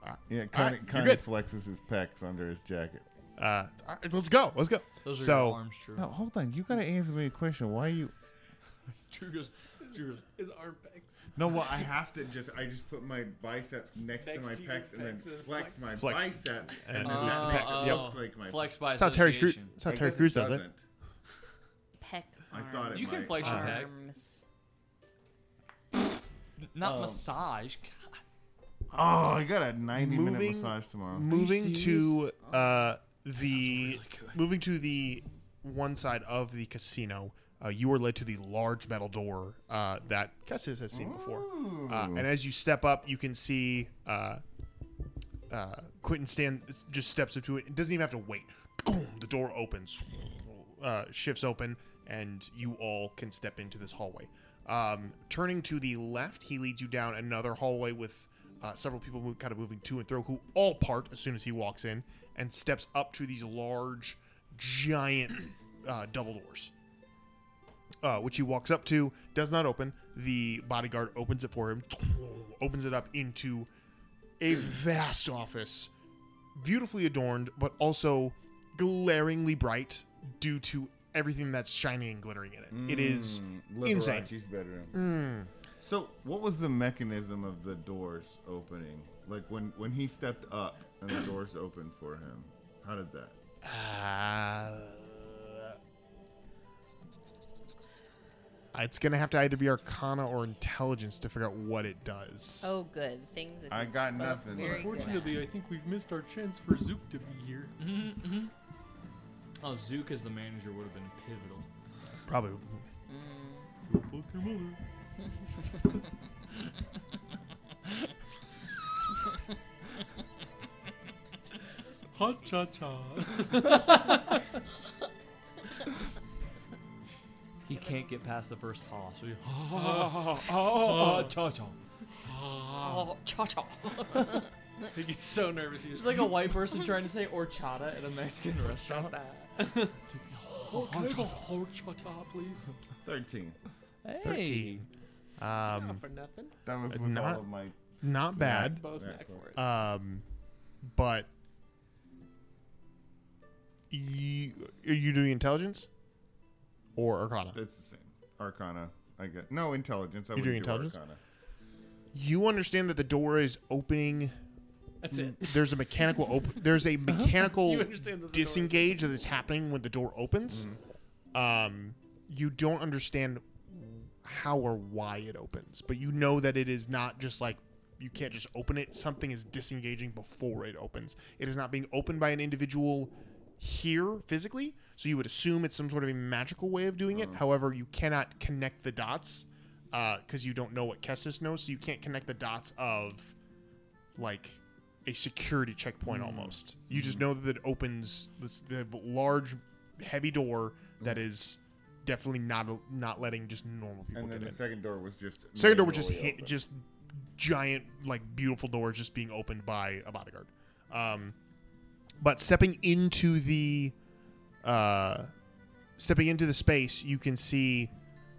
Speaker 6: Uh, Yeah,
Speaker 2: All
Speaker 6: Connie,
Speaker 2: right, you're
Speaker 6: Connie
Speaker 2: good.
Speaker 6: flexes his pecs under his jacket.
Speaker 2: Uh, all right, let's go. Let's go.
Speaker 4: Those are
Speaker 2: so,
Speaker 4: your arms, Drew.
Speaker 6: No, hold on. You gotta answer me a question. Why are you?
Speaker 4: Drew goes. Drew goes.
Speaker 5: His arm pecs.
Speaker 6: No, well, I have to just. I just put my biceps next,
Speaker 5: Next
Speaker 6: to my
Speaker 5: to your
Speaker 6: pecs and then
Speaker 5: pecs and
Speaker 6: flex,
Speaker 5: flex.
Speaker 6: my
Speaker 5: Flex. Oh.
Speaker 6: biceps
Speaker 5: And
Speaker 6: and,
Speaker 5: then
Speaker 6: then
Speaker 5: the
Speaker 6: that makes
Speaker 5: pecs,
Speaker 6: it
Speaker 5: yep.
Speaker 6: look like my
Speaker 4: Flex by
Speaker 6: biceps.
Speaker 2: That's how Terry Crews- that's how
Speaker 6: I
Speaker 2: Terry
Speaker 6: guess
Speaker 2: Crews does it.
Speaker 6: doesn't.
Speaker 3: Peck.
Speaker 6: I thought it
Speaker 4: You can
Speaker 6: might.
Speaker 4: flex your
Speaker 6: Uh,
Speaker 4: back. Not
Speaker 6: Um,
Speaker 4: massage.
Speaker 6: Oh, I got a 90 minute
Speaker 2: Moving-
Speaker 6: massage tomorrow.
Speaker 2: Moving to uh, the moving to the one side of the casino, uh, you are led to the large metal door uh, that Kessis has seen before. Uh, and as you step up, you can see uh, uh, Quentin stand just steps up to it. It doesn't even have to wait. Boom, the door opens, uh, shifts open, and you all can step into this hallway. Um, turning to the left, he leads you down another hallway with uh, several people move, kind of moving to and thro, who all part as soon as he walks in, and steps up to these large, giant <clears throat> uh, double doors uh, which he walks up to, does not open. The bodyguard opens it for him, opens it up into a vast office, beautifully adorned, but also glaringly bright due to everything that's shiny and glittering in it. it is
Speaker 6: Mm,
Speaker 2: insane.
Speaker 6: Liberace's bedroom.
Speaker 2: Mm.
Speaker 6: So, what was the mechanism of the doors opening? Like when when he stepped up and the doors opened for him. How did that?
Speaker 2: Uh, It's gonna have to either be Arcana or Intelligence to figure out what it does.
Speaker 3: Oh good. Things that
Speaker 2: I
Speaker 3: he's
Speaker 2: got
Speaker 3: both
Speaker 2: nothing.
Speaker 3: very good at.
Speaker 5: Unfortunately, I think we've missed our chance for Zook to be here. Mm-hmm,
Speaker 4: Oh, Zook as the manager would have been pivotal.
Speaker 2: Probably.
Speaker 5: <laughs> Hot cha cha.
Speaker 4: He can't get past the first ha. So he. <laughs>
Speaker 5: Oh,
Speaker 4: ha,
Speaker 5: oh.
Speaker 4: cha, cha.
Speaker 3: <laughs> Oh, cha cha.
Speaker 5: <laughs> he gets so nervous. He's
Speaker 4: It's like a white person trying to say horchata at a Mexican restaurant.
Speaker 5: Oh, can I have a hot cha cha, please?
Speaker 6: 13.
Speaker 4: Hey.
Speaker 2: 13. Um,
Speaker 5: for nothing.
Speaker 6: That was
Speaker 2: Uh,
Speaker 6: with all of my.
Speaker 2: Not bad.
Speaker 5: Back- both Yeah, back cool. for it.
Speaker 2: Um, but you, are you doing intelligence or arcana?
Speaker 6: That's the same. Arcana. I get no intelligence. I wouldn't
Speaker 2: You're doing
Speaker 6: do
Speaker 2: intelligence?
Speaker 6: Arcana.
Speaker 2: You understand that the door is opening.
Speaker 5: That's it.
Speaker 2: There's a mechanical op- there's a mechanical
Speaker 5: <laughs> You understand that the door is-
Speaker 2: disengage that is happening when the door opens. Um, you don't understand how or why it opens, but you know that it is not just like you can't just open it. Something is disengaging before it opens. It is not being opened by an individual here physically, so you would assume it's some sort of a magical way of doing it. However, you cannot connect the dots because you don't know what Kestis knows, so you can't connect the dots of like a security checkpoint almost. You just know that it opens this the large, heavy door that is definitely not not letting just normal people
Speaker 6: And then
Speaker 2: get
Speaker 6: the
Speaker 2: in.
Speaker 6: second door was just
Speaker 2: second door was just
Speaker 6: manually
Speaker 2: hit,
Speaker 6: open.
Speaker 2: just giant like beautiful doors just being opened by a bodyguard. Um, but stepping into the uh, stepping into the space, you can see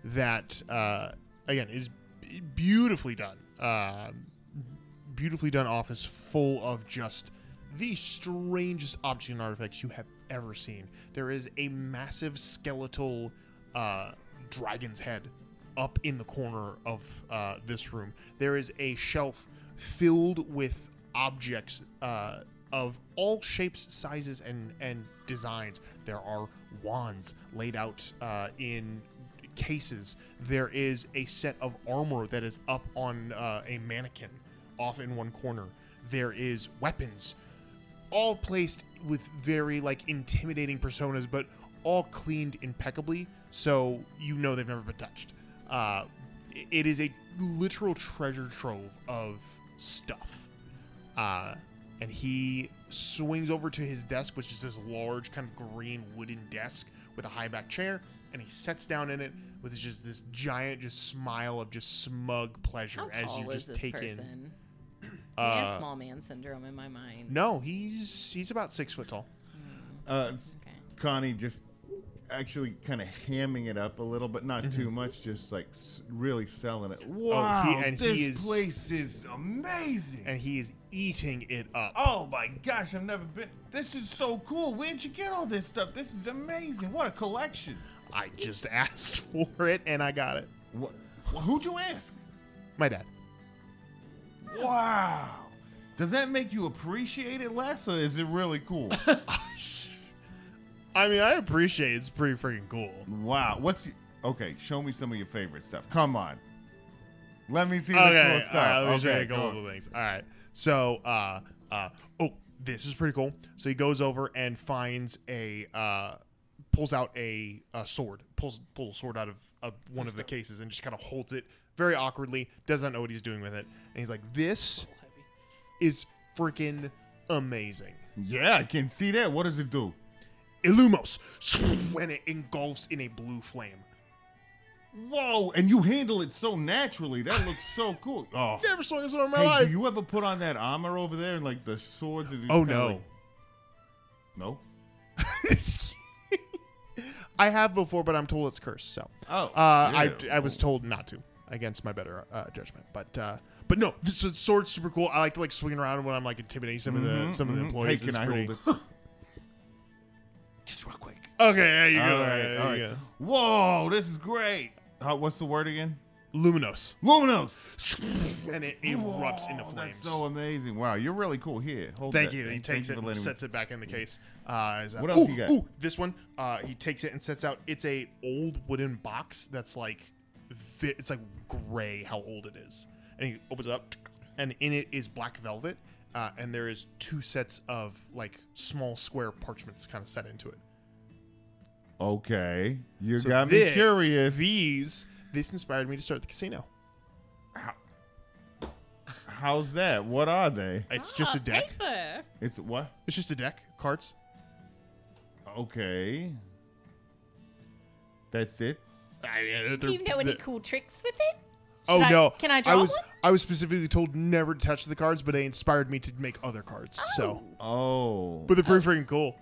Speaker 2: that uh, again it is b- beautifully done. Uh, beautifully done office full of just the strangest objects and artifacts you have ever seen. There is a massive skeletal uh, dragon's head up in the corner of uh, this room. There is a shelf filled with objects uh, of all shapes, sizes, and and designs. There are wands laid out uh, in cases. There is a set of armor that is up on uh, a mannequin off in one corner. There is weapons, all placed with very like intimidating personas, but all cleaned impeccably, so you know they've never been touched. Uh, i- it is a literal treasure trove of stuff. Uh, and he swings over to his desk, which is this large, kind of green wooden desk with a high back chair, and he sets down in it with just this giant, just smile of just smug pleasure
Speaker 3: How
Speaker 2: as
Speaker 3: tall
Speaker 2: you
Speaker 3: is
Speaker 2: just
Speaker 3: this
Speaker 2: take in. <clears throat>
Speaker 3: person? he
Speaker 2: Uh,
Speaker 3: has small man syndrome in my mind.
Speaker 2: No, Oh, he's he's about six foot tall.
Speaker 6: Uh, s- Connie just actually kind of hamming it up a little, but not
Speaker 2: Mm-hmm.
Speaker 6: too much. Just like s- really selling
Speaker 2: Oh,
Speaker 6: it. Wow, this place is amazing.
Speaker 2: And he is eating it up.
Speaker 6: Oh my gosh, I've never been. This is so cool. Where'd you get all this stuff? This is amazing. What a collection.
Speaker 2: I just <laughs> asked <laughs> for it and I got it.
Speaker 6: What? who'd you ask?
Speaker 2: My dad.
Speaker 6: Wow. Does that make you appreciate it less, or is it really cool?
Speaker 2: <laughs> I mean, I appreciate it. It's pretty freaking cool.
Speaker 6: Wow. What's y- okay? Show me some of your favorite stuff. Come on. Let me <laughs> see the cool
Speaker 2: okay,
Speaker 6: stuff.
Speaker 2: all right, let me show you
Speaker 6: Okay,
Speaker 2: a couple
Speaker 6: cool.
Speaker 2: of things. All right, so uh, uh, oh, this is pretty cool. So he goes over and finds a uh, pulls out a, a sword, pulls pulls a sword out of, of one of the cases and just kind of holds it very awkwardly. Does not know what he's doing with it, and he's like, "This is freaking amazing."
Speaker 6: Yeah, I can see that. What does it do?
Speaker 2: Illumos, <laughs> when it engulfs in a blue flame.
Speaker 6: Whoa! And you handle it so naturally. That looks so cool. Oh,
Speaker 2: Never saw this one in my
Speaker 6: hey,
Speaker 2: life.
Speaker 6: do you ever put on that armor over there and like the swords? And you
Speaker 2: Oh,
Speaker 6: kinda, like-
Speaker 2: no.
Speaker 6: no.
Speaker 2: <laughs> I have before, but I'm told it's cursed. So,
Speaker 6: Oh,
Speaker 2: uh, I,
Speaker 6: yeah.
Speaker 2: I was told not to against my better uh, judgment. But uh, but no, this is- sword's super cool. I like to like swing around when I'm like intimidating some of the
Speaker 6: Mhm,
Speaker 2: some of the
Speaker 6: mhm.
Speaker 2: employees.
Speaker 6: Hey, can
Speaker 2: It's
Speaker 6: I
Speaker 2: pretty-
Speaker 6: hold it?
Speaker 2: <laughs> Just real quick. <laughs> Okay, there you go.
Speaker 6: All right,
Speaker 2: there
Speaker 6: all
Speaker 2: you
Speaker 6: right.
Speaker 2: go.
Speaker 6: Whoa! This is great. Uh, what's the word again?
Speaker 2: Luminos.
Speaker 6: Luminos.
Speaker 2: And it erupts into flames.
Speaker 6: Oh, So amazing! Wow, you're really cool. Here, hold
Speaker 2: Thank
Speaker 6: that.
Speaker 2: you. He
Speaker 6: Thank-
Speaker 2: takes
Speaker 6: thank
Speaker 2: it
Speaker 6: you for
Speaker 2: and
Speaker 6: letting me-
Speaker 2: sets it back in the case. Uh, is, uh,
Speaker 6: What else
Speaker 2: ooh,
Speaker 6: you got?
Speaker 2: Ooh, this one. Uh, he takes it and sets out. It's a old wooden box that's like, vi- it's like gray. How old it is? And he opens it up, and in it is black velvet, uh, and there is two sets of like small square parchments kind of set into it.
Speaker 6: Okay, you
Speaker 2: So
Speaker 6: got me
Speaker 2: thi-
Speaker 6: curious.
Speaker 2: These, this inspired me to start the casino.
Speaker 6: How's that? What are they?
Speaker 2: It's just a deck.
Speaker 3: Paper.
Speaker 6: It's what?
Speaker 2: It's just a deck. Cards.
Speaker 6: Okay. That's it.
Speaker 14: Do you know any cool tricks with it?
Speaker 2: Oh
Speaker 14: Should I-
Speaker 2: no!
Speaker 14: Can I draw
Speaker 2: was
Speaker 14: one?
Speaker 2: I was specifically told never to touch the cards, but they inspired me to make other cards. So,
Speaker 6: Oh.
Speaker 2: but they're pretty freaking cool.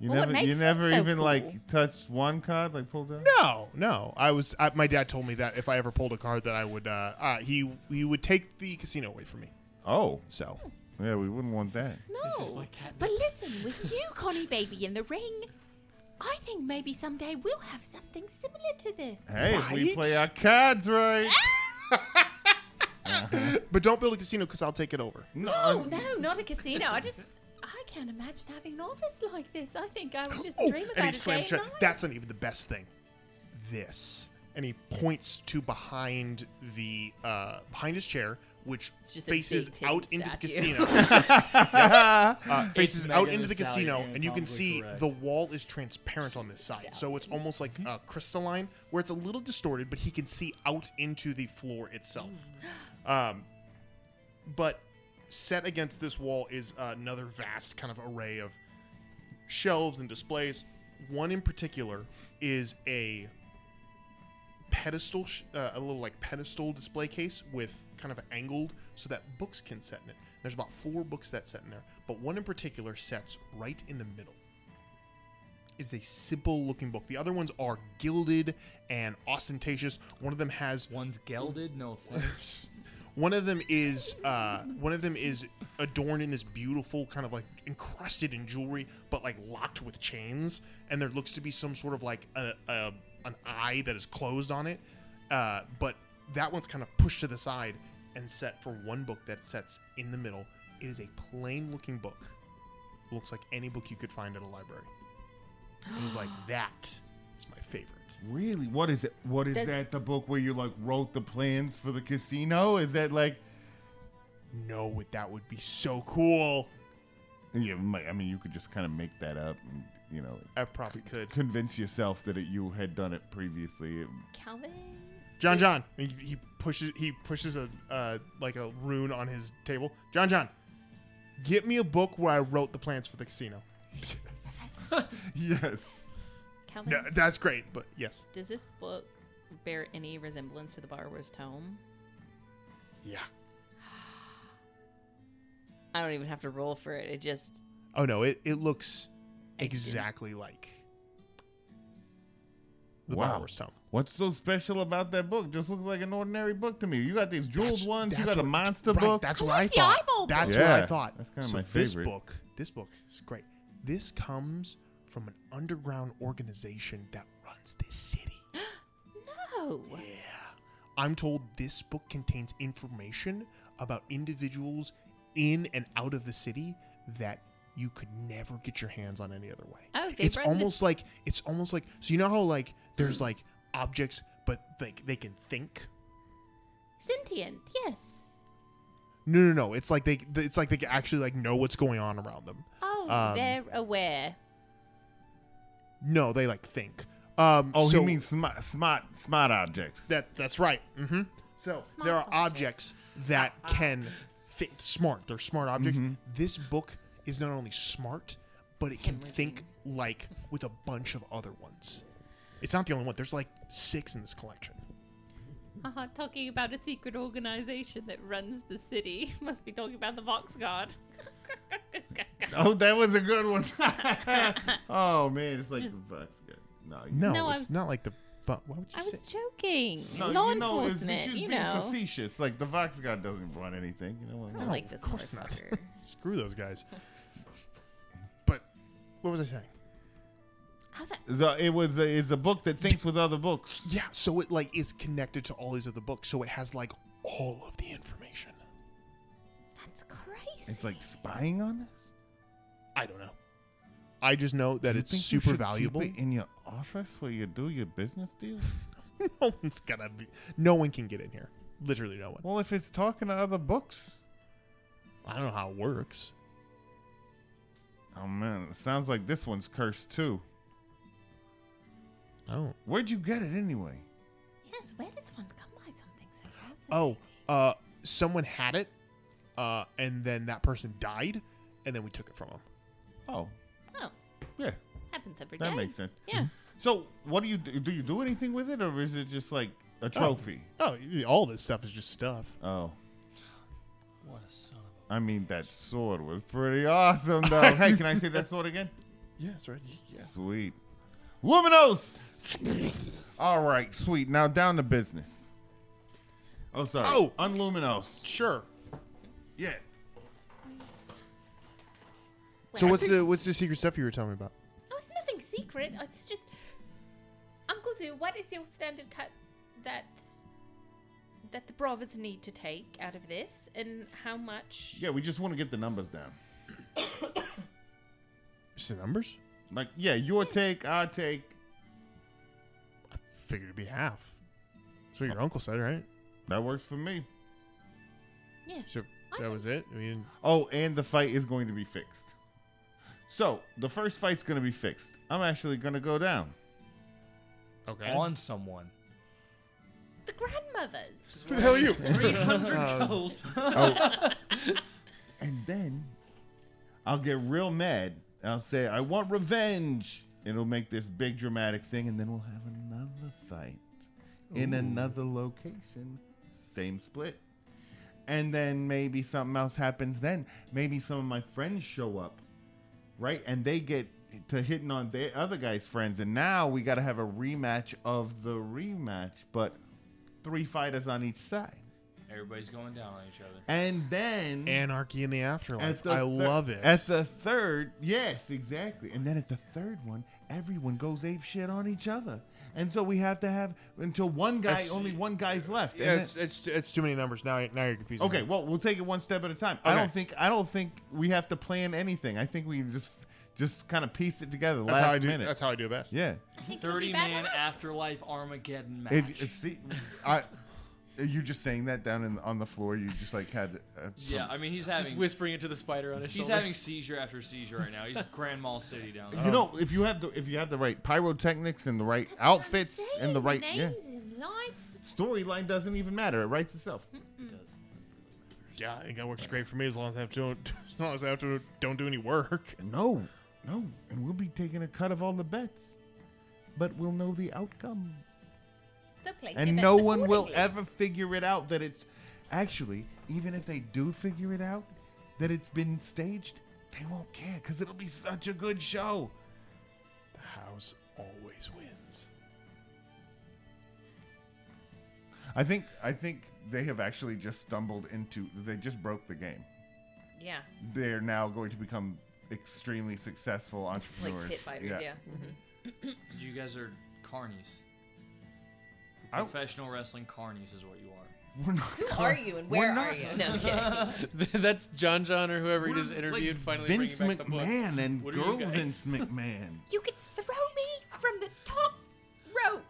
Speaker 6: You
Speaker 2: Well, it
Speaker 6: never,
Speaker 2: makes
Speaker 6: you
Speaker 2: it
Speaker 6: never
Speaker 2: so
Speaker 6: even
Speaker 2: cool.
Speaker 6: like touched one card, like pulled down.
Speaker 2: No, no. I was. I, my dad told me that if I ever pulled a card, that I would. Uh, uh, he he would take the casino away from me.
Speaker 6: Oh.
Speaker 2: So.
Speaker 6: Yeah, we wouldn't want that.
Speaker 14: No. But listen, with
Speaker 3: <laughs>
Speaker 14: you, Connie Baby, in the ring, I think maybe someday we'll have something similar to this.
Speaker 6: Hey, if we play our cards right.
Speaker 2: <laughs> But don't build a casino because I'll take it over.
Speaker 14: No, no, not a casino. I just, I can't imagine having an office like this. I think I
Speaker 2: <gasps>
Speaker 14: would just dream about
Speaker 2: Oh, and he
Speaker 14: it day
Speaker 2: slammed
Speaker 14: and
Speaker 2: shut.
Speaker 14: night.
Speaker 2: That's not even the best thing. This. And he points to behind the uh, behind his chair, which
Speaker 14: just a
Speaker 2: faces
Speaker 14: big
Speaker 2: out
Speaker 14: titted
Speaker 2: into the
Speaker 14: statue. <laughs>
Speaker 2: casino. <laughs> Yep. Uh,
Speaker 14: It's
Speaker 2: faces
Speaker 14: Megan
Speaker 2: out
Speaker 14: Thee
Speaker 2: into the
Speaker 14: Stallion,
Speaker 2: casino,
Speaker 14: Aaron
Speaker 2: and you can
Speaker 14: Tom's
Speaker 2: see
Speaker 14: correct.
Speaker 2: the wall is transparent on this side, so it's almost like
Speaker 14: Mm-hmm.
Speaker 2: uh, crystalline, where it's a little distorted, but he can see out into the floor
Speaker 14: <gasps>
Speaker 2: itself. Um, but set against this wall is another vast kind of array of shelves and displays One in particular is a pedestal, sh- uh, a little like pedestal display case with kind of angled so that books can set in it. There's about four books that set in there, but one in particular sets right in the middle. It's a simple looking book. The other ones are gilded and ostentatious. One of them has one's
Speaker 4: gelded. No offense.
Speaker 2: <laughs> one of them is uh, one of them is adorned in this beautiful kind of like encrusted in jewelry, but like locked with chains, and there looks to be some sort of like a, a an eye that is closed on it. Uh, but that one's kind of pushed to the side and set for one book that sets in the middle. It is a plain looking book. Looks like any book you could find at a library. It was like that is my favorite.
Speaker 6: Really? What is it? What is
Speaker 2: Does-
Speaker 6: that? The book where you like wrote the plans for the casino? Is that like?
Speaker 2: No, what that would be so cool.
Speaker 6: Yeah, mi- I mean, you could just kind of make that up, and you know.
Speaker 2: I probably could
Speaker 6: convince yourself that it, you had done it previously.
Speaker 3: Calvin.
Speaker 2: John John. He, he pushes he pushes a uh, like a rune on his table. John John, get me a book where I wrote the plans for
Speaker 6: <laughs>
Speaker 2: the casino.
Speaker 6: Yes.
Speaker 3: Calvin?
Speaker 2: No, that's great, but yes.
Speaker 3: Does this book bear any resemblance to the Borrower's Tome?
Speaker 2: Yeah.
Speaker 3: <gasps> I don't even have to roll for it. It just <gasps>
Speaker 2: Oh no, it, it looks exactly like the Borrower's Tome.
Speaker 6: What's so special about that book? Just looks like an ordinary book to me. You got these jeweled ones. You
Speaker 2: that's
Speaker 6: got a
Speaker 2: what-
Speaker 6: monster
Speaker 2: right,
Speaker 6: book.
Speaker 2: That's what I thought. That's what I
Speaker 6: Yeah,
Speaker 2: thought.
Speaker 6: That's kind of
Speaker 2: so
Speaker 6: my
Speaker 2: this
Speaker 6: favorite.
Speaker 2: book, this book is great. This comes from an underground organization that runs this city.
Speaker 3: no.
Speaker 2: Yeah. I'm told this book contains information about individuals in and out of the city that you could never get your hands on any other way.
Speaker 3: Oh, they
Speaker 2: it's
Speaker 3: brought in the-
Speaker 2: almost like it's almost like so you know how like there's like objects but like they can think.
Speaker 3: sentient. Yes.
Speaker 2: No, no, no. It's like they it's like they can actually like know what's going on around them.
Speaker 3: Oh,
Speaker 2: Um,
Speaker 3: they're aware.
Speaker 2: No, they like think. Um,
Speaker 6: Oh, he
Speaker 2: so
Speaker 6: means smart, smart, smart objects.
Speaker 2: That that's right. Mm-hmm. So there are objects Uh-huh. that can think. Smart. They're smart objects.
Speaker 6: Mm-hmm.
Speaker 2: This book is not only smart, but it can think like with a bunch of other ones. It's not the only one. There's like six in this collection.
Speaker 3: Uh-huh, talking about a secret organization that runs the city. <laughs> Must be talking about the Vox Guard.
Speaker 6: <laughs> <laughs>
Speaker 3: <laughs>
Speaker 6: Oh, that was a good one. <laughs> oh man, it's like the Bucks. good. No, you-
Speaker 2: No,
Speaker 3: No, I
Speaker 2: it's
Speaker 3: was-
Speaker 2: not like the. But why would you
Speaker 3: I
Speaker 2: say?
Speaker 3: was joking.
Speaker 6: No,
Speaker 3: Law
Speaker 6: you know, it's-
Speaker 3: enforcement,
Speaker 6: she's
Speaker 3: you
Speaker 6: being
Speaker 3: know.
Speaker 6: facetious. Like the Vox God doesn't run anything. You know what?
Speaker 3: I don't like this
Speaker 2: Of course not.
Speaker 3: motherfucker.
Speaker 2: <laughs> Screw those
Speaker 3: <laughs>
Speaker 2: guys. But what was I saying?
Speaker 6: So it was. A, it's a book that thinks with other books.
Speaker 2: Yeah, so it like is connected to all these other books, so it has like all of the information.
Speaker 3: That's crazy.
Speaker 6: It's like spying on us.
Speaker 2: I don't know. I just know that
Speaker 6: You
Speaker 2: it's
Speaker 6: think you
Speaker 2: super
Speaker 6: should
Speaker 2: valuable.
Speaker 6: Keep it in your office where you do your business deals.
Speaker 2: <laughs> no one's gonna be. No one can get in here. Literally no one.
Speaker 6: Well, if it's talking to other books,
Speaker 2: I don't know how it works.
Speaker 6: Oh man, it sounds like this one's cursed too.
Speaker 2: Oh,
Speaker 6: where'd you get it anyway?
Speaker 3: Yes, where did one come by something so fascinating?
Speaker 2: Oh, uh, someone had it, uh, and then that person died, and then we took it from them.
Speaker 6: Oh,
Speaker 3: Oh,
Speaker 6: <laughs> yeah,
Speaker 3: happens every day.
Speaker 6: that makes sense.
Speaker 3: Yeah.
Speaker 6: So, what do you do? Do you do anything with it, or is it just like a trophy?
Speaker 2: Oh, y- all this stuff is just stuff.
Speaker 6: Oh,
Speaker 4: What a son of
Speaker 6: I mean that sword was pretty awesome,
Speaker 2: <laughs>
Speaker 6: though. hey, can I say that sword again?
Speaker 2: Yeah, that's right. Yeah.
Speaker 6: Sweet, Luminos. All right, sweet. Now down to business. Oh, sorry. Oh, Unluminos.
Speaker 2: Sure.
Speaker 6: Yeah.
Speaker 2: So what's the what's the secret stuff you were telling me about?
Speaker 14: Oh, it's nothing secret. It's just. Uncle Zoo, what is your standard cut that. that the brothers need to take out of this? And how much.
Speaker 6: Yeah, we just want to get the numbers down.
Speaker 2: <coughs> Just the numbers?
Speaker 6: Like, yeah, your take, our take.
Speaker 2: Figured it'd be half. That's what your uncle said, right?
Speaker 6: That works for me.
Speaker 3: Yeah.
Speaker 2: So that was it. I mean,
Speaker 6: Oh, and the fight is going to be fixed. So the first fight's going to be fixed. I'm actually going to go down.
Speaker 4: Okay. On someone.
Speaker 14: The grandmothers!
Speaker 6: Who the hell are you? <laughs> Um,
Speaker 4: 300 gold.
Speaker 6: oh. And then I'll get real mad. I'll say, I want revenge. It'll make this big dramatic thing, and then we'll have another fight in
Speaker 16: Ooh.
Speaker 6: another location. Same split. And then maybe something else happens then. Maybe some of my friends show up, right? And they get to hitting on their other guy's friends. And now we got to have a rematch of the rematch, but three fighters on each side.
Speaker 4: Everybody's going down on each other.
Speaker 6: And then
Speaker 2: Anarchy in the Afterlife.
Speaker 6: at the
Speaker 2: I
Speaker 6: thir-
Speaker 2: love it.
Speaker 6: At the third, yes, exactly. And then at the third one, everyone goes ape shit on each other. And so we have to have until one guy,
Speaker 2: That's-
Speaker 6: only one guy's left.
Speaker 2: Yeah,
Speaker 6: and
Speaker 2: it's, it's it's too many numbers. Now now you're confusing.
Speaker 6: Okay,
Speaker 2: me.
Speaker 6: well, we'll take it one step at a time. I
Speaker 2: Okay.
Speaker 6: don't think I don't think we have to plan anything. I think we just just kind of piece it together
Speaker 2: That's
Speaker 6: last
Speaker 2: how I do-
Speaker 6: minute.
Speaker 2: that's how I do it best.
Speaker 6: Yeah.
Speaker 4: Thirty man afterlife Armageddon match.
Speaker 6: If, see,
Speaker 4: <laughs>
Speaker 6: I. Are you just saying that down in, on the floor? You just like had. Uh,
Speaker 4: yeah, I mean he's having
Speaker 5: Just whispering it to the spider on his
Speaker 4: He's
Speaker 5: shoulder.
Speaker 4: having seizure after seizure right now. He's Grand Mall City down there.
Speaker 6: You know, if you have the if you have the right pyrotechnics and the right outfits and the right yeah.
Speaker 14: Names and lights.
Speaker 6: storyline doesn't even matter. It writes itself.
Speaker 2: Yeah, I think that works great for me as long as I have to don't <laughs> as long as I have to don't do any work.
Speaker 6: No, no, and we'll be taking a cut of all the bets, but we'll know the outcomes,
Speaker 14: So place
Speaker 6: and no one will ever figure it out that it's actually even if they do figure it out that it's been staged, they won't care because it'll be such a good show.
Speaker 2: The house always wins.
Speaker 6: I think I think they have actually just stumbled into they just broke the game.
Speaker 3: Yeah.
Speaker 6: They're now going to become extremely successful entrepreneurs.
Speaker 3: Like hit fighters, yeah.
Speaker 6: Mm-hmm.
Speaker 3: Mhm.
Speaker 4: you guys are carnies.
Speaker 6: I-
Speaker 4: Professional wrestling carnies is what you are.
Speaker 6: We're not
Speaker 3: Who are you and where are
Speaker 6: <laughs>
Speaker 3: you? No, I'm kidding.
Speaker 5: <laughs> That's John John or whoever
Speaker 6: We're
Speaker 5: just interviewed
Speaker 6: like
Speaker 5: finally
Speaker 6: Vince
Speaker 5: bringing back
Speaker 6: McMahon
Speaker 5: the book.
Speaker 6: and
Speaker 5: What are you
Speaker 6: girl
Speaker 5: guys? <laughs>
Speaker 6: Vince McMahon.
Speaker 14: You could throw me from the top rope.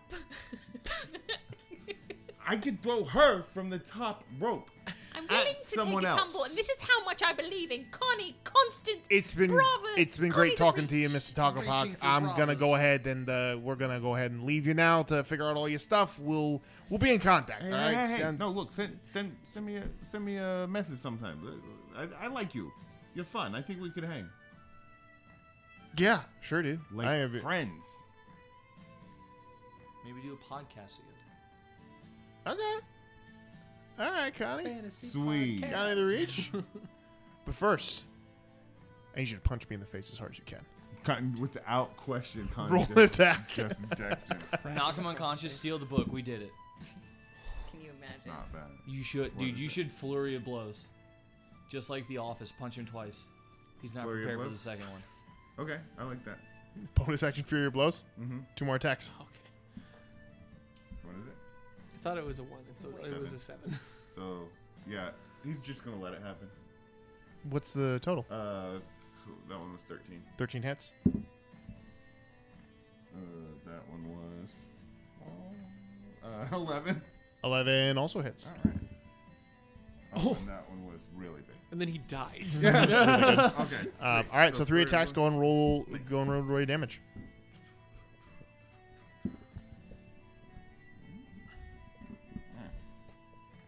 Speaker 6: I could throw her from the top rope.
Speaker 14: I'm willing
Speaker 6: At
Speaker 14: to
Speaker 6: someone
Speaker 14: take a
Speaker 6: else.
Speaker 14: tumble, and this is how much I believe in Connie Constance.
Speaker 2: It's been
Speaker 14: Bravo,
Speaker 2: it's been
Speaker 14: Connie
Speaker 2: great
Speaker 14: the
Speaker 2: talking
Speaker 14: Reach.
Speaker 2: to you, Mr. Taco
Speaker 14: Reaching
Speaker 2: Hawk.
Speaker 14: for
Speaker 2: I'm gonna
Speaker 14: bravas.
Speaker 2: go ahead and uh, we're gonna go ahead and leave you now to figure out all your stuff. We'll we'll be in contact.
Speaker 6: Hey,
Speaker 2: all right.
Speaker 6: hey, hey, hey.
Speaker 2: Sounds-
Speaker 6: No, look, send send send me a send me a message sometime. I, I like you. You're fun. I think we could hang.
Speaker 2: Yeah, sure dude.
Speaker 6: Like
Speaker 2: I have it.
Speaker 6: friends.
Speaker 4: Maybe do a podcast together.
Speaker 2: Okay. All right, Connie.
Speaker 6: Sweet. podcast.
Speaker 2: Connie the Reach. but first, I need you to punch me in the face as hard as you can.
Speaker 6: Con- without question, Connie.
Speaker 2: Roll an
Speaker 6: Dex-
Speaker 2: attack.
Speaker 6: Justin Dexter.
Speaker 4: Knock him unconscious, steal the book. We did it.
Speaker 3: Can you imagine?
Speaker 6: Not bad.
Speaker 4: You should,
Speaker 6: What
Speaker 4: dude.
Speaker 6: is
Speaker 4: You should flurry of blows, just like The Office. Punch him twice. He's not
Speaker 6: Flurry of
Speaker 4: prepared for the
Speaker 6: blows?
Speaker 4: second one.
Speaker 6: Okay, I like that.
Speaker 2: <laughs> Bonus action Fury of Blows.
Speaker 6: Mm-hmm.
Speaker 2: Two more attacks.
Speaker 6: <laughs> What is it?
Speaker 5: I thought it was a one, and so it was a seven.
Speaker 6: So yeah, he's just gonna let it happen.
Speaker 2: What's the total?
Speaker 6: Uh, so that one was thirteen.
Speaker 2: 13 hits.
Speaker 6: Uh, that one was uh, <laughs> eleven.
Speaker 2: 11 also hits.
Speaker 6: Oh, and that one was really big.
Speaker 5: And then he dies. <laughs>
Speaker 6: Yeah. <laughs>
Speaker 2: Um,
Speaker 6: okay. sweet.
Speaker 2: all right, so, three attacks.
Speaker 6: of
Speaker 2: Go and roll. Go and roll roll your damage. <laughs>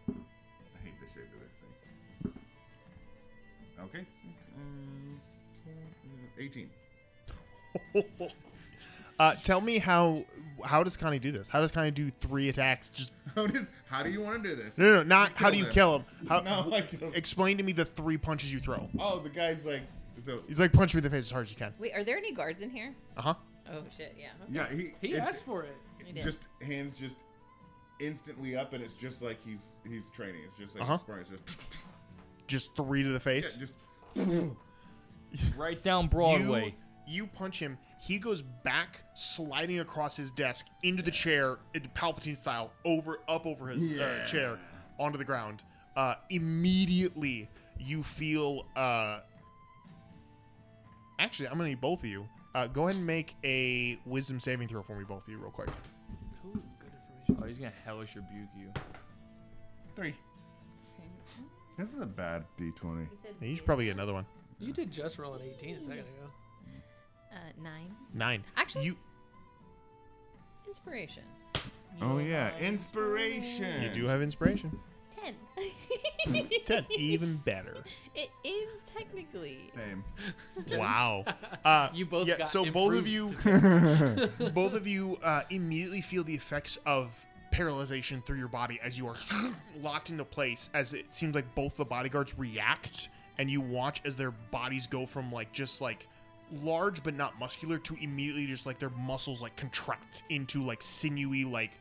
Speaker 6: them- I hate the shape of this thing. Okay. Six, um, 18.
Speaker 2: Uh, tell me how how does Connie do this? How does Connie do three attacks? Just
Speaker 6: <laughs> How does? How do you want to do this?
Speaker 2: no, no, no not
Speaker 6: You
Speaker 2: how do you kill him? How,
Speaker 6: <laughs> no, like
Speaker 2: explain to me the three punches you throw.
Speaker 6: oh, the guy's like so.
Speaker 2: He's like punch me in the face as hard as you can.
Speaker 3: Wait, are there any guards in here?
Speaker 2: Uh huh.
Speaker 3: Oh shit, yeah. okay.
Speaker 6: Yeah, he
Speaker 5: He
Speaker 6: it's-
Speaker 5: asked for it.
Speaker 3: He did.
Speaker 6: Just hands just instantly up, and it's just like he's he's training. It's just like
Speaker 2: Uh-huh.
Speaker 6: he's sparring. It's just <laughs>
Speaker 2: Just three to the face.
Speaker 6: Yeah, just
Speaker 2: <laughs>
Speaker 4: Right down Broadway.
Speaker 2: You, you punch him. He goes back, sliding across his desk into the chair, in Palpatine style, over up over his uh,
Speaker 6: Yeah.
Speaker 2: chair onto the ground. Uh, immediately, you feel. Uh, actually, I'm gonna need both of you. Uh, go ahead and make a wisdom saving throw for me, both of you, real quick.
Speaker 4: Oh, he's gonna hellish rebuke you.
Speaker 6: three. This is a bad D twenty.
Speaker 2: You should probably get another one.
Speaker 5: You did just roll an 18 a second ago.
Speaker 3: Uh, nine.
Speaker 2: Nine.
Speaker 3: Actually,
Speaker 2: you
Speaker 3: Inspiration.
Speaker 6: Oh yeah, inspiration.
Speaker 2: <laughs> you do have inspiration.
Speaker 3: Ten.
Speaker 2: Ten.
Speaker 14: <laughs>
Speaker 2: Even better.
Speaker 3: It is technically.
Speaker 2: <laughs>
Speaker 6: Same.
Speaker 5: <laughs>
Speaker 2: Wow. Uh,
Speaker 5: You both
Speaker 2: yeah,
Speaker 5: got
Speaker 2: so both of
Speaker 5: improved
Speaker 2: you, <laughs>
Speaker 5: statistics.
Speaker 2: both of you uh, immediately feel the effects of paralyzation through your body as you are <gasps> locked into place. As it seems like both the bodyguards react, and you watch as their bodies go from like just like large but not muscular to immediately just like their muscles like contract into like sinewy like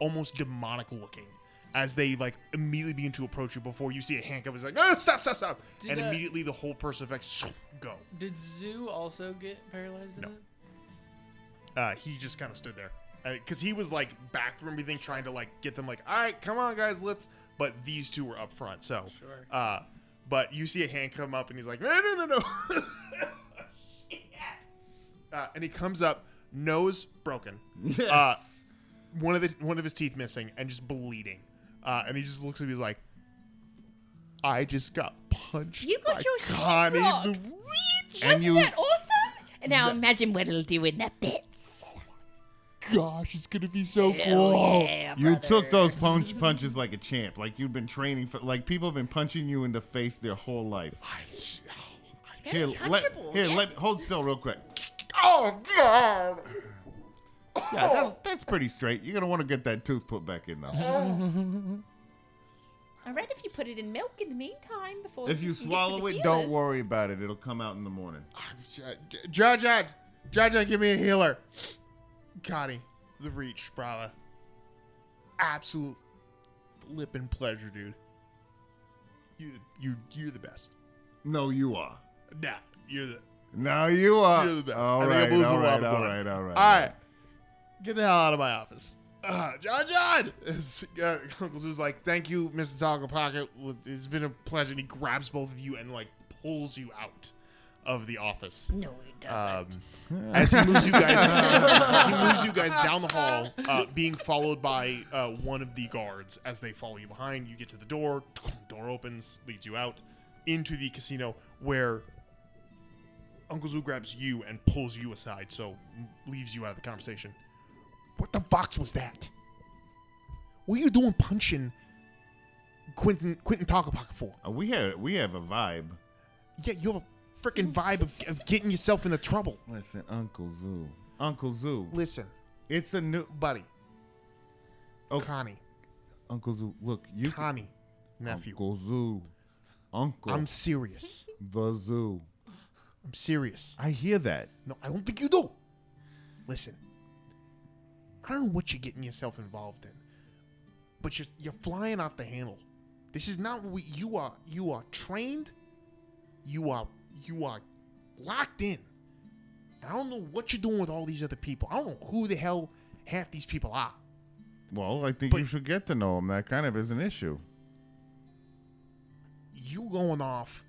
Speaker 2: almost demonic looking as they like immediately begin to approach you before you see a handcuff is like no, no stop stop stop
Speaker 5: Did,
Speaker 2: and
Speaker 5: uh,
Speaker 2: immediately the whole person effects go
Speaker 5: Did Zoo also get paralyzed in
Speaker 2: No.
Speaker 5: it?
Speaker 2: uh, he just kind of stood there because he was like back from everything trying to like get them like all right come on guys let's but these two were up front so
Speaker 5: Sure.
Speaker 2: uh but you see a hand come up and he's like no no no no <laughs> uh, and he comes up nose broken uh, one of the one of his teeth missing and just bleeding uh, and he just looks at me he's like I just got punched
Speaker 14: You got
Speaker 2: by
Speaker 14: your shit
Speaker 2: Connie
Speaker 14: rocked.
Speaker 2: Lou-
Speaker 14: Reach.
Speaker 2: And
Speaker 14: Wasn't
Speaker 2: you-
Speaker 14: that awesome? And now imagine what it'll do in that bit.
Speaker 6: Gosh, it's gonna be so
Speaker 14: Hell cool. yeah,
Speaker 6: oh, you
Speaker 14: brother.
Speaker 6: took those punch punches like a champ. Like you've been training for. Like people have been punching you in the face their whole life. oh, Here, let,
Speaker 14: punchable,
Speaker 6: here,
Speaker 14: yeah.
Speaker 6: let hold still real quick.
Speaker 14: Oh god.
Speaker 6: Yeah, that, that's pretty straight. You're gonna want to get that tooth put back in though.
Speaker 14: I read if you put it in milk in the meantime before.
Speaker 6: if you
Speaker 14: can get to
Speaker 6: swallow
Speaker 14: the
Speaker 6: it, don't
Speaker 14: healers.
Speaker 6: worry about it. It'll come out in the morning.
Speaker 2: Ah, John John, John John, give me a healer. Connie, the reach, brava. Absolute flippin' pleasure, dude. You, you, you're the best.
Speaker 6: No, you are.
Speaker 2: Nah, you're the.
Speaker 6: No, you are.
Speaker 2: You're the best.
Speaker 6: All
Speaker 2: I
Speaker 6: right,
Speaker 2: think I'm losing
Speaker 6: all
Speaker 2: a lot
Speaker 6: right,
Speaker 2: of
Speaker 6: all
Speaker 2: blood.
Speaker 6: right, all right,
Speaker 2: All right, get the hell out of my office. Uh, John John! <laughs> Uh, Uncle Zoo's like, thank you, Mr. Toggle Pocket. It's been a pleasure. And he grabs both of you and, like, pulls you out of the office. Um,
Speaker 14: No, he
Speaker 2: doesn't. as he moves you guys, he moves you guys down the hall, uh, being followed by uh, one of the guards. As they follow you behind, you get to the door. Door opens, leads you out into the casino, where Uncle Zoo grabs you and pulls you aside, so leaves you out of the conversation. What the box was that? What are you doing punching Quentin Quentin Takapoka for?
Speaker 6: Uh, we have we have a vibe.
Speaker 2: Yeah, you have a freaking vibe of, of getting yourself into trouble.
Speaker 6: Listen, Uncle Zoo. Uncle Zoo.
Speaker 2: Listen.
Speaker 6: It's a new
Speaker 2: buddy.
Speaker 6: Oh,
Speaker 2: Connie.
Speaker 6: Uncle Zoo, look, you
Speaker 2: Connie, nephew.
Speaker 6: Uncle Zoo. Uncle.
Speaker 2: I'm serious.
Speaker 6: The zoo.
Speaker 2: I'm serious.
Speaker 6: I hear that.
Speaker 2: No, I don't think you do. Listen, I don't know what you're getting yourself involved in, but you're you're flying off the handle. This is not what you are. You are trained. You are you are locked in. And I don't know what you're doing with all these other people. I don't know who the hell half these people are.
Speaker 6: Well, I think you should get to know him. That kind of is an issue.
Speaker 2: you going off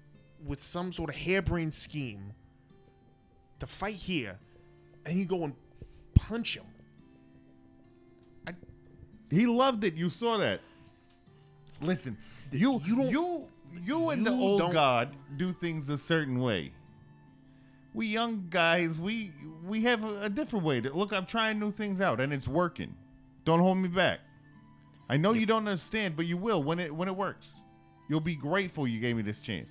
Speaker 2: with some sort of harebrained scheme to fight here, and you go and punch him.
Speaker 6: He loved it. You saw that. Listen, you you you you and the
Speaker 2: you
Speaker 6: old
Speaker 2: don't-
Speaker 6: god do things a certain way. We young guys, we we have a, a different way. To, look, I'm trying new things out, and it's working. Don't hold me back. I know you don't understand, but you will when it when it works. You'll be grateful you gave me this chance.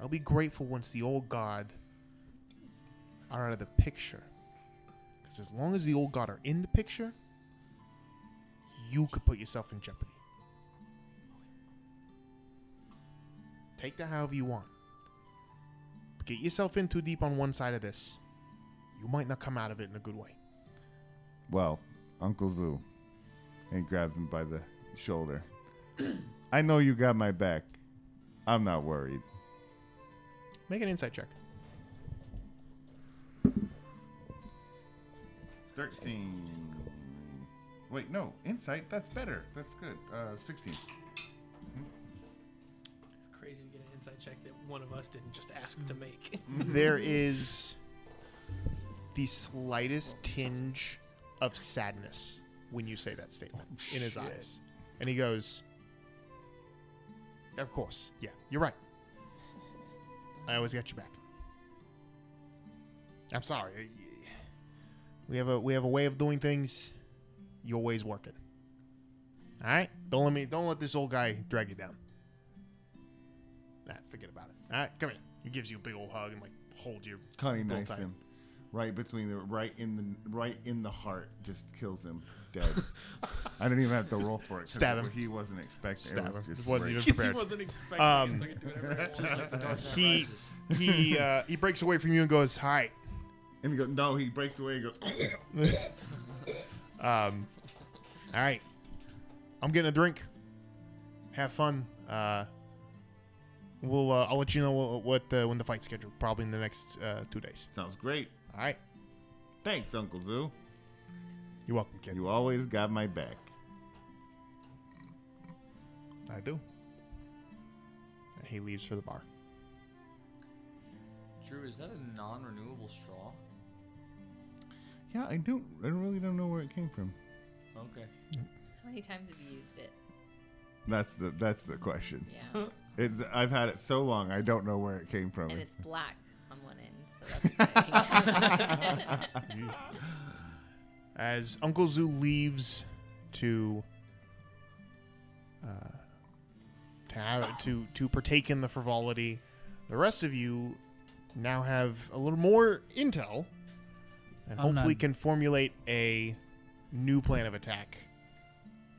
Speaker 2: I'll be grateful once the old guard are out of the picture. Because as long as the old guard are in the picture, you could put yourself in jeopardy. Take that however you want. But get yourself in too deep on one side of this. You might not come out of it in a good way.
Speaker 6: Well, Uncle Zoo. And he grabs him by the shoulder. <clears throat> I know you got my back. I'm not worried.
Speaker 2: Make an insight check.
Speaker 6: 13. Wait, no. Insight, that's better. That's good. Uh, 16.
Speaker 5: It's crazy to get an insight check that one of us didn't just ask to make.
Speaker 2: <laughs> there is the slightest tinge of sadness when you say that statement in his eyes. And he goes, Of course. Yeah, you're right. I always got your back. I'm sorry.
Speaker 6: Uh,
Speaker 2: We have a we have a way of doing things. Your way's working. All right, don't let me don't let this old guy drag you down. Nah, forget about it. All right, come here. He gives you a big old hug and like hold your
Speaker 6: Connie
Speaker 2: bull
Speaker 6: knives
Speaker 2: tight.
Speaker 6: him right between the right in the right in the heart, just kills him
Speaker 2: <laughs>
Speaker 6: dead. I didn't even have to roll for it. 'cause
Speaker 2: Stab
Speaker 6: it-
Speaker 2: him.
Speaker 6: He wasn't expecting.
Speaker 2: Stab
Speaker 6: it was
Speaker 2: him.
Speaker 6: just
Speaker 2: Wasn't
Speaker 6: great.
Speaker 2: even
Speaker 6: <laughs> 'Cause he
Speaker 2: prepared. Um,
Speaker 6: wasn't expecting it, so I could do whatever I
Speaker 2: <laughs>
Speaker 6: want. Just like the Dark Knight
Speaker 2: he he uh, he breaks away from you and goes, "Hi."
Speaker 6: And he goes, "No." He breaks away. and goes.
Speaker 2: <laughs> um, all right, I'm getting a drink. Have fun. Uh, we'll uh, I'll let you know what, what uh, when the fight's scheduled. Probably in the next uh, two days.
Speaker 6: Sounds great.
Speaker 2: All right.
Speaker 6: Thanks, Uncle Zoo.
Speaker 2: You're welcome, kid.
Speaker 6: You always got my back.
Speaker 2: I do. He leaves for the bar.
Speaker 4: Drew, is that a non-renewable straw?
Speaker 6: Yeah, I don't. I really don't know where it came from.
Speaker 4: Okay.
Speaker 3: How many times have you used it?
Speaker 6: That's the that's the question.
Speaker 3: Yeah.
Speaker 6: It's, I've had it so long, I don't know where it came from.
Speaker 3: And it's black on one end, so that's
Speaker 13: <laughs>
Speaker 3: exciting.
Speaker 2: As Uncle Zoo leaves to uh, to, have, to to partake in the frivolity, the rest of you now have a little more intel, and
Speaker 7: I'm
Speaker 2: hopefully
Speaker 7: not-
Speaker 2: can formulate a new plan of attack.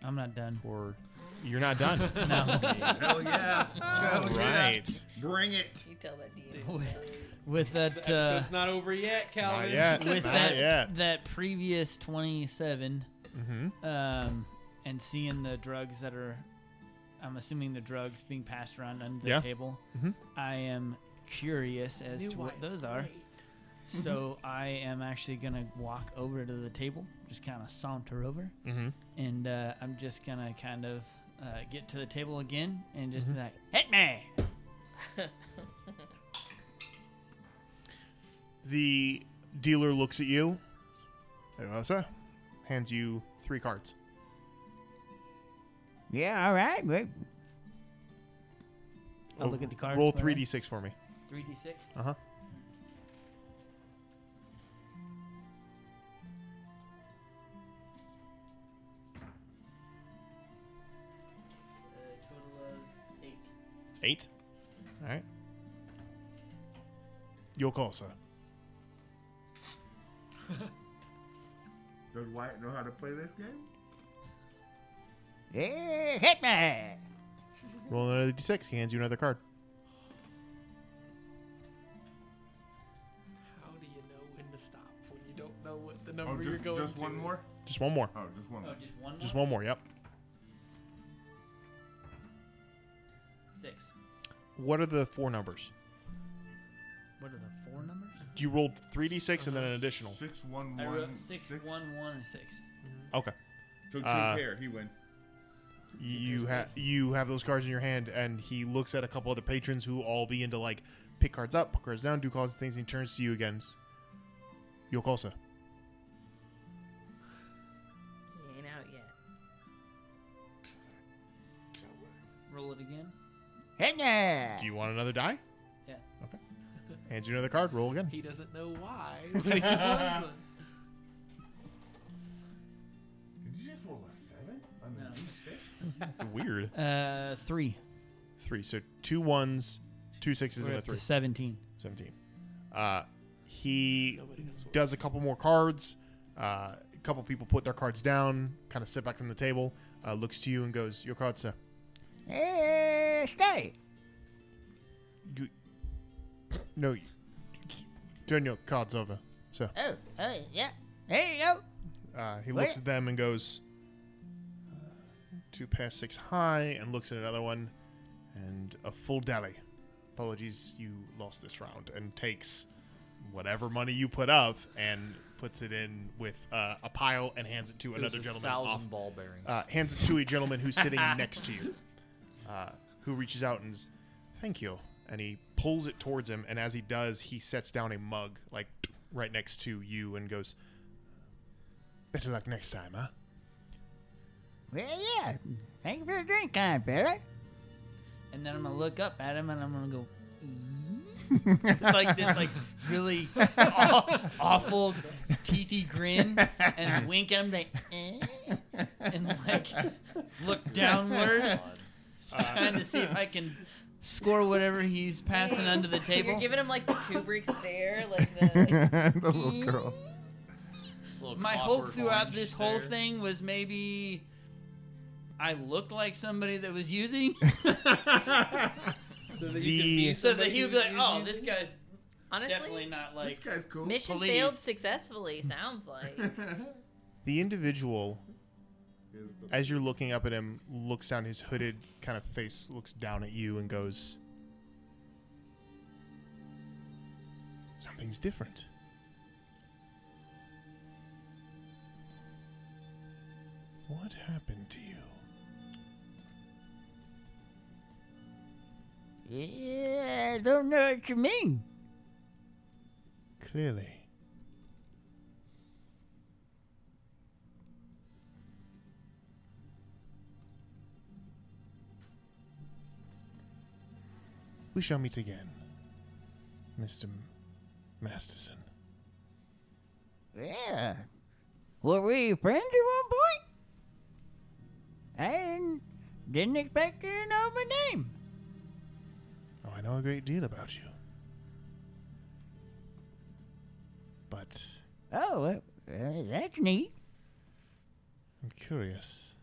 Speaker 7: I'm not done.
Speaker 2: Or you're not done.
Speaker 7: <laughs> No.
Speaker 6: <laughs> Hell yeah.
Speaker 2: All
Speaker 6: Hell yeah.
Speaker 2: right.
Speaker 6: <laughs> Bring it.
Speaker 3: You tell that
Speaker 5: <laughs>
Speaker 3: DM.
Speaker 7: With that,
Speaker 5: The
Speaker 7: uh,
Speaker 5: episode's not over yet, Calvin. <laughs>
Speaker 2: yet.
Speaker 7: With
Speaker 2: Not
Speaker 7: that,
Speaker 2: yet. Mm-hmm.
Speaker 7: that previous 27, um, and seeing the drugs that are, I'm assuming the drugs being passed around under the
Speaker 2: Yeah.
Speaker 7: table,
Speaker 2: Mhm.
Speaker 7: I am curious as
Speaker 5: Knew
Speaker 7: to
Speaker 5: why
Speaker 7: what
Speaker 5: it's
Speaker 7: those are.
Speaker 5: great.
Speaker 7: So
Speaker 2: Mm-hmm.
Speaker 7: I am actually gonna walk over to the table, just kind of saunter over,
Speaker 2: Mhm.
Speaker 7: and uh, I'm just gonna kind of uh, get to the table again and just
Speaker 2: Mm-hmm.
Speaker 7: be like, "Hit me!"
Speaker 5: <laughs>
Speaker 2: The dealer looks at you. Hello, sir. Hands you three cards.
Speaker 9: Yeah, all right. Wait.
Speaker 2: Oh,
Speaker 7: I'll look at the cards
Speaker 2: Roll
Speaker 7: for that.
Speaker 2: three d six for me.
Speaker 7: 3d6.
Speaker 2: Uh huh. Eight. All right. Your call, sir.
Speaker 6: Does Wyatt know how to play this game?
Speaker 9: Yeah, hit me.
Speaker 2: Roll another d6. He hands you another card.
Speaker 5: How do <laughs> you know when to stop when you don't know what the
Speaker 6: Oh,
Speaker 5: number
Speaker 6: just,
Speaker 5: you're going
Speaker 6: just
Speaker 5: to?
Speaker 6: one
Speaker 5: is?
Speaker 6: more.
Speaker 2: Just one more.
Speaker 6: Oh, just one. more.
Speaker 7: just one.
Speaker 2: Just one more. Yep.
Speaker 7: Six.
Speaker 2: What are the four numbers?
Speaker 7: What are the four numbers?
Speaker 2: You rolled three d six and then an additional.
Speaker 6: Six, one,
Speaker 7: I wrote
Speaker 6: one,
Speaker 7: six, one, one, and six. Mm-hmm.
Speaker 2: Okay.
Speaker 6: So two
Speaker 2: Uh,
Speaker 6: pair. He wins.
Speaker 2: You have you have those cards in your hand, and he looks at a couple other patrons who all begin to like pick cards up, put cards down, do cards things, and he turns to you again. Your call, sir.
Speaker 3: He ain't out yet.
Speaker 13: Roll it again.
Speaker 9: Hit me.
Speaker 2: Do you want another die?
Speaker 13: Yeah.
Speaker 2: Okay. Hands you another card. Roll again.
Speaker 5: He doesn't know
Speaker 6: <laughs>
Speaker 5: why, but he wants one.
Speaker 6: Did you just roll a seven? I mean, six?
Speaker 3: <laughs>
Speaker 2: It's weird.
Speaker 7: <laughs> Uh, three.
Speaker 2: Three. So two ones, two sixes,
Speaker 7: We're
Speaker 2: and a
Speaker 7: up to
Speaker 2: three.
Speaker 7: 17.
Speaker 2: Seventeen. Uh, he does a couple more cards. Uh, a couple people put their cards down, kind of sit back from the table, uh, looks to you and goes, "Your card, sir."
Speaker 9: Eh, stay.
Speaker 2: You, no, you, turn your cards over, sir.
Speaker 9: Oh, oh, yeah. There you go.
Speaker 2: Uh, he
Speaker 9: Where-
Speaker 2: looks at them and goes, uh, two past six high, and looks at another one, and a full dally. Apologies, you lost this round, and takes whatever money you put up and puts it in with uh, a pile and hands it to
Speaker 4: It was
Speaker 2: another
Speaker 4: a
Speaker 2: gentleman.
Speaker 4: thousand
Speaker 2: off-
Speaker 4: ball bearings.
Speaker 2: Uh, hands it to a gentleman who's <laughs>
Speaker 4: <laughs>
Speaker 2: sitting next to you, uh, who reaches out and is, thank you, and he pulls it towards him, and as he does, he sets down a mug like right next to you and goes, better luck next time, huh?
Speaker 9: Well, yeah. Thank you for the drink, kind fella.
Speaker 7: And then I'm gonna look up at him and I'm
Speaker 2: <laughs>
Speaker 7: gonna go. "Mm?" it's like this, like really
Speaker 2: <laughs>
Speaker 7: aw- awful,
Speaker 9: <laughs>
Speaker 13: "Eh?"
Speaker 7: teethy grin, and wink at him like, eh? and like
Speaker 13: look downward,
Speaker 5: Uh,
Speaker 13: <laughs> trying to see if I can
Speaker 9: <laughs>
Speaker 13: score whatever he's passing under the table.
Speaker 3: You're giving him like the Kubrick
Speaker 13: <laughs>
Speaker 3: stare, like
Speaker 9: <laughs>
Speaker 3: E.
Speaker 6: the
Speaker 13: little
Speaker 6: girl.
Speaker 13: My hope throughout this whole thing was maybe I looked like somebody that was using. <laughs> so that
Speaker 5: you could be The-
Speaker 13: so that
Speaker 5: somebody
Speaker 13: he would
Speaker 5: who
Speaker 13: be like,
Speaker 5: is
Speaker 13: "Oh,
Speaker 5: using?
Speaker 13: this guy's
Speaker 3: Honestly,
Speaker 13: definitely not like
Speaker 3: Mission
Speaker 13: police.
Speaker 3: failed successfully. Sounds like.
Speaker 6: <laughs>
Speaker 2: The individual, as you're looking up at him, looks down his hooded kind of face, looks down at you, and goes, Something's different. What happened to you?
Speaker 9: Yeah, I don't know what you mean.
Speaker 2: Clearly. We shall meet again, Mr. Masterson.
Speaker 9: Yeah. Were we friends at one point? I didn't, didn't expect you to know my name.
Speaker 2: Oh, I know a great deal about you. But
Speaker 9: Oh, well, uh, that's neat.
Speaker 2: I'm curious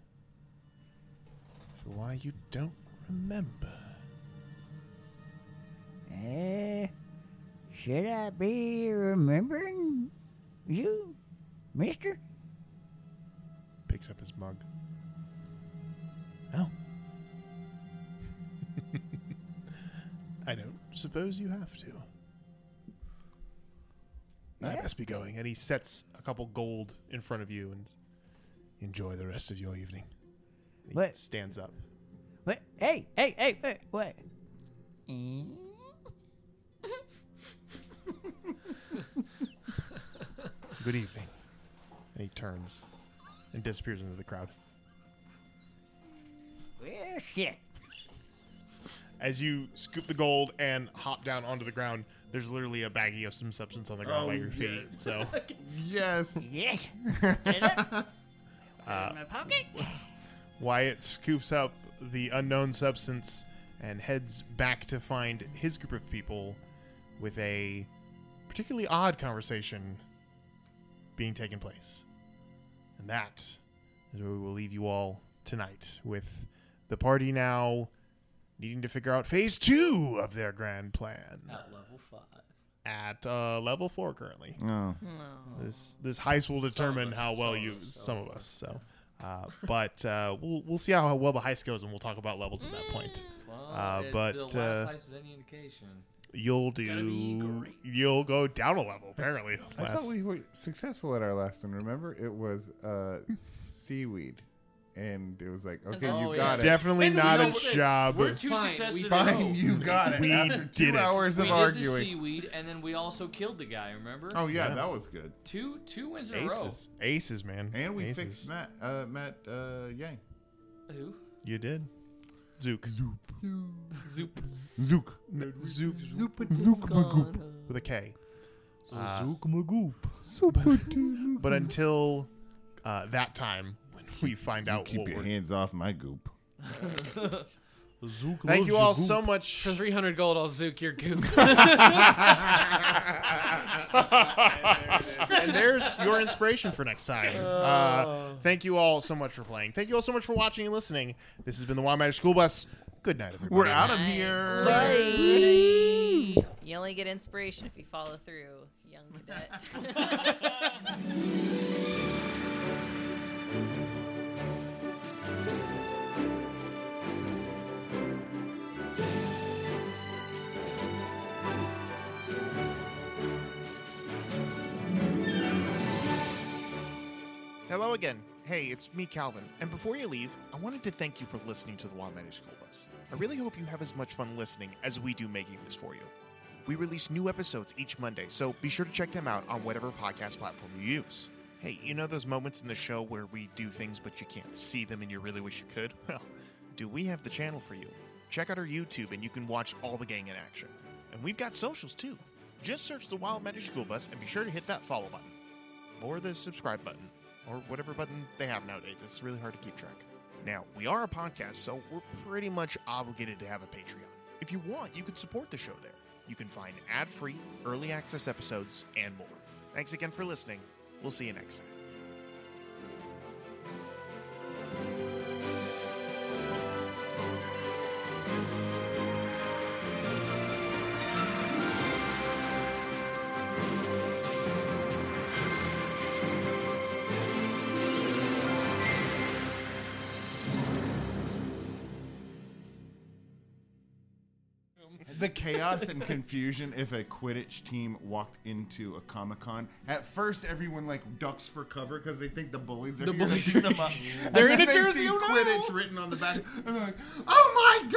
Speaker 2: as to why you don't remember.
Speaker 9: Uh, should I be remembering you, mister?
Speaker 2: Picks up his mug. I don't suppose you have to. I must be going. And he sets a couple gold in front of you and enjoy the rest of your evening. He stands up.
Speaker 9: But hey, hey, hey, wait, wait.
Speaker 2: Good evening. And he turns and disappears into the crowd.
Speaker 9: <laughs> Well, shit.
Speaker 2: As you scoop the gold and hop down onto the ground, there's literally a baggie of some substance on the ground
Speaker 6: Oh,
Speaker 2: by your feet.
Speaker 6: yes. <laughs>
Speaker 2: <laughs> So,
Speaker 6: Yes. <laughs>
Speaker 9: Yeah.
Speaker 2: uh,
Speaker 9: pocket.
Speaker 2: <laughs> Wyatt scoops up the unknown substance and heads back to find his group of people with a particularly odd conversation being taken place. And that is where we will leave you all tonight with the party now needing to figure out phase two of their grand plan
Speaker 8: At level five.
Speaker 2: at uh, level four currently.
Speaker 8: Oh.
Speaker 2: This this heist will determine how well you some of us. So, uh, but uh, we'll we'll see how well the heist goes, and we'll talk about levels at that point. Uh,
Speaker 8: the
Speaker 2: but
Speaker 8: last
Speaker 2: uh,
Speaker 8: is any indication.
Speaker 2: you'll do you'll go down a level apparently.
Speaker 6: I
Speaker 2: Last-
Speaker 6: thought we were successful at our last one. Remember, it was uh, seaweed, and it was like, okay,
Speaker 2: Oh,
Speaker 6: you
Speaker 2: yeah.
Speaker 6: got it.
Speaker 2: Definitely Maybe not we a don't- job. we're too
Speaker 6: fine,
Speaker 8: successful to
Speaker 6: Fine,
Speaker 8: know.
Speaker 6: you got it.
Speaker 2: We
Speaker 6: After
Speaker 2: did
Speaker 6: two
Speaker 2: it.
Speaker 6: hours
Speaker 8: we did
Speaker 6: of
Speaker 8: The
Speaker 6: arguing.
Speaker 8: seaweed, and then we also killed the guy. Remember?
Speaker 6: Oh, yeah, Yeah. that was good.
Speaker 8: Two two wins in a row.
Speaker 2: aces, aces, man,
Speaker 6: And we
Speaker 2: aces.
Speaker 6: fixed Matt. Uh, Matt uh, Yang.
Speaker 8: Who?
Speaker 2: You did. Zook. Zoop.
Speaker 8: Zoop.
Speaker 6: Zook.
Speaker 2: Zook. Zoop.
Speaker 6: Zook. Magoop.
Speaker 2: With a K. Uh,
Speaker 6: Zook
Speaker 2: Magoop. But until uh, that time, when we find out
Speaker 6: Keep
Speaker 2: what
Speaker 6: your
Speaker 2: we're
Speaker 6: hands off my goop.
Speaker 2: Thank you all so much
Speaker 5: for 300 gold. I'll zook
Speaker 6: <laughs>
Speaker 5: your goop. <laughs>
Speaker 2: and
Speaker 6: <laughs>
Speaker 2: there's your inspiration for next time. Uh, thank you all so much for playing. Thank you all so much for watching and listening. This has been the Wild Magic School Bus. Good night, everybody.
Speaker 6: We're out of here.
Speaker 3: Bye. You only get inspiration if you follow through, young
Speaker 13: <laughs>
Speaker 3: cadet. <laughs>
Speaker 2: Hello again. Hey, it's me, Calvin. And before you leave, I wanted to thank you for listening to the Wild Magic School Bus. I really hope you have as much fun listening as we do making this for you. We release new episodes each Monday, so be sure to check them out on whatever podcast platform you use. Hey, you know those moments in the show where we do things but you can't see them and you really wish you could? <laughs> Well, do we have the channel for you? Check out our YouTube and you can watch all the gang in action. And we've got socials too. Just search the Wild Magic School Bus and be sure to hit that follow button or the subscribe button, or whatever button they have nowadays. It's really hard to keep track. Now, we are a podcast, so we're pretty much obligated to have a Patreon. If you want, you can support the show there. You can find ad free, early access episodes, and more. Thanks again for listening. We'll see you next time.
Speaker 6: the chaos and confusion if a Quidditch team walked into a Comic Con. At first, everyone like ducks for cover because they think the bullies are
Speaker 5: The
Speaker 6: here to
Speaker 5: bullies
Speaker 6: shoot
Speaker 5: are
Speaker 6: them
Speaker 5: <laughs>
Speaker 6: up.
Speaker 5: here.
Speaker 6: And
Speaker 5: They're
Speaker 6: then
Speaker 5: in a
Speaker 6: they
Speaker 5: jersey,
Speaker 6: see
Speaker 5: oh no!
Speaker 6: Quidditch written on the back, and they're like, "Oh my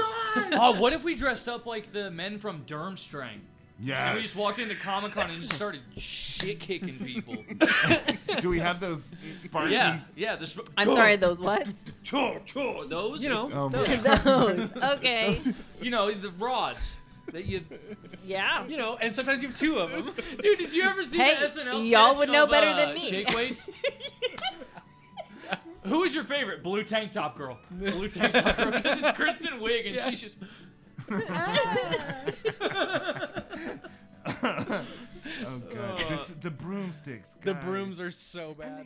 Speaker 6: god!"
Speaker 4: <laughs> oh, what if we dressed up like the men from Durmstrang?
Speaker 6: Yes.
Speaker 4: And we just walked into Comic Con and just started shit kicking people.
Speaker 6: <laughs>
Speaker 5: <laughs>
Speaker 6: Do we
Speaker 4: <laughs>
Speaker 6: have those sparky?
Speaker 4: Yeah, yeah. The sp-
Speaker 3: I'm sorry, those
Speaker 5: <laughs>
Speaker 3: what?
Speaker 4: Chor, chor, those?
Speaker 3: You know,
Speaker 6: Oh,
Speaker 3: those. man. <laughs> Those, okay.
Speaker 4: you know, the rods that you.
Speaker 3: Yeah.
Speaker 5: You know, and sometimes you have two of them.
Speaker 4: <laughs> Dude, did you ever see
Speaker 3: Hey,
Speaker 4: the SNL
Speaker 3: y'all
Speaker 4: sketch
Speaker 3: would know
Speaker 4: of,
Speaker 3: better
Speaker 4: uh,
Speaker 3: than me.
Speaker 4: Shake
Speaker 3: <laughs>
Speaker 4: weights. Who is your favorite blue tank top girl? Blue tank top girl. 'Cause
Speaker 5: <laughs>
Speaker 4: It's Kristen Wiig, and
Speaker 5: Yeah.
Speaker 4: she's
Speaker 5: <laughs>
Speaker 4: <laughs> just.
Speaker 6: <laughs>
Speaker 4: Ah. <laughs>
Speaker 6: Oh god,
Speaker 5: Uh,
Speaker 6: this, the broomsticks.
Speaker 5: The
Speaker 6: guys.
Speaker 5: brooms are so bad.